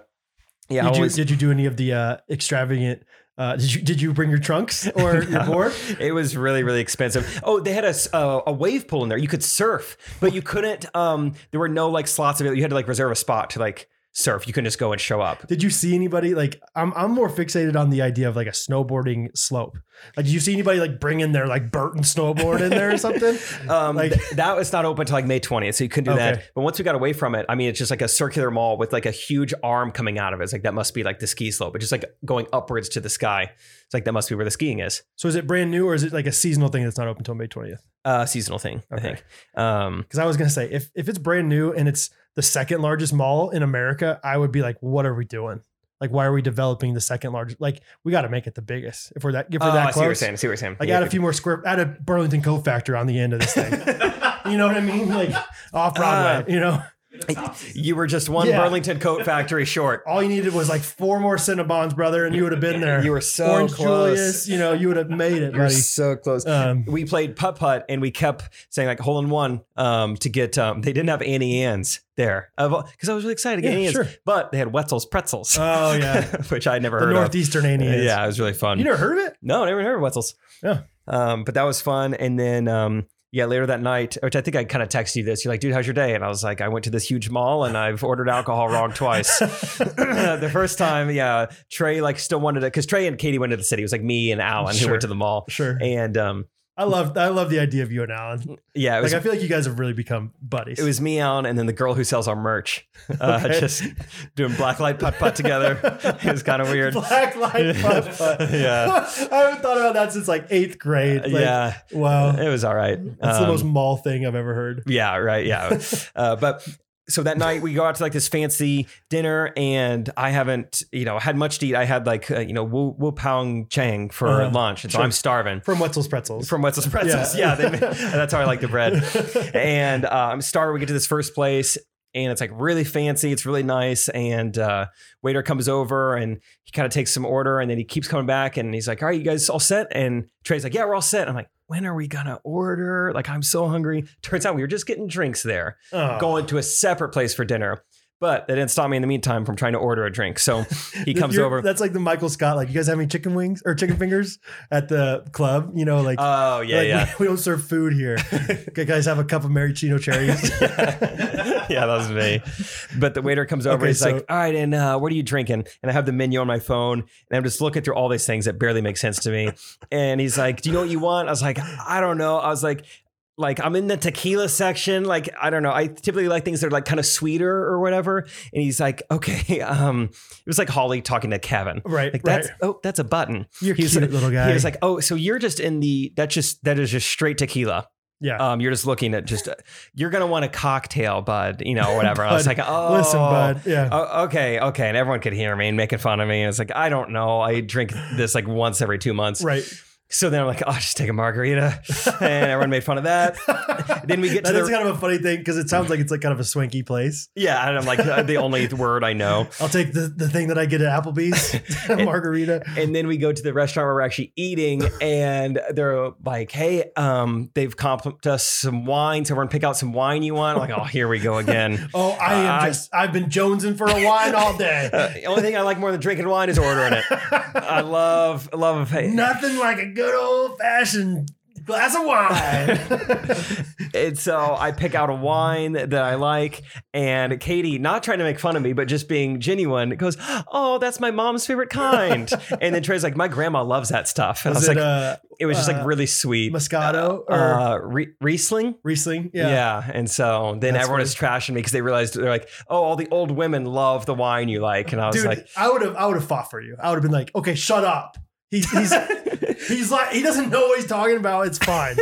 Speaker 2: yeah, I
Speaker 1: did,
Speaker 2: always-
Speaker 1: you, did you do any of the uh, extravagant? Uh, did you did you bring your trunks or your
Speaker 2: No.
Speaker 1: board?
Speaker 2: it was really really expensive. Oh, they had a s- uh, a wave pool in there. You could surf, but you couldn't. Um, there were no like slots available. You had to like reserve a spot to like surf. You couldn't just go and show up.
Speaker 1: Did you see anybody like I'm I'm more fixated on the idea of like a snowboarding slope. Like, did you see anybody like bringing their like Burton snowboard in there or something?
Speaker 2: Um,
Speaker 1: Like-
Speaker 2: th- that was not open till like May 20th, so you couldn't do
Speaker 1: Okay.
Speaker 2: that. But once we got away from it, I mean, it's just like a circular mall with like a huge arm coming out of it. It's like that must be like the ski slope, but just like going upwards to the sky. It's like that must be where the skiing is.
Speaker 1: So is it brand new or is it like a seasonal thing that's not open until May 20th?
Speaker 2: Uh, seasonal thing, I
Speaker 1: Okay.
Speaker 2: think. Um,
Speaker 1: Because I was gonna say if if it's brand new and it's the second largest mall in America, I would be like, what are we doing? Like, why are we developing the second largest? Like, we got to make it the biggest if we're that if we're
Speaker 2: oh,
Speaker 1: that
Speaker 2: I see what you're
Speaker 1: close.
Speaker 2: saying. I see what you're saying.
Speaker 1: Like,
Speaker 2: Yeah,
Speaker 1: add a
Speaker 2: if-
Speaker 1: few more square, add a Burlington Coat Factor on the end of this thing. you know what I mean? Like off
Speaker 2: Ah.
Speaker 1: Broadway. you know,
Speaker 2: You were just one
Speaker 1: Yeah.
Speaker 2: Burlington Coat Factory short.
Speaker 1: all you needed was like four more Cinnabons, brother, and you would have been there.
Speaker 2: You were so
Speaker 1: Orange
Speaker 2: close.
Speaker 1: Julius, you know, you would have made it,
Speaker 2: You're
Speaker 1: buddy.
Speaker 2: so close.
Speaker 1: Um,
Speaker 2: we played putt putt and we kept saying like hole in one um, to get. Um, they didn't have Annie Ann's there because I was really excited to get
Speaker 1: Yeah,
Speaker 2: Annie Ann's,
Speaker 1: sure.
Speaker 2: but they had Wetzel's pretzels.
Speaker 1: oh yeah,
Speaker 2: which I never
Speaker 1: the
Speaker 2: heard
Speaker 1: northeastern
Speaker 2: of. Uh,
Speaker 1: Indians.
Speaker 2: Yeah, it was really fun.
Speaker 1: you never heard of it?
Speaker 2: no, never heard of Wetzel's.
Speaker 1: Yeah.
Speaker 2: Um, but that was fun. And then um, yeah, later that night, which I think I kind of texted you this. You're like, dude, how's your day? And I was like, I went to this huge mall and I've ordered alcohol wrong twice. the first time, yeah, Trey like still wanted it because Trey and Katie went to the city. It was like me and Alan who
Speaker 1: Sure.
Speaker 2: went to the mall.
Speaker 1: Sure.
Speaker 2: And um,
Speaker 1: I love I love the idea of you and Alan.
Speaker 2: yeah, it was
Speaker 1: Like I feel like you guys have really become buddies.
Speaker 2: It was me, Alan, and then the girl who sells our merch, uh,
Speaker 1: Okay.
Speaker 2: just doing blacklight putt putt together. it was kind of weird.
Speaker 1: Black light putt putt.
Speaker 2: Yeah. Uh,
Speaker 1: I haven't thought about that since like eighth grade. Like,
Speaker 2: yeah,
Speaker 1: Wow.
Speaker 2: it was all right.
Speaker 1: That's the
Speaker 2: Um,
Speaker 1: most mall thing I've ever heard.
Speaker 2: Yeah, right. Yeah. uh, but so that night we go out to like this fancy dinner, and I haven't, you know, had much to eat. I had like, uh, you know, Wu, Wu Pang Chang for
Speaker 1: Uh-huh.
Speaker 2: lunch. And so
Speaker 1: Sure.
Speaker 2: I'm starving
Speaker 1: From Wetzel's Pretzels.
Speaker 2: from Wetzel's Pretzels.
Speaker 1: Yeah.
Speaker 2: Yeah. they ma- that's how I like the bread. And uh, I'm starving. We get to this first place. And it's like really fancy. It's really nice. And uh, waiter comes over and he kind of takes some order. And then he keeps coming back and he's like, "All right, you guys all set?" And Trey's like, "Yeah, we're all set." I'm like, "When are we gonna order? Like, I'm so hungry." Turns out we were just getting drinks there
Speaker 1: Oh.
Speaker 2: going to a separate place for dinner. But that didn't stop me in the meantime from trying to order a drink. So he comes
Speaker 1: You're-
Speaker 2: over.
Speaker 1: That's like the Michael Scott. Like, you guys have any chicken wings or chicken fingers at the club? You know, like,
Speaker 2: Oh yeah,
Speaker 1: like,
Speaker 2: yeah.
Speaker 1: We, we don't serve food here. okay, guys, have a cup of maraschino cherries.
Speaker 2: yeah, that was me. But the waiter comes over.
Speaker 1: Okay,
Speaker 2: he's
Speaker 1: so-
Speaker 2: like, "All right, and uh, what are you drinking?" And I have the menu on my phone, and I'm just looking through all these things that barely make sense to me. And he's like, "Do you know what you want?" I was like, "I don't know." I was like, "Like I'm in the tequila section. Like I don't know. I typically like things that are like kind of sweeter or whatever." And he's like, "Okay." Um, it was like Holly talking to Kevin.
Speaker 1: right,
Speaker 2: Like
Speaker 1: right.
Speaker 2: that's oh that's a button.
Speaker 1: You're
Speaker 2: he was
Speaker 1: cute,
Speaker 2: like-
Speaker 1: little guy.
Speaker 2: He was like, oh, so you're just in the that's just that is just straight tequila.
Speaker 1: yeah.
Speaker 2: Um, you're just looking at just you're gonna want a cocktail, bud. You know, whatever. I was
Speaker 1: Bud,
Speaker 2: like, oh,
Speaker 1: Listen, bud. Yeah.
Speaker 2: Oh, okay, okay, and everyone could hear me and making fun of me. And it's like, I don't know. I drink this like once every two months.
Speaker 1: right.
Speaker 2: So then I'm like, oh, just take a margarita, and everyone made fun of that. Then we get to
Speaker 1: That
Speaker 2: the-
Speaker 1: is kind of a funny thing because it sounds like it's like kind of a swanky place.
Speaker 2: Yeah, and I'm like uh, the only word I know.
Speaker 1: I'll take the, the thing that I get at Applebee's, a margarita.
Speaker 2: And then we go to the restaurant where we're actually eating, and they're like, hey, um, they've comped us some wine, so we're gonna pick out some wine you want. I'm like, oh, here we go again.
Speaker 1: Oh, I am
Speaker 2: I-
Speaker 1: just. I've been jonesing for a wine all day.
Speaker 2: Uh, the only thing I like more than drinking wine is ordering it. I love love hey,
Speaker 1: Nothing like a good old fashioned glass of wine.
Speaker 2: and so I pick out a wine that I like, and Katie, not trying to make fun of me, but just being genuine, goes, "Oh, that's my mom's favorite kind." and then Trey's like, "My grandma loves that stuff," and
Speaker 1: was
Speaker 2: I
Speaker 1: it
Speaker 2: was like,
Speaker 1: uh,
Speaker 2: "It was just
Speaker 1: uh,
Speaker 2: like really sweet."
Speaker 1: Moscato or
Speaker 2: Uh, Rie- Riesling,
Speaker 1: Riesling?
Speaker 2: yeah.
Speaker 1: Yeah.
Speaker 2: and so then
Speaker 1: That's
Speaker 2: everyone is trashing me because they realized they're like, "Oh, all the old women love the wine you like," and I was
Speaker 1: Dude,
Speaker 2: like,
Speaker 1: I would have. I would have fought for you. I would have been like, okay, shut up. He's he's he's like he doesn't know what he's talking about. It's fine.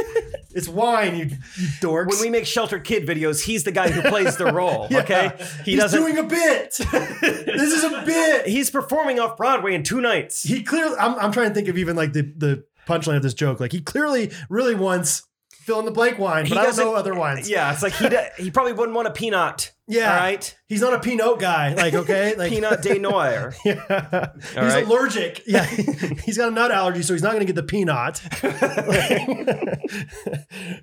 Speaker 1: it's wine, you, you dorks.
Speaker 2: "When we make sheltered kid videos, he's the guy who plays the role."
Speaker 1: Yeah.
Speaker 2: Okay, he
Speaker 1: he's
Speaker 2: doesn't
Speaker 1: doing a bit. this is a bit.
Speaker 2: He's performing off Broadway in two nights.
Speaker 1: he clearly I'm, I'm trying to think of even like the the punchline of this joke like he clearly really wants fill in the blank wine
Speaker 2: He
Speaker 1: but i don't
Speaker 2: doesn't-
Speaker 1: know other wines
Speaker 2: Yeah, it's like he de- he probably wouldn't want a peanut.
Speaker 1: Yeah.
Speaker 2: all right,
Speaker 1: he's not a pinot guy like okay like
Speaker 2: peanut de noir.
Speaker 1: yeah. he's
Speaker 2: All right.
Speaker 1: allergic yeah he's got a nut allergy so he's not gonna get the peanut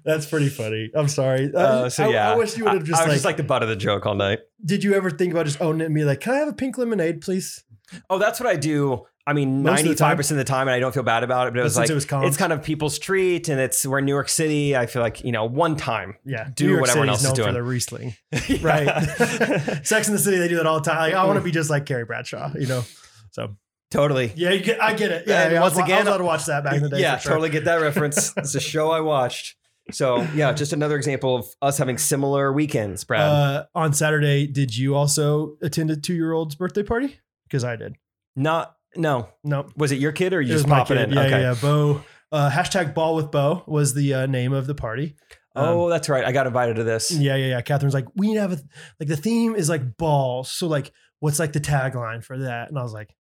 Speaker 1: that's pretty funny i'm sorry
Speaker 2: Uh, so
Speaker 1: I,
Speaker 2: yeah,
Speaker 1: I wish you would have just,
Speaker 2: I, I
Speaker 1: like,
Speaker 2: was just like the butt of the joke all night.
Speaker 1: did you ever think about just owning it and be like can i have a pink lemonade please
Speaker 2: Oh, that's what I do. I mean,
Speaker 1: Most of
Speaker 2: ninety
Speaker 1: the time?
Speaker 2: five percent of the time, and I don't feel bad about it. But
Speaker 1: But
Speaker 2: it was
Speaker 1: since
Speaker 2: like
Speaker 1: it was comms.
Speaker 2: it's kind of people's treat, and it's we're in New York City. I feel like you know, one time.
Speaker 1: yeah
Speaker 2: Do
Speaker 1: New York
Speaker 2: what everyone
Speaker 1: City's
Speaker 2: else is
Speaker 1: known for their
Speaker 2: doing.
Speaker 1: riesling
Speaker 2: Yeah.
Speaker 1: Right. Sex in the City, they do that all the time. Like, I want
Speaker 2: Mm.
Speaker 1: to be just like Carrie Bradshaw, you know.
Speaker 2: totally.
Speaker 1: Yeah, you get, I get it. Yeah,
Speaker 2: And
Speaker 1: yeah,
Speaker 2: once
Speaker 1: I was,
Speaker 2: again-
Speaker 1: I was allowed to watch that back in the day.
Speaker 2: yeah,
Speaker 1: for sure.
Speaker 2: totally get that reference. it's a show I watched. So yeah, just another example of us having similar weekends, Brad.
Speaker 1: Uh, on Saturday, did you also attend a two-year-old's birthday party? Because I did.
Speaker 2: Not no.
Speaker 1: No,
Speaker 2: Was it your kid or you
Speaker 1: it was
Speaker 2: just
Speaker 1: my
Speaker 2: popping
Speaker 1: kid.
Speaker 2: in?
Speaker 1: Yeah,
Speaker 2: okay.
Speaker 1: yeah, yeah. Bo. Uh, hashtag ball with Bo was the uh, name of the party. Um,
Speaker 2: Oh, that's right. I got invited to this.
Speaker 1: Yeah, yeah, yeah. Catherine's like, we need to have a like the theme is like ball. So like, what's like the tagline for that? And I was like,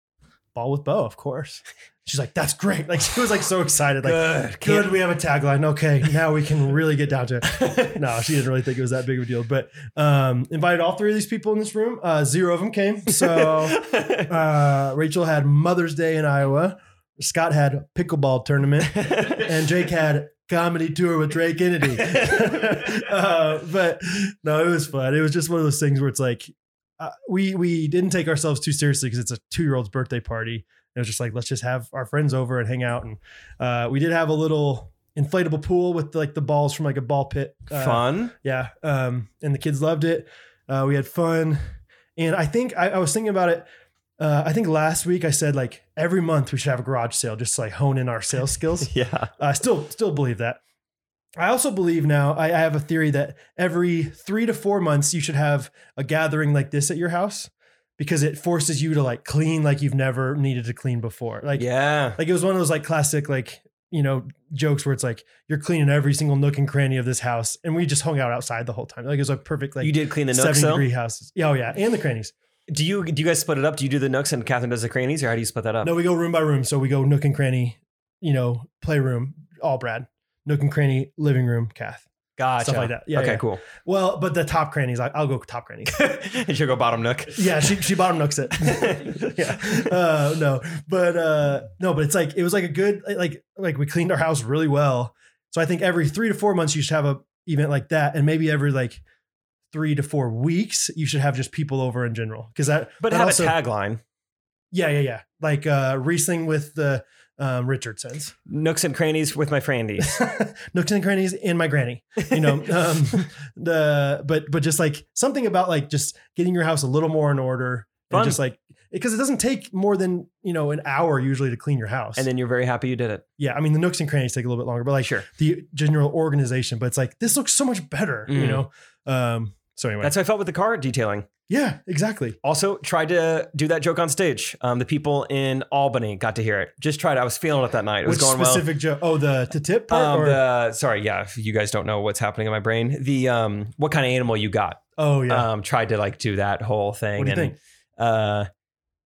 Speaker 1: ball with bow, of course. She's like, that's great. Like she was like so excited. Like,
Speaker 2: Good.
Speaker 1: good, we have a tagline. Okay, now we can really get down to it. No, she didn't really think it was that big of a deal, but um, invited all three of these people in this room. Uh, zero of them came. So uh, Rachel had Mother's Day in Iowa. Scott had pickleball tournament and Jake had comedy tour with Trey Kennedy. uh, but no, it was fun. It was just one of those things where it's like uh, we we didn't take ourselves too seriously because it's a two year old's birthday party. It was just like let's just have our friends over and hang out. And uh, we did have a little inflatable pool with like the balls from like a ball pit. Uh,
Speaker 2: Fun.
Speaker 1: yeah. Um, and the kids loved it. Uh, we had fun. And I think I, I was thinking about it. Uh, I think last week I said like every month we should have a garage sale just to like hone in our sales skills.
Speaker 2: Yeah.
Speaker 1: I still still believe that. I also believe now I, I have a theory that every three to four months you should have a gathering like this at your house because it forces you to like clean like you've never needed to clean before. Like
Speaker 2: yeah.
Speaker 1: like it was one of those like classic like you know jokes where it's like you're cleaning every single nook and cranny of this house, and we just hung out outside the whole time. Like it was a perfect like
Speaker 2: you did clean the nooks
Speaker 1: seventy
Speaker 2: though.
Speaker 1: degree houses. Yeah, oh yeah, and the crannies.
Speaker 2: Do you do you guys split it up? Do you do the nooks and Catherine does the crannies, or how do you split that up?
Speaker 1: No, we go room by room. So we go nook and cranny, you know, playroom, all Brad, nook and cranny, living room, Kath.
Speaker 2: Gotcha.
Speaker 1: stuff like that. Yeah,
Speaker 2: okay.
Speaker 1: yeah.
Speaker 2: Cool.
Speaker 1: Well, but the top crannies, I, I'll go top crannies.
Speaker 2: and she'll go bottom nook.
Speaker 1: yeah, she she bottom nooks it. yeah, uh, no, but uh, no, but it's like it was like a good like like we cleaned our house really well. So I think every three to four months you should have a event like that, and maybe every like three to four weeks, you should have just people over in general. Because that,
Speaker 2: But
Speaker 1: that
Speaker 2: have
Speaker 1: also-
Speaker 2: a tagline.
Speaker 1: yeah, yeah, yeah, like uh, Riesling with the um, Richardsons,
Speaker 2: Nooks and crannies with my frandies.
Speaker 1: Nooks and crannies, and my granny. You know, um, the but but just like something about like just getting your house a little more in order.
Speaker 2: Fun.
Speaker 1: And just like because it doesn't take more than you know an hour usually to clean your house.
Speaker 2: and then you're very happy you did it.
Speaker 1: yeah, I mean the nooks and crannies take a little bit longer, but like
Speaker 2: Sure.
Speaker 1: the general organization. But it's like this looks so much better, you
Speaker 2: Mm.
Speaker 1: know. Um, so anyway,
Speaker 2: That's how I felt with the car detailing.
Speaker 1: yeah, exactly.
Speaker 2: Also, tried to do that joke on stage. Um, the people in Albany got to hear it. Just tried. it. I was feeling it that night. It was
Speaker 1: Which
Speaker 2: going well.
Speaker 1: specific joke? Oh, the to tip part.
Speaker 2: Um,
Speaker 1: or,
Speaker 2: the, sorry, yeah. If you guys don't know what's happening in my brain, the um, what kind of animal you got?
Speaker 1: oh yeah.
Speaker 2: Um, tried to like do that whole thing.
Speaker 1: what do you
Speaker 2: and,
Speaker 1: think?
Speaker 2: Uh,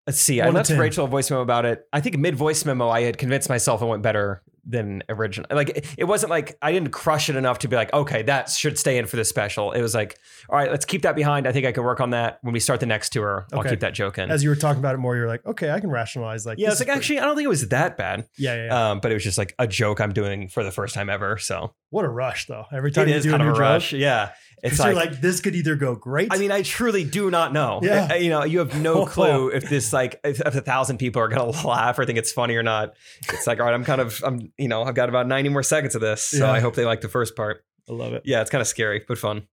Speaker 2: let's see.
Speaker 1: One
Speaker 2: I
Speaker 1: to
Speaker 2: left
Speaker 1: ten.
Speaker 2: Rachel a voice memo about it. I think mid voice memo, I had convinced myself it went better than original. Like it- it wasn't like I didn't crush it enough to be like, okay, that should stay in for the special. It was like, all right, let's keep that behind. I think I can work on that when we start the next tour. I'll
Speaker 1: Okay.
Speaker 2: keep that joke in.
Speaker 1: As you were talking about it more, you're like, okay, I can rationalize. Like,
Speaker 2: yeah,
Speaker 1: this is
Speaker 2: it's like
Speaker 1: pretty-
Speaker 2: actually, I don't think it was that bad.
Speaker 1: yeah, yeah. yeah.
Speaker 2: Um, but it was just like a joke I'm doing for the first time ever. So
Speaker 1: what a rush though. Every time
Speaker 2: it
Speaker 1: you
Speaker 2: is
Speaker 1: do
Speaker 2: kind
Speaker 1: a
Speaker 2: of
Speaker 1: new
Speaker 2: a
Speaker 1: job,
Speaker 2: rush. Yeah, it's
Speaker 1: 'cause
Speaker 2: like,
Speaker 1: you're like this could either go great.
Speaker 2: I mean, I truly do not know.
Speaker 1: Yeah.
Speaker 2: Uh, You know, you have no clue if this like if, if a thousand people are gonna laugh or think it's funny or not. It's like, all right, I'm kind of I'm you know, I've got about 90 more seconds of this. So
Speaker 1: Yeah.
Speaker 2: I hope they like the first part.
Speaker 1: I love it.
Speaker 2: Yeah, it's kind of scary, but fun.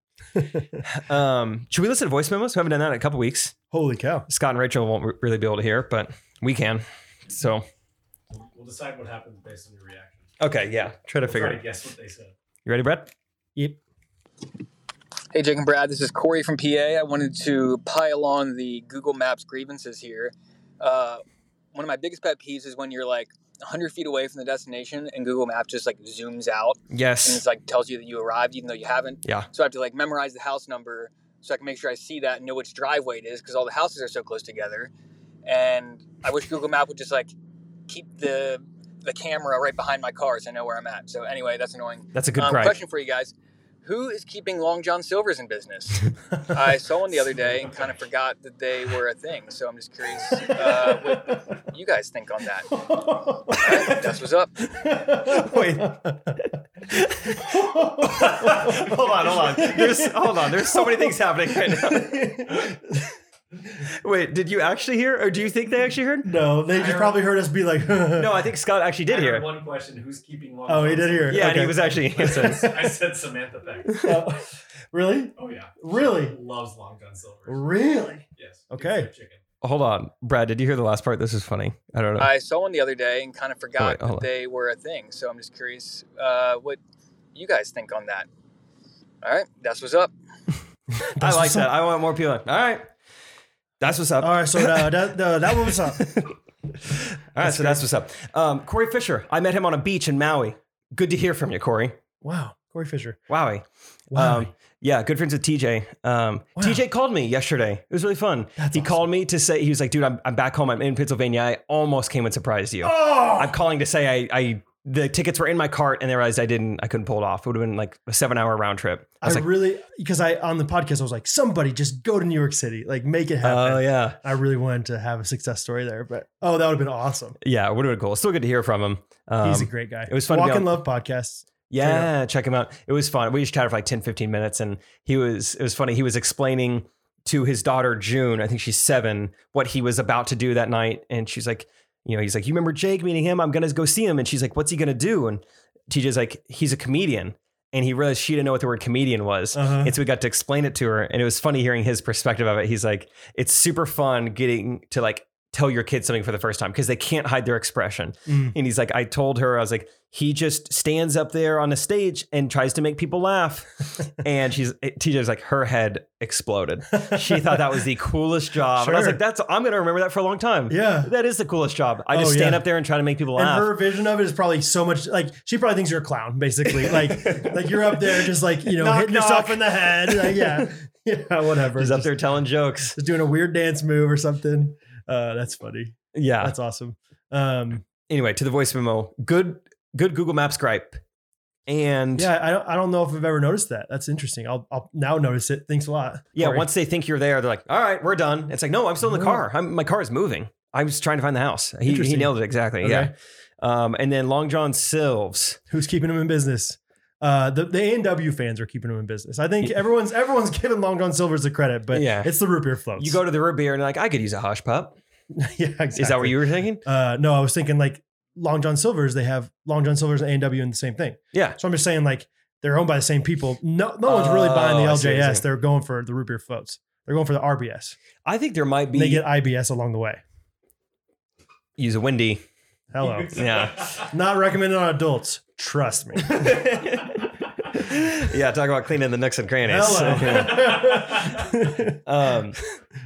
Speaker 2: um, should we listen to voice memos? We haven't done that in a couple weeks.
Speaker 1: Holy cow!
Speaker 2: Scott and Rachel won't re- really be able to hear, but we can. So
Speaker 3: We'll decide what happens based on your reaction.
Speaker 2: okay, yeah. Try to
Speaker 3: We'll
Speaker 2: figure
Speaker 3: try
Speaker 2: it
Speaker 3: to
Speaker 2: out.
Speaker 3: guess what they said.
Speaker 2: You ready, Brett?
Speaker 5: Hey, Jake and Brad, this is Corey from PA. I wanted to pile on the Google Maps grievances here. Uh, one of my biggest pet peeves is when you're like 100 feet away from the destination and Google Maps just like zooms out and
Speaker 2: Yes.
Speaker 5: it's like tells you that you arrived even though you haven't.
Speaker 2: Yeah.
Speaker 5: So I have to like memorize the house number so I can make sure I see that and know which driveway it is because all the houses are so close together. And I wish Google Map would just like keep the the camera right behind my car so I know where I'm at. So anyway, that's annoying.
Speaker 2: That's a good
Speaker 3: Uh,
Speaker 5: um,
Speaker 2: gripe.
Speaker 5: question for you guys. Who is keeping Long John Silver's in business? I saw one the other day and kind of forgot that they were a thing. So I'm just curious uh, what you guys think on that. That's what's up.
Speaker 2: Wait. hold on, hold on. There's hold on. There's so many things happening right now. Wait, did you actually hear, or do you think they actually heard?
Speaker 1: no, they just probably heard us be like,
Speaker 2: No, I think Scott actually did
Speaker 3: I heard
Speaker 2: hear.
Speaker 3: one question: Who's keeping long?
Speaker 1: Oh, he
Speaker 3: John
Speaker 1: did hear it.
Speaker 2: Yeah, and he
Speaker 1: okay.
Speaker 2: was actually answering.
Speaker 3: Silver? I said Samantha Peck.
Speaker 1: Uh, really,
Speaker 3: Oh yeah,
Speaker 1: Really?
Speaker 3: loves Long John Silver.
Speaker 1: really.
Speaker 3: Yes.
Speaker 1: Okay.
Speaker 3: Good Chicken.
Speaker 2: Hold on, Brad. Did you hear the last part? This is funny. I don't know.
Speaker 5: I saw one the other day and kind of
Speaker 2: Wait,
Speaker 5: forgot
Speaker 2: hold on.
Speaker 5: that they were a thing. So I'm just curious uh, what you guys think on that. All right, that's what's up.
Speaker 2: I
Speaker 1: That's
Speaker 2: like
Speaker 1: what's up.
Speaker 2: that. I want more people. All right, that's what's up.
Speaker 1: All right, so uh, that uh, that one was up.
Speaker 2: All right, so that's what's up. Um, Corey Fisher. I met him on a beach in Maui. Good to hear from you, Corey.
Speaker 1: Wow, Corey Fisher.
Speaker 2: Wowie.
Speaker 1: Wow,
Speaker 2: Um, yeah, good friends with TJ. Um,
Speaker 1: Wow.
Speaker 2: TJ called me yesterday. It was really fun.
Speaker 1: That's
Speaker 2: he
Speaker 1: awesome.
Speaker 2: called me to say he was like, "Dude, I'm, I'm back home. I'm in Pennsylvania. I almost came and surprised you. I'm calling to say I, I the tickets were in my cart and they realized I didn't. I couldn't pull it off. It would have been like a seven hour round trip. I
Speaker 1: I,
Speaker 2: was like,
Speaker 1: really because I on the podcast I was like, somebody just go to New York City, like make it happen.
Speaker 2: oh yeah,
Speaker 1: I really wanted to have a success story there, but oh, that would have been awesome.
Speaker 2: yeah. It would have been cool. It's still good to hear from him. Um,
Speaker 1: He's a great guy.
Speaker 2: it was fun to
Speaker 1: Walk
Speaker 2: be on-
Speaker 1: in Love podcast.
Speaker 2: Yeah, check him out. It was fun. We just chatted for like 10, 15 minutes and he was it was funny. He was explaining to his daughter June, I think she's seven, what he was about to do that night. And she's like, you know, he's like, You remember Jake meeting him? I'm gonna go see him. And she's like, What's he gonna do? And TJ's like, he's a comedian. And he realized she didn't know what the word comedian was.
Speaker 1: Uh-huh.
Speaker 2: And so we got to explain it to her. And it was funny hearing his perspective of it. He's like, it's super fun getting to like tell your kids something for the first time because they can't hide their expression.
Speaker 1: Mm.
Speaker 2: And he's like, I told her, I was like, he just stands up there on a stage and tries to make people laugh. and she's TJ's like, her head exploded. She thought that was the coolest job. And I was
Speaker 1: Sure.
Speaker 2: like, that's I'm gonna remember that for a long time.
Speaker 1: Yeah.
Speaker 2: That is the coolest job. I
Speaker 1: Oh,
Speaker 2: just stand
Speaker 1: yeah.
Speaker 2: up there and try to make people
Speaker 1: And
Speaker 2: laugh.
Speaker 1: her vision of it is probably so much like she probably thinks you're a clown, basically. Like like you're up there just like, you know,
Speaker 2: Knock,
Speaker 1: hitting
Speaker 2: knock.
Speaker 1: yourself in the head. Like, yeah. Yeah, whatever.
Speaker 2: She's up
Speaker 1: Just-
Speaker 2: there telling jokes.
Speaker 1: just doing a weird dance move or something. Uh, that's funny.
Speaker 2: Yeah.
Speaker 1: That's awesome. Um,
Speaker 2: anyway, to the voice memo. Good good Google Maps gripe. And
Speaker 1: yeah, I don't, I don't know if I've ever noticed that. That's interesting. I'll, I'll now notice it. Thanks a lot.
Speaker 2: Yeah,
Speaker 1: Corey.
Speaker 2: once they think you're there, they're like, "All right, we're done." It's like, "No, I'm still in the
Speaker 1: Wow.
Speaker 2: car. I'm, my car is moving. I'm just trying to find the house." He, he
Speaker 1: Interesting.
Speaker 2: nailed it exactly.
Speaker 1: Okay.
Speaker 2: Yeah. Um, and then Long John Silves.
Speaker 1: who's keeping him in business? Uh, the the A and W fans are keeping him in business. I think everyone's everyone's giving Long John Silver's the credit, but
Speaker 2: Yeah.
Speaker 1: it's the root beer floats.
Speaker 2: You go to the root beer and you're like, I could use a hush pup.
Speaker 1: yeah, exactly.
Speaker 2: Is that what you were thinking?
Speaker 1: Uh, no, I was thinking like Long John Silver's. They have Long John Silver's and A and W in the same thing.
Speaker 2: Yeah.
Speaker 1: So I'm just saying like they're owned by the same people. No, no one's really buying the
Speaker 2: Oh, I see what you're saying.
Speaker 1: LJS. They're going for the root beer floats. They're going for the RBS.
Speaker 2: I think there might be.
Speaker 1: They get IBS along the way.
Speaker 2: use a Wendy.
Speaker 1: Hello.
Speaker 2: Yeah.
Speaker 1: Not recommended on adults. Trust me.
Speaker 2: yeah, talk about cleaning the nooks and crannies.
Speaker 1: Hello.
Speaker 2: Yeah. Um,
Speaker 1: Talk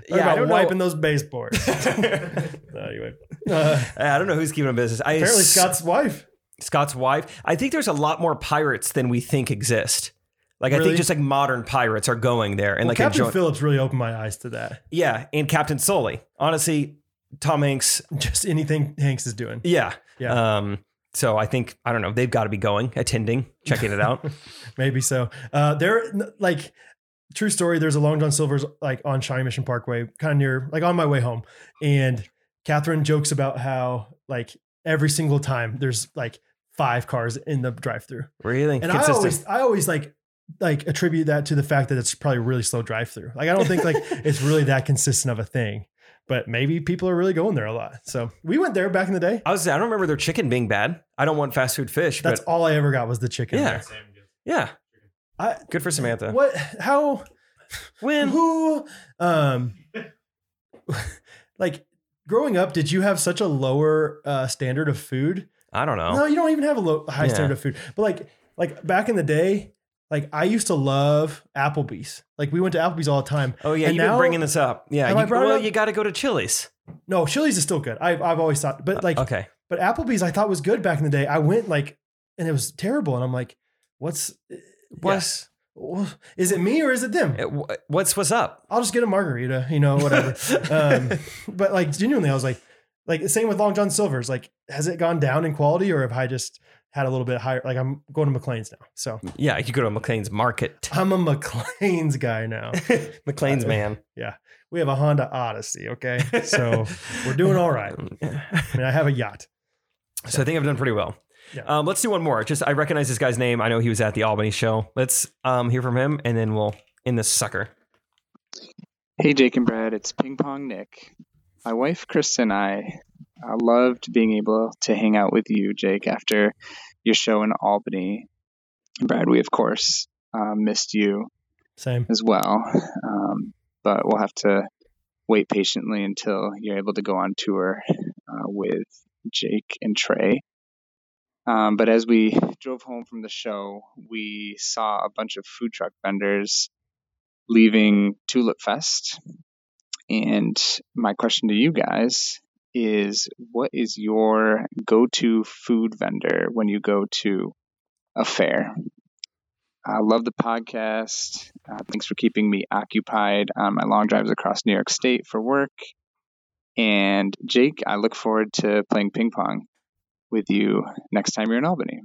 Speaker 2: yeah, I
Speaker 1: about
Speaker 2: don't
Speaker 1: wiping
Speaker 2: know.
Speaker 1: those baseboards. anyway, uh,
Speaker 2: I don't know who's keeping him business. I
Speaker 1: apparently
Speaker 2: ass-
Speaker 1: Scott's wife.
Speaker 2: Scott's wife. I think there's a lot more pirates than we think exist. Like I
Speaker 1: Really?
Speaker 2: think just like modern pirates are going there and
Speaker 1: Well,
Speaker 2: like
Speaker 1: Captain
Speaker 2: enjoying.
Speaker 1: Phillips really opened my eyes to that.
Speaker 2: yeah, and Captain Sully. Honestly, Tom Hanks.
Speaker 1: Just anything Hanks is doing.
Speaker 2: Yeah.
Speaker 1: Yeah.
Speaker 2: Um. So I think I don't know. They've got to be going, attending, checking it out.
Speaker 1: Maybe so. Uh, there, like, true story. There's a Long John Silver's like on Shawnee Mission Parkway, kind of near, like, on my way home, and Catherine jokes about how like every single time there's like five cars in the drive-through,
Speaker 2: really
Speaker 1: and I
Speaker 2: consistent.
Speaker 1: always, I always like like attribute that to the fact that it's probably a really slow drive-through. Like, I don't think like it's really that consistent of a thing, but maybe people are really going there a lot. So we went there back in the day.
Speaker 2: I was. I don't remember their chicken being bad. I don't want fast food fish.
Speaker 1: That's
Speaker 2: but
Speaker 1: all I ever got was the chicken.
Speaker 2: Yeah.
Speaker 1: there.
Speaker 3: Sam gets-
Speaker 2: yeah.
Speaker 1: I-
Speaker 2: Good for Samantha.
Speaker 1: What? How?
Speaker 2: When?
Speaker 1: who um like growing up did you have such a lower uh standard of food
Speaker 2: I don't know.
Speaker 1: no you don't even have a low high
Speaker 2: Yeah.
Speaker 1: standard of food but like like back in the day like i used to love applebee's like we went to applebee's all the time
Speaker 2: Oh yeah,
Speaker 1: And
Speaker 2: you've been
Speaker 1: now-
Speaker 2: bringing this up. Yeah.
Speaker 1: Have
Speaker 2: you,
Speaker 1: I brought it
Speaker 2: well,
Speaker 1: up?
Speaker 2: you got to go to Chili's.
Speaker 1: no chili's is still good i've, I've always thought but like
Speaker 2: Uh, okay.
Speaker 1: but applebee's i thought was good back in the day i went like and it was terrible and i'm like what's
Speaker 2: What's
Speaker 1: yeah. is it me or is it them
Speaker 2: it- wh- what's what's up?
Speaker 1: I'll just get a margarita, you know, whatever. um, but like genuinely, I was like, like the same with Long John Silver's. Like, has it gone down in quality, or have I just had a little bit higher? Like, I'm going to McLean's now, so
Speaker 2: Yeah, you go to McLean's Market. Uh,
Speaker 1: I'm a McLean's guy now.
Speaker 2: McLean's man.
Speaker 1: We have a Honda Odyssey, okay? So we're doing all right. I mean, I have a yacht.
Speaker 2: Um, So I think I've done pretty well.
Speaker 1: Yeah.
Speaker 2: Um, let's do one more. Just I recognize this guy's name. I know he was at the Albany show. Let's um, hear from him, and then we'll end this sucker.
Speaker 6: Hey, Jake and Brad, it's Ping Pong Nick. My wife, Krista, and I uh, loved being able to hang out with you, Jake, after your show in Albany. And Brad, we, of course, uh, missed you
Speaker 1: Same.
Speaker 6: as well, um, but we'll have to wait patiently until you're able to go on tour uh, with Jake and Trey. Um, but as we drove home from the show, we saw a bunch of food truck vendors leaving Tulip Fest. And my question to you guys is what is your go to food vendor when you go to a fair? I love the podcast. Uh, thanks for keeping me occupied on my long drives across New York State for work. And Jake, I look forward to playing ping pong with you next time you're in Albany.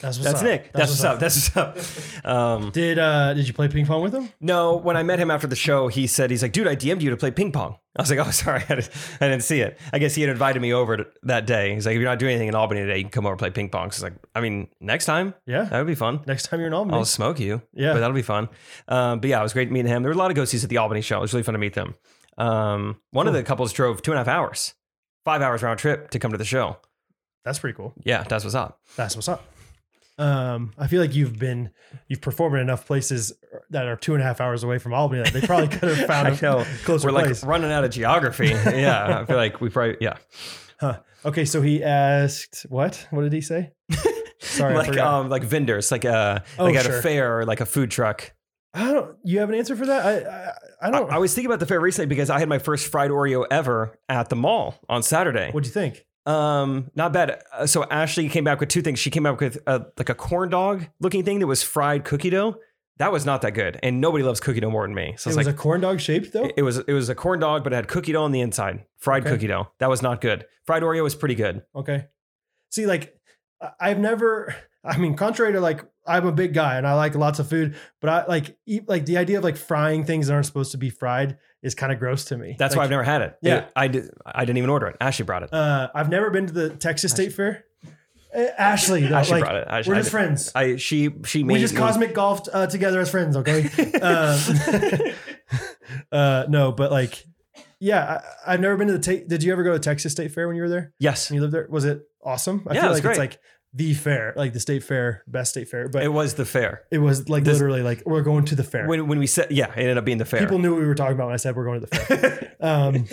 Speaker 1: That's what's
Speaker 2: That's
Speaker 1: up.
Speaker 2: Nick. That's, what's up. That's what's up. Um,
Speaker 1: Did uh did you play ping pong with him?
Speaker 2: no, when I met him after the show, he said he's like, "Dude, I DM'd you to play ping pong." I was like, "Oh, sorry, I didn't, I didn't see it." I guess he had invited me over to, that day. He's like, "If you're not doing anything in Albany today, you can come over and play ping pong." So I was like, "I mean, next time
Speaker 1: Yeah.
Speaker 2: that would be fun.
Speaker 1: Next time you're in Albany.
Speaker 2: Uh, I'll smoke you."
Speaker 1: yeah.
Speaker 2: but uh, that'll be fun. Um, but yeah, it was great meeting him. There were a lot of ghosties at the Albany show. It was really fun to meet them. Um, one of
Speaker 1: Cool.
Speaker 2: the couples drove two and a half hours, five hours round trip to come to the show.
Speaker 1: That's pretty cool.
Speaker 2: Yeah, that's what's up.
Speaker 1: That's what's up. Um, I feel like you've been you've performed in enough places that are two and a half hours away from Albany that they probably could have found
Speaker 2: I know.
Speaker 1: a closer
Speaker 2: We're like
Speaker 1: place.
Speaker 2: running out of geography. yeah, I feel like we probably yeah.
Speaker 1: okay, so he asked what? What did he say? Sorry, I
Speaker 2: like
Speaker 1: forgot.
Speaker 2: um, like vendors, like uh,
Speaker 1: Oh,
Speaker 2: like at
Speaker 1: sure.
Speaker 2: a fair or like a food truck.
Speaker 1: I don't. You have an answer for that? I I, I
Speaker 2: I,
Speaker 1: don't.
Speaker 2: I was thinking about the fair recently because I had my first fried Oreo ever at the mall on Saturday.
Speaker 1: what do you think?
Speaker 2: Um, not bad. Uh, so Ashley came back with two things. She came back with uh like a corn dog looking thing that was fried cookie dough. That was not that good, and nobody loves cookie dough more than me.
Speaker 1: it
Speaker 2: So it's
Speaker 1: was
Speaker 2: like
Speaker 1: a corn dog shaped though.
Speaker 2: it- it was it was a corn dog, but it had cookie dough on the inside, fried
Speaker 1: Okay.
Speaker 2: cookie dough. That was not good. Fried Oreo was pretty good.
Speaker 1: Okay. See, like I- I've never. I mean, contrary to like, I'm a big guy and I like lots of food, but I like eat like the idea of like frying things that aren't supposed to be fried is kind of gross to me.
Speaker 2: That's
Speaker 1: Like,
Speaker 2: why I've never had it.
Speaker 1: Yeah.
Speaker 2: It- I did. I didn't even order it. Ashley brought it.
Speaker 1: Uh, I've never been to the Texas State Fair. Uh, Ashley, though,
Speaker 2: Ashley
Speaker 1: like,
Speaker 2: brought it. I,
Speaker 1: we're
Speaker 2: I-
Speaker 1: just friends.
Speaker 2: I she she made
Speaker 1: we just
Speaker 2: me-
Speaker 1: cosmic golfed uh, together as friends, okay? Uh, uh, no, but like, yeah, I, I've never been to the. Te- Did you ever go to Texas State Fair when you were there?
Speaker 2: yes.
Speaker 1: When you lived there, was it awesome? I
Speaker 2: Yeah, it
Speaker 1: feel
Speaker 2: was
Speaker 1: like it's
Speaker 2: great.
Speaker 1: like the fair, like the state fair, best state fair. But
Speaker 2: It
Speaker 1: it,
Speaker 2: was the fair.
Speaker 1: was like
Speaker 2: This-
Speaker 1: literally like we're going to the fair.
Speaker 2: When when we said yeah, it ended up being the fair.
Speaker 1: People knew what we were talking about when I said we're going to the fair. Um,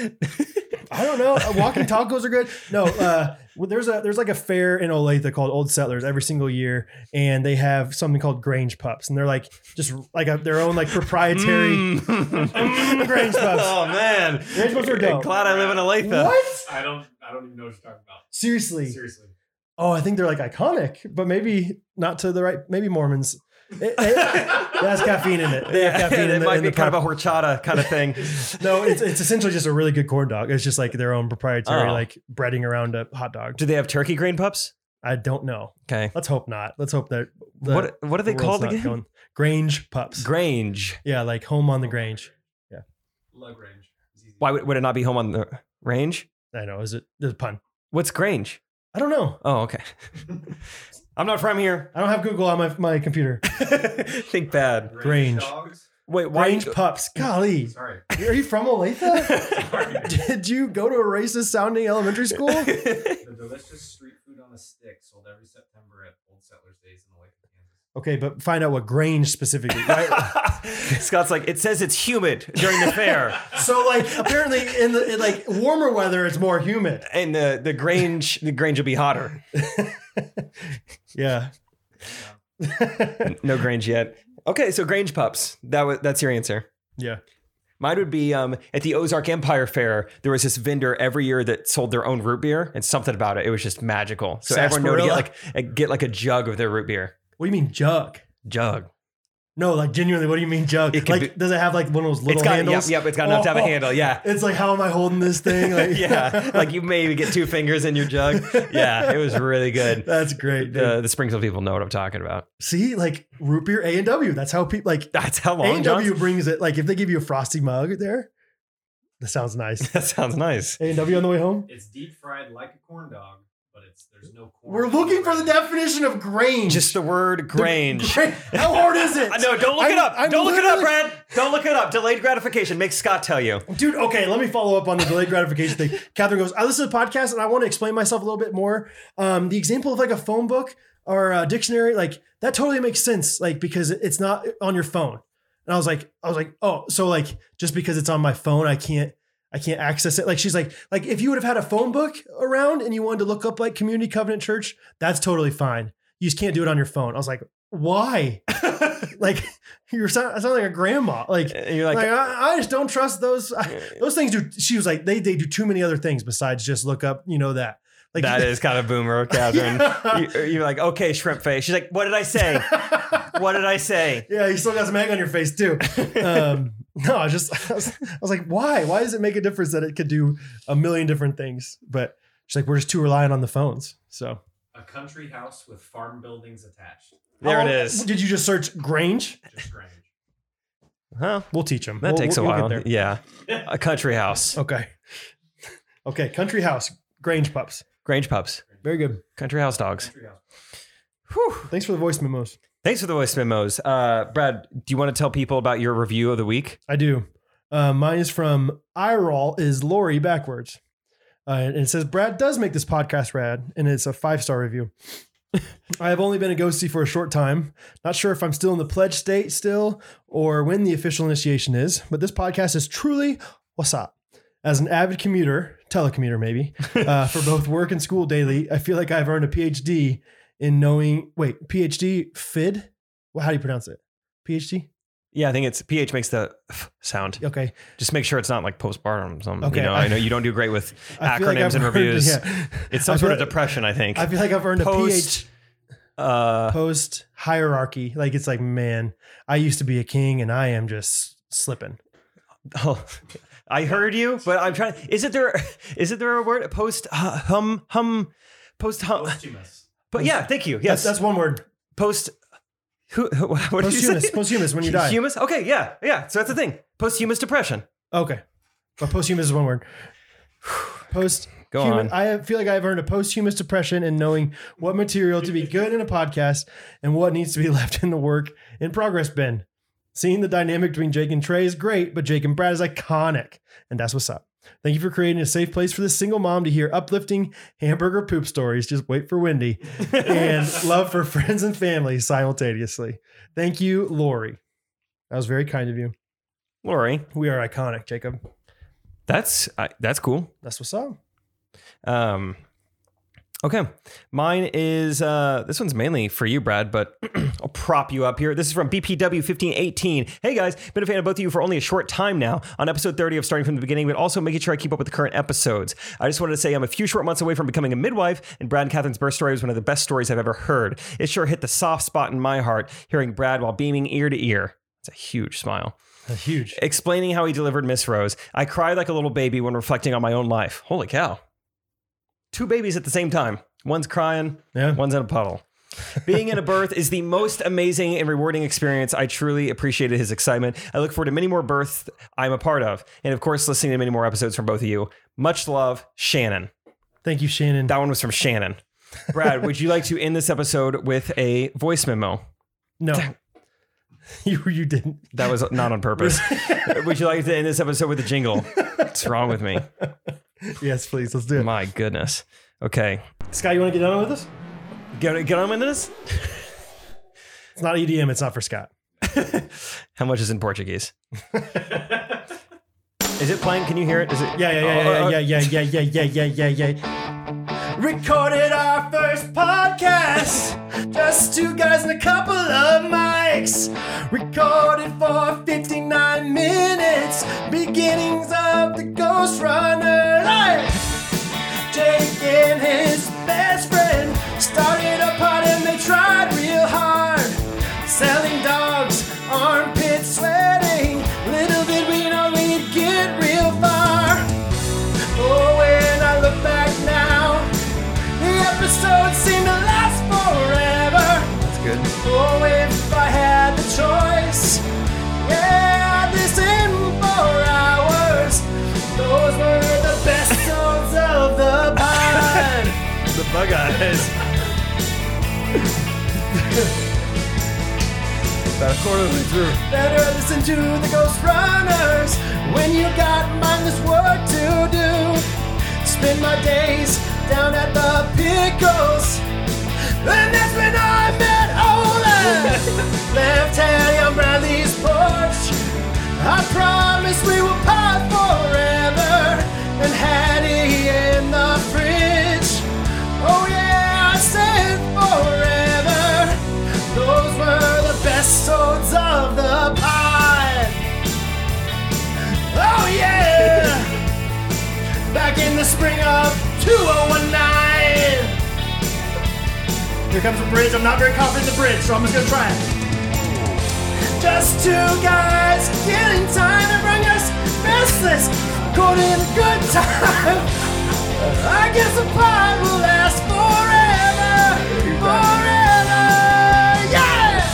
Speaker 1: I don't know. Uh, Walking tacos are good. No, uh, well, there's a there's like a fair in Olathe called Old Settlers every single year, and they have something called Grange Pups, and they're like just like a, their own like proprietary.
Speaker 2: Mm.
Speaker 1: Grange puffs.
Speaker 2: Oh man,
Speaker 1: Grange puffs are dope.
Speaker 2: Glad I live in Olathe.
Speaker 1: What?
Speaker 3: I don't. I don't even know what you're talking about.
Speaker 1: Seriously?
Speaker 3: Seriously.
Speaker 1: Oh, I think they're like iconic, but maybe not to the right. Maybe Mormons. It- it- that's caffeine in it. They have
Speaker 2: Yeah,
Speaker 1: caffeine in
Speaker 2: it
Speaker 1: the-
Speaker 2: might
Speaker 1: in
Speaker 2: be
Speaker 1: the
Speaker 2: kind
Speaker 1: pop-
Speaker 2: of a horchata kind of thing.
Speaker 1: no, it's it's essentially just a really good corn dog. It's just like their own proprietary
Speaker 2: Oh.
Speaker 1: like breading around a hot dog.
Speaker 2: Do they have turkey grain pups?
Speaker 1: I don't know.
Speaker 2: Okay.
Speaker 1: Let's hope not. Let's hope that the-
Speaker 2: what what are they
Speaker 1: the world's
Speaker 2: called
Speaker 1: not
Speaker 2: again?
Speaker 1: going- Grange pups.
Speaker 2: Grange.
Speaker 1: yeah, like home on the Grange.
Speaker 3: Lagrange. It's easy.
Speaker 2: Why would, would it not be home on the range?
Speaker 1: I know. Is it the pun?
Speaker 2: What's Grange?
Speaker 1: I don't know.
Speaker 2: Oh, okay. I'm not from here.
Speaker 1: I don't have Google on my my computer.
Speaker 2: Think bad.
Speaker 1: Grange.
Speaker 3: Dogs.
Speaker 2: Wait, why?
Speaker 1: Grange pups. Golly,
Speaker 3: Sorry.
Speaker 1: are you from Olathe?
Speaker 3: Sorry.
Speaker 1: Did you go to a racist sounding elementary school?
Speaker 3: the delicious street food on a stick sold every September at Old Settlers Days in the Lake of Kansas.
Speaker 1: Okay, but find out what Grange specifically, right?
Speaker 2: Scott's like, it says it's humid during the fair.
Speaker 1: so like apparently in the in like warmer weather it's more humid.
Speaker 2: And the, the Grange the Grange will be hotter.
Speaker 1: Yeah.
Speaker 2: No Grange yet. Okay, so Grange pups. That was that's your answer.
Speaker 1: yeah.
Speaker 2: Mine would be um, at the Ozark Empire Fair. There was this vendor every year that sold their own root beer, and something about it. It was just magical. So everyone knew to
Speaker 1: Sarsaparilla?
Speaker 2: get like a, get like a jug of their root beer.
Speaker 1: What do you mean jug?
Speaker 2: Jug.
Speaker 1: No, like genuinely, what do you mean jug?
Speaker 2: It could
Speaker 1: Like does it have like one of those little
Speaker 2: it's got
Speaker 1: handles?
Speaker 2: Yep, yep. It's got enough to have a
Speaker 1: Oh.
Speaker 2: handle. Yeah.
Speaker 1: It's like how am I holding this thing? Like
Speaker 2: yeah, like you maybe get two fingers in your jug. Yeah, it was really good. Uh,
Speaker 1: That's great. dude.
Speaker 2: The, the Springfield people know what I'm talking about.
Speaker 1: See, like root beer A and W. That's how people like
Speaker 2: That's how
Speaker 1: A
Speaker 2: long
Speaker 1: and W
Speaker 2: John.
Speaker 1: brings it. Like if they give you a frosty mug there, that sounds nice.
Speaker 2: That sounds nice.
Speaker 1: A and W on the way home.
Speaker 3: It's deep fried like a corn dog, but it's there's no corn.
Speaker 1: We're looking for the definition of Grange.
Speaker 2: Just the word Grange.
Speaker 1: Gra- How hard is it?
Speaker 2: I know. Don't look it
Speaker 1: I'm-
Speaker 2: up.
Speaker 1: I'm
Speaker 2: don't look it up,
Speaker 1: literally-
Speaker 2: Brad. Don't look it up. Delayed gratification. Make Scott tell you.
Speaker 1: Dude, okay, let me follow up on the delayed gratification thing. Catherine goes, I listen to the podcast and I want to explain myself a little bit more. Um, the example of like a phone book or a dictionary, like that totally makes sense, like because it's not on your phone. And I was like, I was like, oh, so like just because it's on my phone, I can't, I can't access it. Like she's like, like if you would have had a phone book around and you wanted to look up like Community Covenant Church, that's totally fine. You just can't do it on your phone. I was like, why? like you're sound, I sound like a grandma. Like
Speaker 2: And you're like,
Speaker 1: like, I, I just don't trust those those things. Do she was like they they do too many other things besides just look up you know that like
Speaker 2: that is kind of boomer, Catherine.
Speaker 1: yeah.
Speaker 2: You, you're like, okay, shrimp face. She's like, what did I say? What did I say?
Speaker 1: yeah, you still got some egg on your face too. Um, no, I just I was, I was like, why? Why does it make a difference that it could do a million different things? But she's like, we're just too reliant on the phones. So
Speaker 3: a country house with farm buildings attached.
Speaker 2: There
Speaker 1: How-
Speaker 2: it is.
Speaker 1: Did you just search Grange?
Speaker 3: Just Grange.
Speaker 2: Huh?
Speaker 1: We'll teach them.
Speaker 2: That
Speaker 1: We'll-
Speaker 2: takes a
Speaker 1: we'll- we'll
Speaker 2: while.
Speaker 1: get
Speaker 2: yeah. A country house.
Speaker 1: there. Okay. Okay. Country house Grange pups.
Speaker 2: Grange pups.
Speaker 1: Very good.
Speaker 2: Country house dogs.
Speaker 3: Country house.
Speaker 2: Whew.
Speaker 1: Thanks for the voice memos.
Speaker 2: Thanks for the voice memos. Uh, Brad, do you want to tell people about your review of the week?
Speaker 1: I do. Uh, mine is from Irol is Lori backwards. Uh, and it says, Brad does make this podcast rad, and it's a five star review. I have only been a ghostie for a short time. Not sure if I'm still in the pledge state still or when the official initiation is, but this podcast is truly what's up. As an avid commuter, telecommuter maybe, uh, for both work and school daily, I feel like I've earned a PhD in knowing. Wait, PhD FID? Well, how do you pronounce it? PhD?
Speaker 2: Yeah, I think it's pH makes the f- sound.
Speaker 1: Okay.
Speaker 2: Just make sure it's not like postpartum. Something.
Speaker 1: Okay,
Speaker 2: You know,
Speaker 1: I-
Speaker 2: I, know you don't do great with
Speaker 1: I feel like
Speaker 2: acronyms
Speaker 1: I've
Speaker 2: and
Speaker 1: earned-
Speaker 2: reviews.
Speaker 1: yeah.
Speaker 2: It's some
Speaker 1: I
Speaker 2: sort
Speaker 1: feel-
Speaker 2: of depression, I think.
Speaker 1: I feel like I've earned
Speaker 2: Post.
Speaker 1: a PH
Speaker 2: Uh,
Speaker 1: post hierarchy. Like it's like, man, I used to be a king and I am just slipping.
Speaker 2: oh, I heard you, but I'm trying. Is it there? Is it there a word? Post uh, hum hum. Post hum.
Speaker 3: Posthumous.
Speaker 2: But yeah, thank you.
Speaker 1: Yes,
Speaker 2: Yes,
Speaker 1: that's, one word.
Speaker 2: post. Who? who- What did you
Speaker 1: Posthumous.
Speaker 2: say?
Speaker 1: Posthumous when you die.
Speaker 2: Humus? Okay, yeah, yeah. So that's the thing. Posthumous depression.
Speaker 1: okay, but posthumous is one word. Post
Speaker 2: Go
Speaker 1: human-
Speaker 2: on.
Speaker 1: I feel like I've earned a posthumous depression in knowing what material to be good in a podcast and what needs to be left in the work in progress bin. Seeing the dynamic between Jake and Trey is great, but Jake and Brad is iconic. And that's what's up. Thank you for creating a safe place for the single mom to hear uplifting hamburger poop stories. Just wait for Wendy and love for friends and family simultaneously. Thank you, Lori. That was very kind of you.
Speaker 2: Lori,
Speaker 1: We are iconic, Jacob.
Speaker 2: that's I that's cool.
Speaker 1: That's what's up.
Speaker 2: Um, okay, mine is uh, this one's mainly for you, Brad, but I'll prop you up here. This is from BPW fifteen eighteen. Hey guys, been a fan of both of you for only a short time now. On episode thirty of starting from the beginning, but also making sure I keep up with the current episodes. I just wanted to say I'm a few short months away from becoming a midwife, and Brad and Catherine's birth story was one of the best stories I've ever heard. It sure hit the soft spot in my heart hearing Brad while beaming ear to ear. It's a huge smile
Speaker 1: huge.
Speaker 2: explaining how he delivered Miss Rose. I cried like a little baby when reflecting on my own life. Holy cow. Two babies at the same time. One's crying,
Speaker 1: Yeah.
Speaker 2: one's in a puddle. Being in a birth is the most amazing and rewarding experience. I truly appreciated his excitement. I look forward to many more births I'm a part of. And of course, listening to many more episodes from both of you. Much love, Shannon.
Speaker 1: Thank you, Shannon.
Speaker 2: That one was from Shannon. Brad, would you like to end this episode with a voice memo?
Speaker 1: No. you you didn't.
Speaker 2: That was not on purpose. would you like to end this episode with a jingle? What's wrong with me?
Speaker 1: Yes, please. Let's do it.
Speaker 2: My goodness. Okay.
Speaker 1: Sky, you want to get on with us?
Speaker 2: Get, get on with this?
Speaker 1: It's not EDM. It's not for Scott.
Speaker 2: How much is in Portuguese? is it playing? Can you hear it? Is it? Oh,
Speaker 1: Yeah, yeah, yeah, yeah, yeah, yeah, yeah, yeah, yeah, yeah, yeah, yeah. Recorded our first podcast. Just two guys and a couple of mics. Recorded for 59 minutes. Beginnings of the Ghost Runner life. Jake and his best friend started a pod and they tried real hard. Selling dogs, armpit sweating. Little did we know we'd get real far. Oh, when I look back now, the episodes seem to last forever.
Speaker 2: That's good.
Speaker 1: Oh, if I had the choice, yeah, I'd listen for hours. Those were the best songs of the pod.
Speaker 2: The bug eyes. About a quarter of the way through.
Speaker 1: Better listen to the Ghost Runners when you got mindless work to do. Spend my days down at the Pickles, and that's when I met Ola. Left Teddy on Bradley's porch. I promise we will pod forever, and Hattie in the fridge. Oh yeah, I said forever. Those were the best sods of the pod. Oh yeah! Back in the spring of 2019. Here comes the bridge. I'm not very confident in the bridge, so I'm just gonna try it. Just two guys killing time that bring us restless, good in a good time. I guess the pod will last forever, forever, yeah!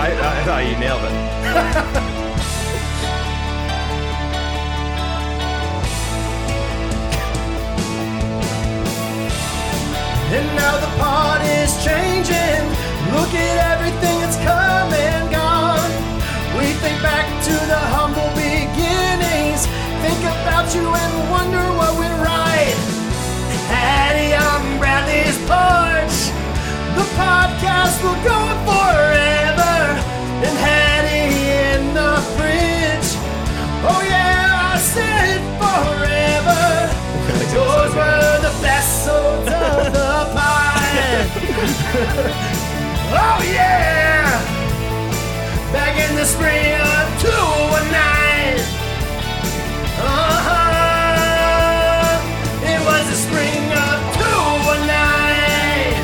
Speaker 2: I, I thought you nailed it.
Speaker 1: And now the pod is changing. Look at everything that's come and gone. We think back to the humble beginnings. Think about you and wonder what went right. Hattie on Bradley's porch. The podcast will go forever. And Hattie in the fridge. Oh yeah, I said forever. Those were the best souls of the pie. oh yeah! Back in the spring of 2009. Uh-huh. It was the spring of 2009.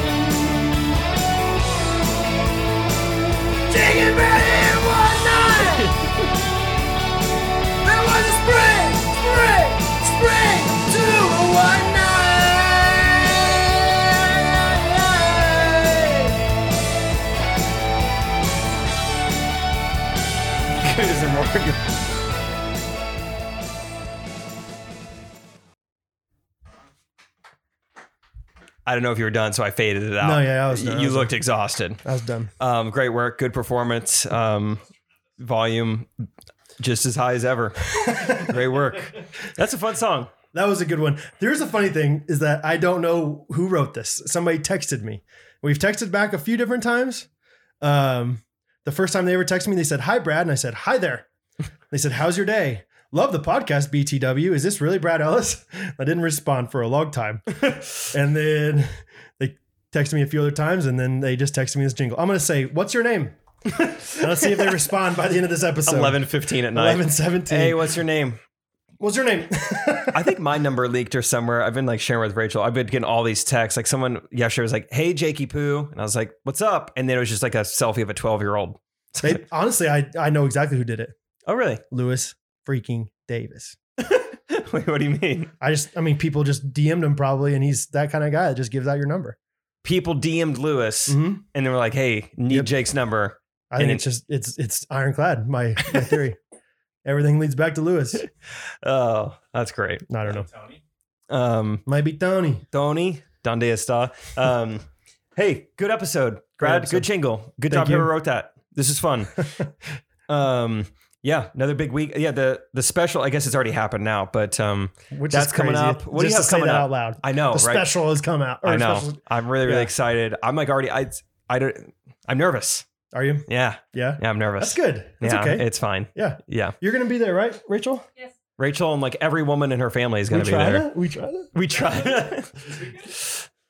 Speaker 1: Digging back in one night. There was a spring, spring, spring to one night.
Speaker 2: Is there more? I don't know if you were done, so I faded it out.
Speaker 1: No, yeah, I was
Speaker 2: You-
Speaker 1: done. I
Speaker 2: you
Speaker 1: was
Speaker 2: looked exhausted.
Speaker 1: I was done.
Speaker 2: Um, great work, good performance, um, volume just as high as ever. great work. That's a fun song.
Speaker 1: That was a good one. There's a funny thing is that I don't know who wrote this. Somebody texted me. We've texted back a few different times. Um, the first time they ever texted me, they said, Hi, Brad. And I said, Hi there. They said, How's your day? Love the podcast, BTW. Is this really Brad Ellis? I didn't respond for a long time. and then they texted me a few other times and then they just texted me this jingle. I'm going to say, What's your name? and let's see if they respond by the end of this episode.
Speaker 2: Eleven fifteen at night.
Speaker 1: 11 17.
Speaker 2: Hey, what's your name?
Speaker 1: What's your name?
Speaker 2: I think my number leaked or somewhere. I've been like sharing with Rachel. I've been getting all these texts. Like someone yesterday was like, "Hey, Jakey Poo," and I was like, "What's up?" And then it was just like a selfie of a twelve-year-old.
Speaker 1: They, honestly, I, I know exactly who did it.
Speaker 2: Oh, really?
Speaker 1: Lewis freaking Davis.
Speaker 2: Wait, what do you mean?
Speaker 1: I just, I mean, people just DM'd him probably, and he's that kind of guy that just gives out your number.
Speaker 2: People DM'd Lewis and they were like, "Hey, need
Speaker 1: Mm-hmm. Yep.
Speaker 2: Jake's number."
Speaker 1: I
Speaker 2: Mm-hmm. And
Speaker 1: think it's just, it's, it's ironclad. My, my theory. Everything leads back to Lewis.
Speaker 2: Oh, that's great.
Speaker 1: No, I don't know.
Speaker 3: Tony,
Speaker 2: Um,
Speaker 1: Might be Tony.
Speaker 2: Tony, donde está? Um, hey, good episode, Brad.
Speaker 1: episode.
Speaker 2: Good jingle. Good
Speaker 1: Thank
Speaker 2: job. Whoever
Speaker 1: you.
Speaker 2: wrote that. This is fun. um, yeah, another big week. Yeah, the the special. I guess it's already happened now, but um,
Speaker 1: Which
Speaker 2: That's
Speaker 1: is
Speaker 2: coming
Speaker 1: crazy.
Speaker 2: up. What do you
Speaker 1: Just
Speaker 2: have
Speaker 1: to
Speaker 2: coming
Speaker 1: say that
Speaker 2: up?
Speaker 1: out loud?
Speaker 2: I know,
Speaker 1: the
Speaker 2: right?
Speaker 1: special has come out. or
Speaker 2: I know.
Speaker 1: special-
Speaker 2: I'm really, really
Speaker 1: yeah.
Speaker 2: excited. I'm like already. I I don't. I'm nervous.
Speaker 1: are you?
Speaker 2: Yeah,
Speaker 1: Yeah.
Speaker 2: yeah, I'm
Speaker 1: That's
Speaker 2: nervous.
Speaker 1: good. That's
Speaker 2: yeah,
Speaker 1: okay.
Speaker 2: it's fine.
Speaker 1: Yeah.
Speaker 2: yeah.
Speaker 1: You're going to be there, right, Rachel?
Speaker 4: Yes.
Speaker 2: Rachel and like every woman in her family is
Speaker 1: we
Speaker 2: going to be
Speaker 1: tried
Speaker 2: there.
Speaker 1: it. We tried it.
Speaker 2: We tried.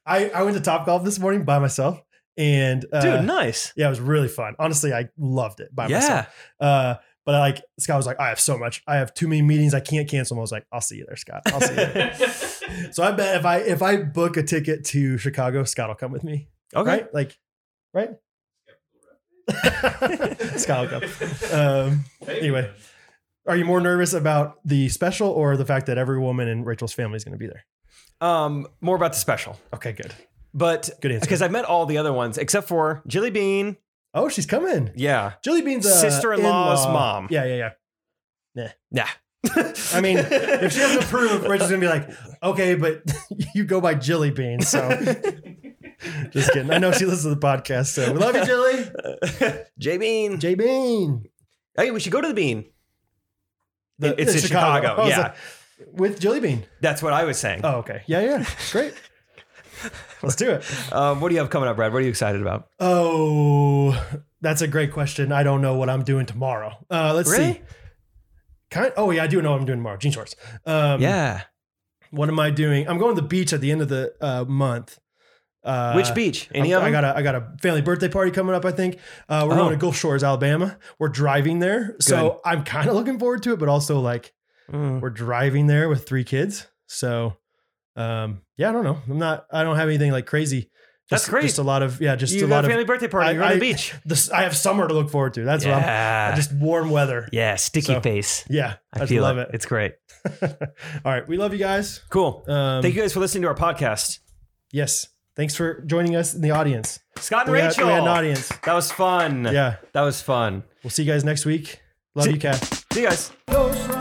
Speaker 1: I, I went to Top Golf this morning by myself. And uh,
Speaker 2: Dude, nice.
Speaker 1: yeah, it was really fun. Honestly, I loved it by
Speaker 2: yeah.
Speaker 1: myself. Uh, but I, like Scott was like, I have so much. I have too many meetings. I can't cancel them. I was like, I'll see you there, Scott. I'll see you. there. so I bet if I if I book a ticket to Chicago, Scott will come with me.
Speaker 2: Okay.
Speaker 1: Right? Like, right? Scott will
Speaker 3: Uh,
Speaker 1: come. Um, Anyway. are you more nervous about the special or the fact that every woman in Rachel's family is going to be there?
Speaker 2: Um, more about the special,
Speaker 1: Okay, good,
Speaker 2: but
Speaker 1: good answer.
Speaker 2: because I've met all the other ones except for Jilly Bean.
Speaker 1: oh, she's coming.
Speaker 2: Yeah.
Speaker 1: Jelly Bean's uh,
Speaker 2: Sister-in-law's
Speaker 1: in-law.
Speaker 2: mom.
Speaker 1: Yeah, yeah, yeah.
Speaker 2: Yeah.
Speaker 1: I mean, if she doesn't approve, Rachel's gonna be like, okay, but you go by Jelly Bean. So just kidding. I know she listens to the podcast, so we love you, Jilly.
Speaker 2: J Bean.
Speaker 1: J Bean.
Speaker 2: hey, we should go to the Bean.
Speaker 1: The-
Speaker 2: it's in Chicago.
Speaker 1: I was
Speaker 2: Yeah.
Speaker 1: like, with Jelly Bean.
Speaker 2: That's what I was saying.
Speaker 1: Oh, okay. Yeah, yeah. Great. Let's do it.
Speaker 2: Um, what do you have coming up, Brad? What are you excited about?
Speaker 1: Oh, that's a great question. I don't know what I'm doing tomorrow. Uh, let's see.
Speaker 2: Really?
Speaker 1: Kind oh yeah, I do know what I'm doing tomorrow. Jean shorts. Um,
Speaker 2: yeah.
Speaker 1: What am I doing? I'm going to the beach at the end of the uh, month. Uh,
Speaker 2: Which beach? Any
Speaker 1: I'm-
Speaker 2: of
Speaker 1: I
Speaker 2: them?
Speaker 1: got a I got a family birthday party coming up. I think uh, we're
Speaker 2: Oh.
Speaker 1: going to Gulf Shores, Alabama. We're driving there, so I'm kind of looking forward to it, but also like
Speaker 2: Mm.
Speaker 1: we're driving there with three kids. So, um, yeah, I don't know. I'm not. I don't have anything like crazy.
Speaker 2: That's
Speaker 1: Just-
Speaker 2: great.
Speaker 1: Just a lot of yeah. Just
Speaker 2: you
Speaker 1: a
Speaker 2: got
Speaker 1: lot
Speaker 2: a
Speaker 1: of
Speaker 2: family birthday party.
Speaker 1: I-
Speaker 2: You're on
Speaker 1: I-
Speaker 2: the beach.
Speaker 1: this. I have summer to look forward to. That's what I'm.
Speaker 2: yeah.
Speaker 1: Just warm weather. Yeah,
Speaker 2: yeah. Sticky
Speaker 1: So,
Speaker 2: face.
Speaker 1: I,
Speaker 2: I,
Speaker 1: just
Speaker 2: feel
Speaker 1: love
Speaker 2: it.
Speaker 1: it.
Speaker 2: It's great.
Speaker 1: All right, we love you guys.
Speaker 2: Cool.
Speaker 1: Um,
Speaker 2: Thank you guys for listening to our podcast.
Speaker 1: Yes, thanks for joining us in the audience.
Speaker 2: Scott and
Speaker 1: We had,
Speaker 2: Rachel.
Speaker 1: we had an audience.
Speaker 2: That was fun.
Speaker 1: Yeah,
Speaker 2: That was fun.
Speaker 1: we'll see you guys next week. Love
Speaker 2: See-
Speaker 1: you, Cat.
Speaker 2: See you guys.
Speaker 1: Ghost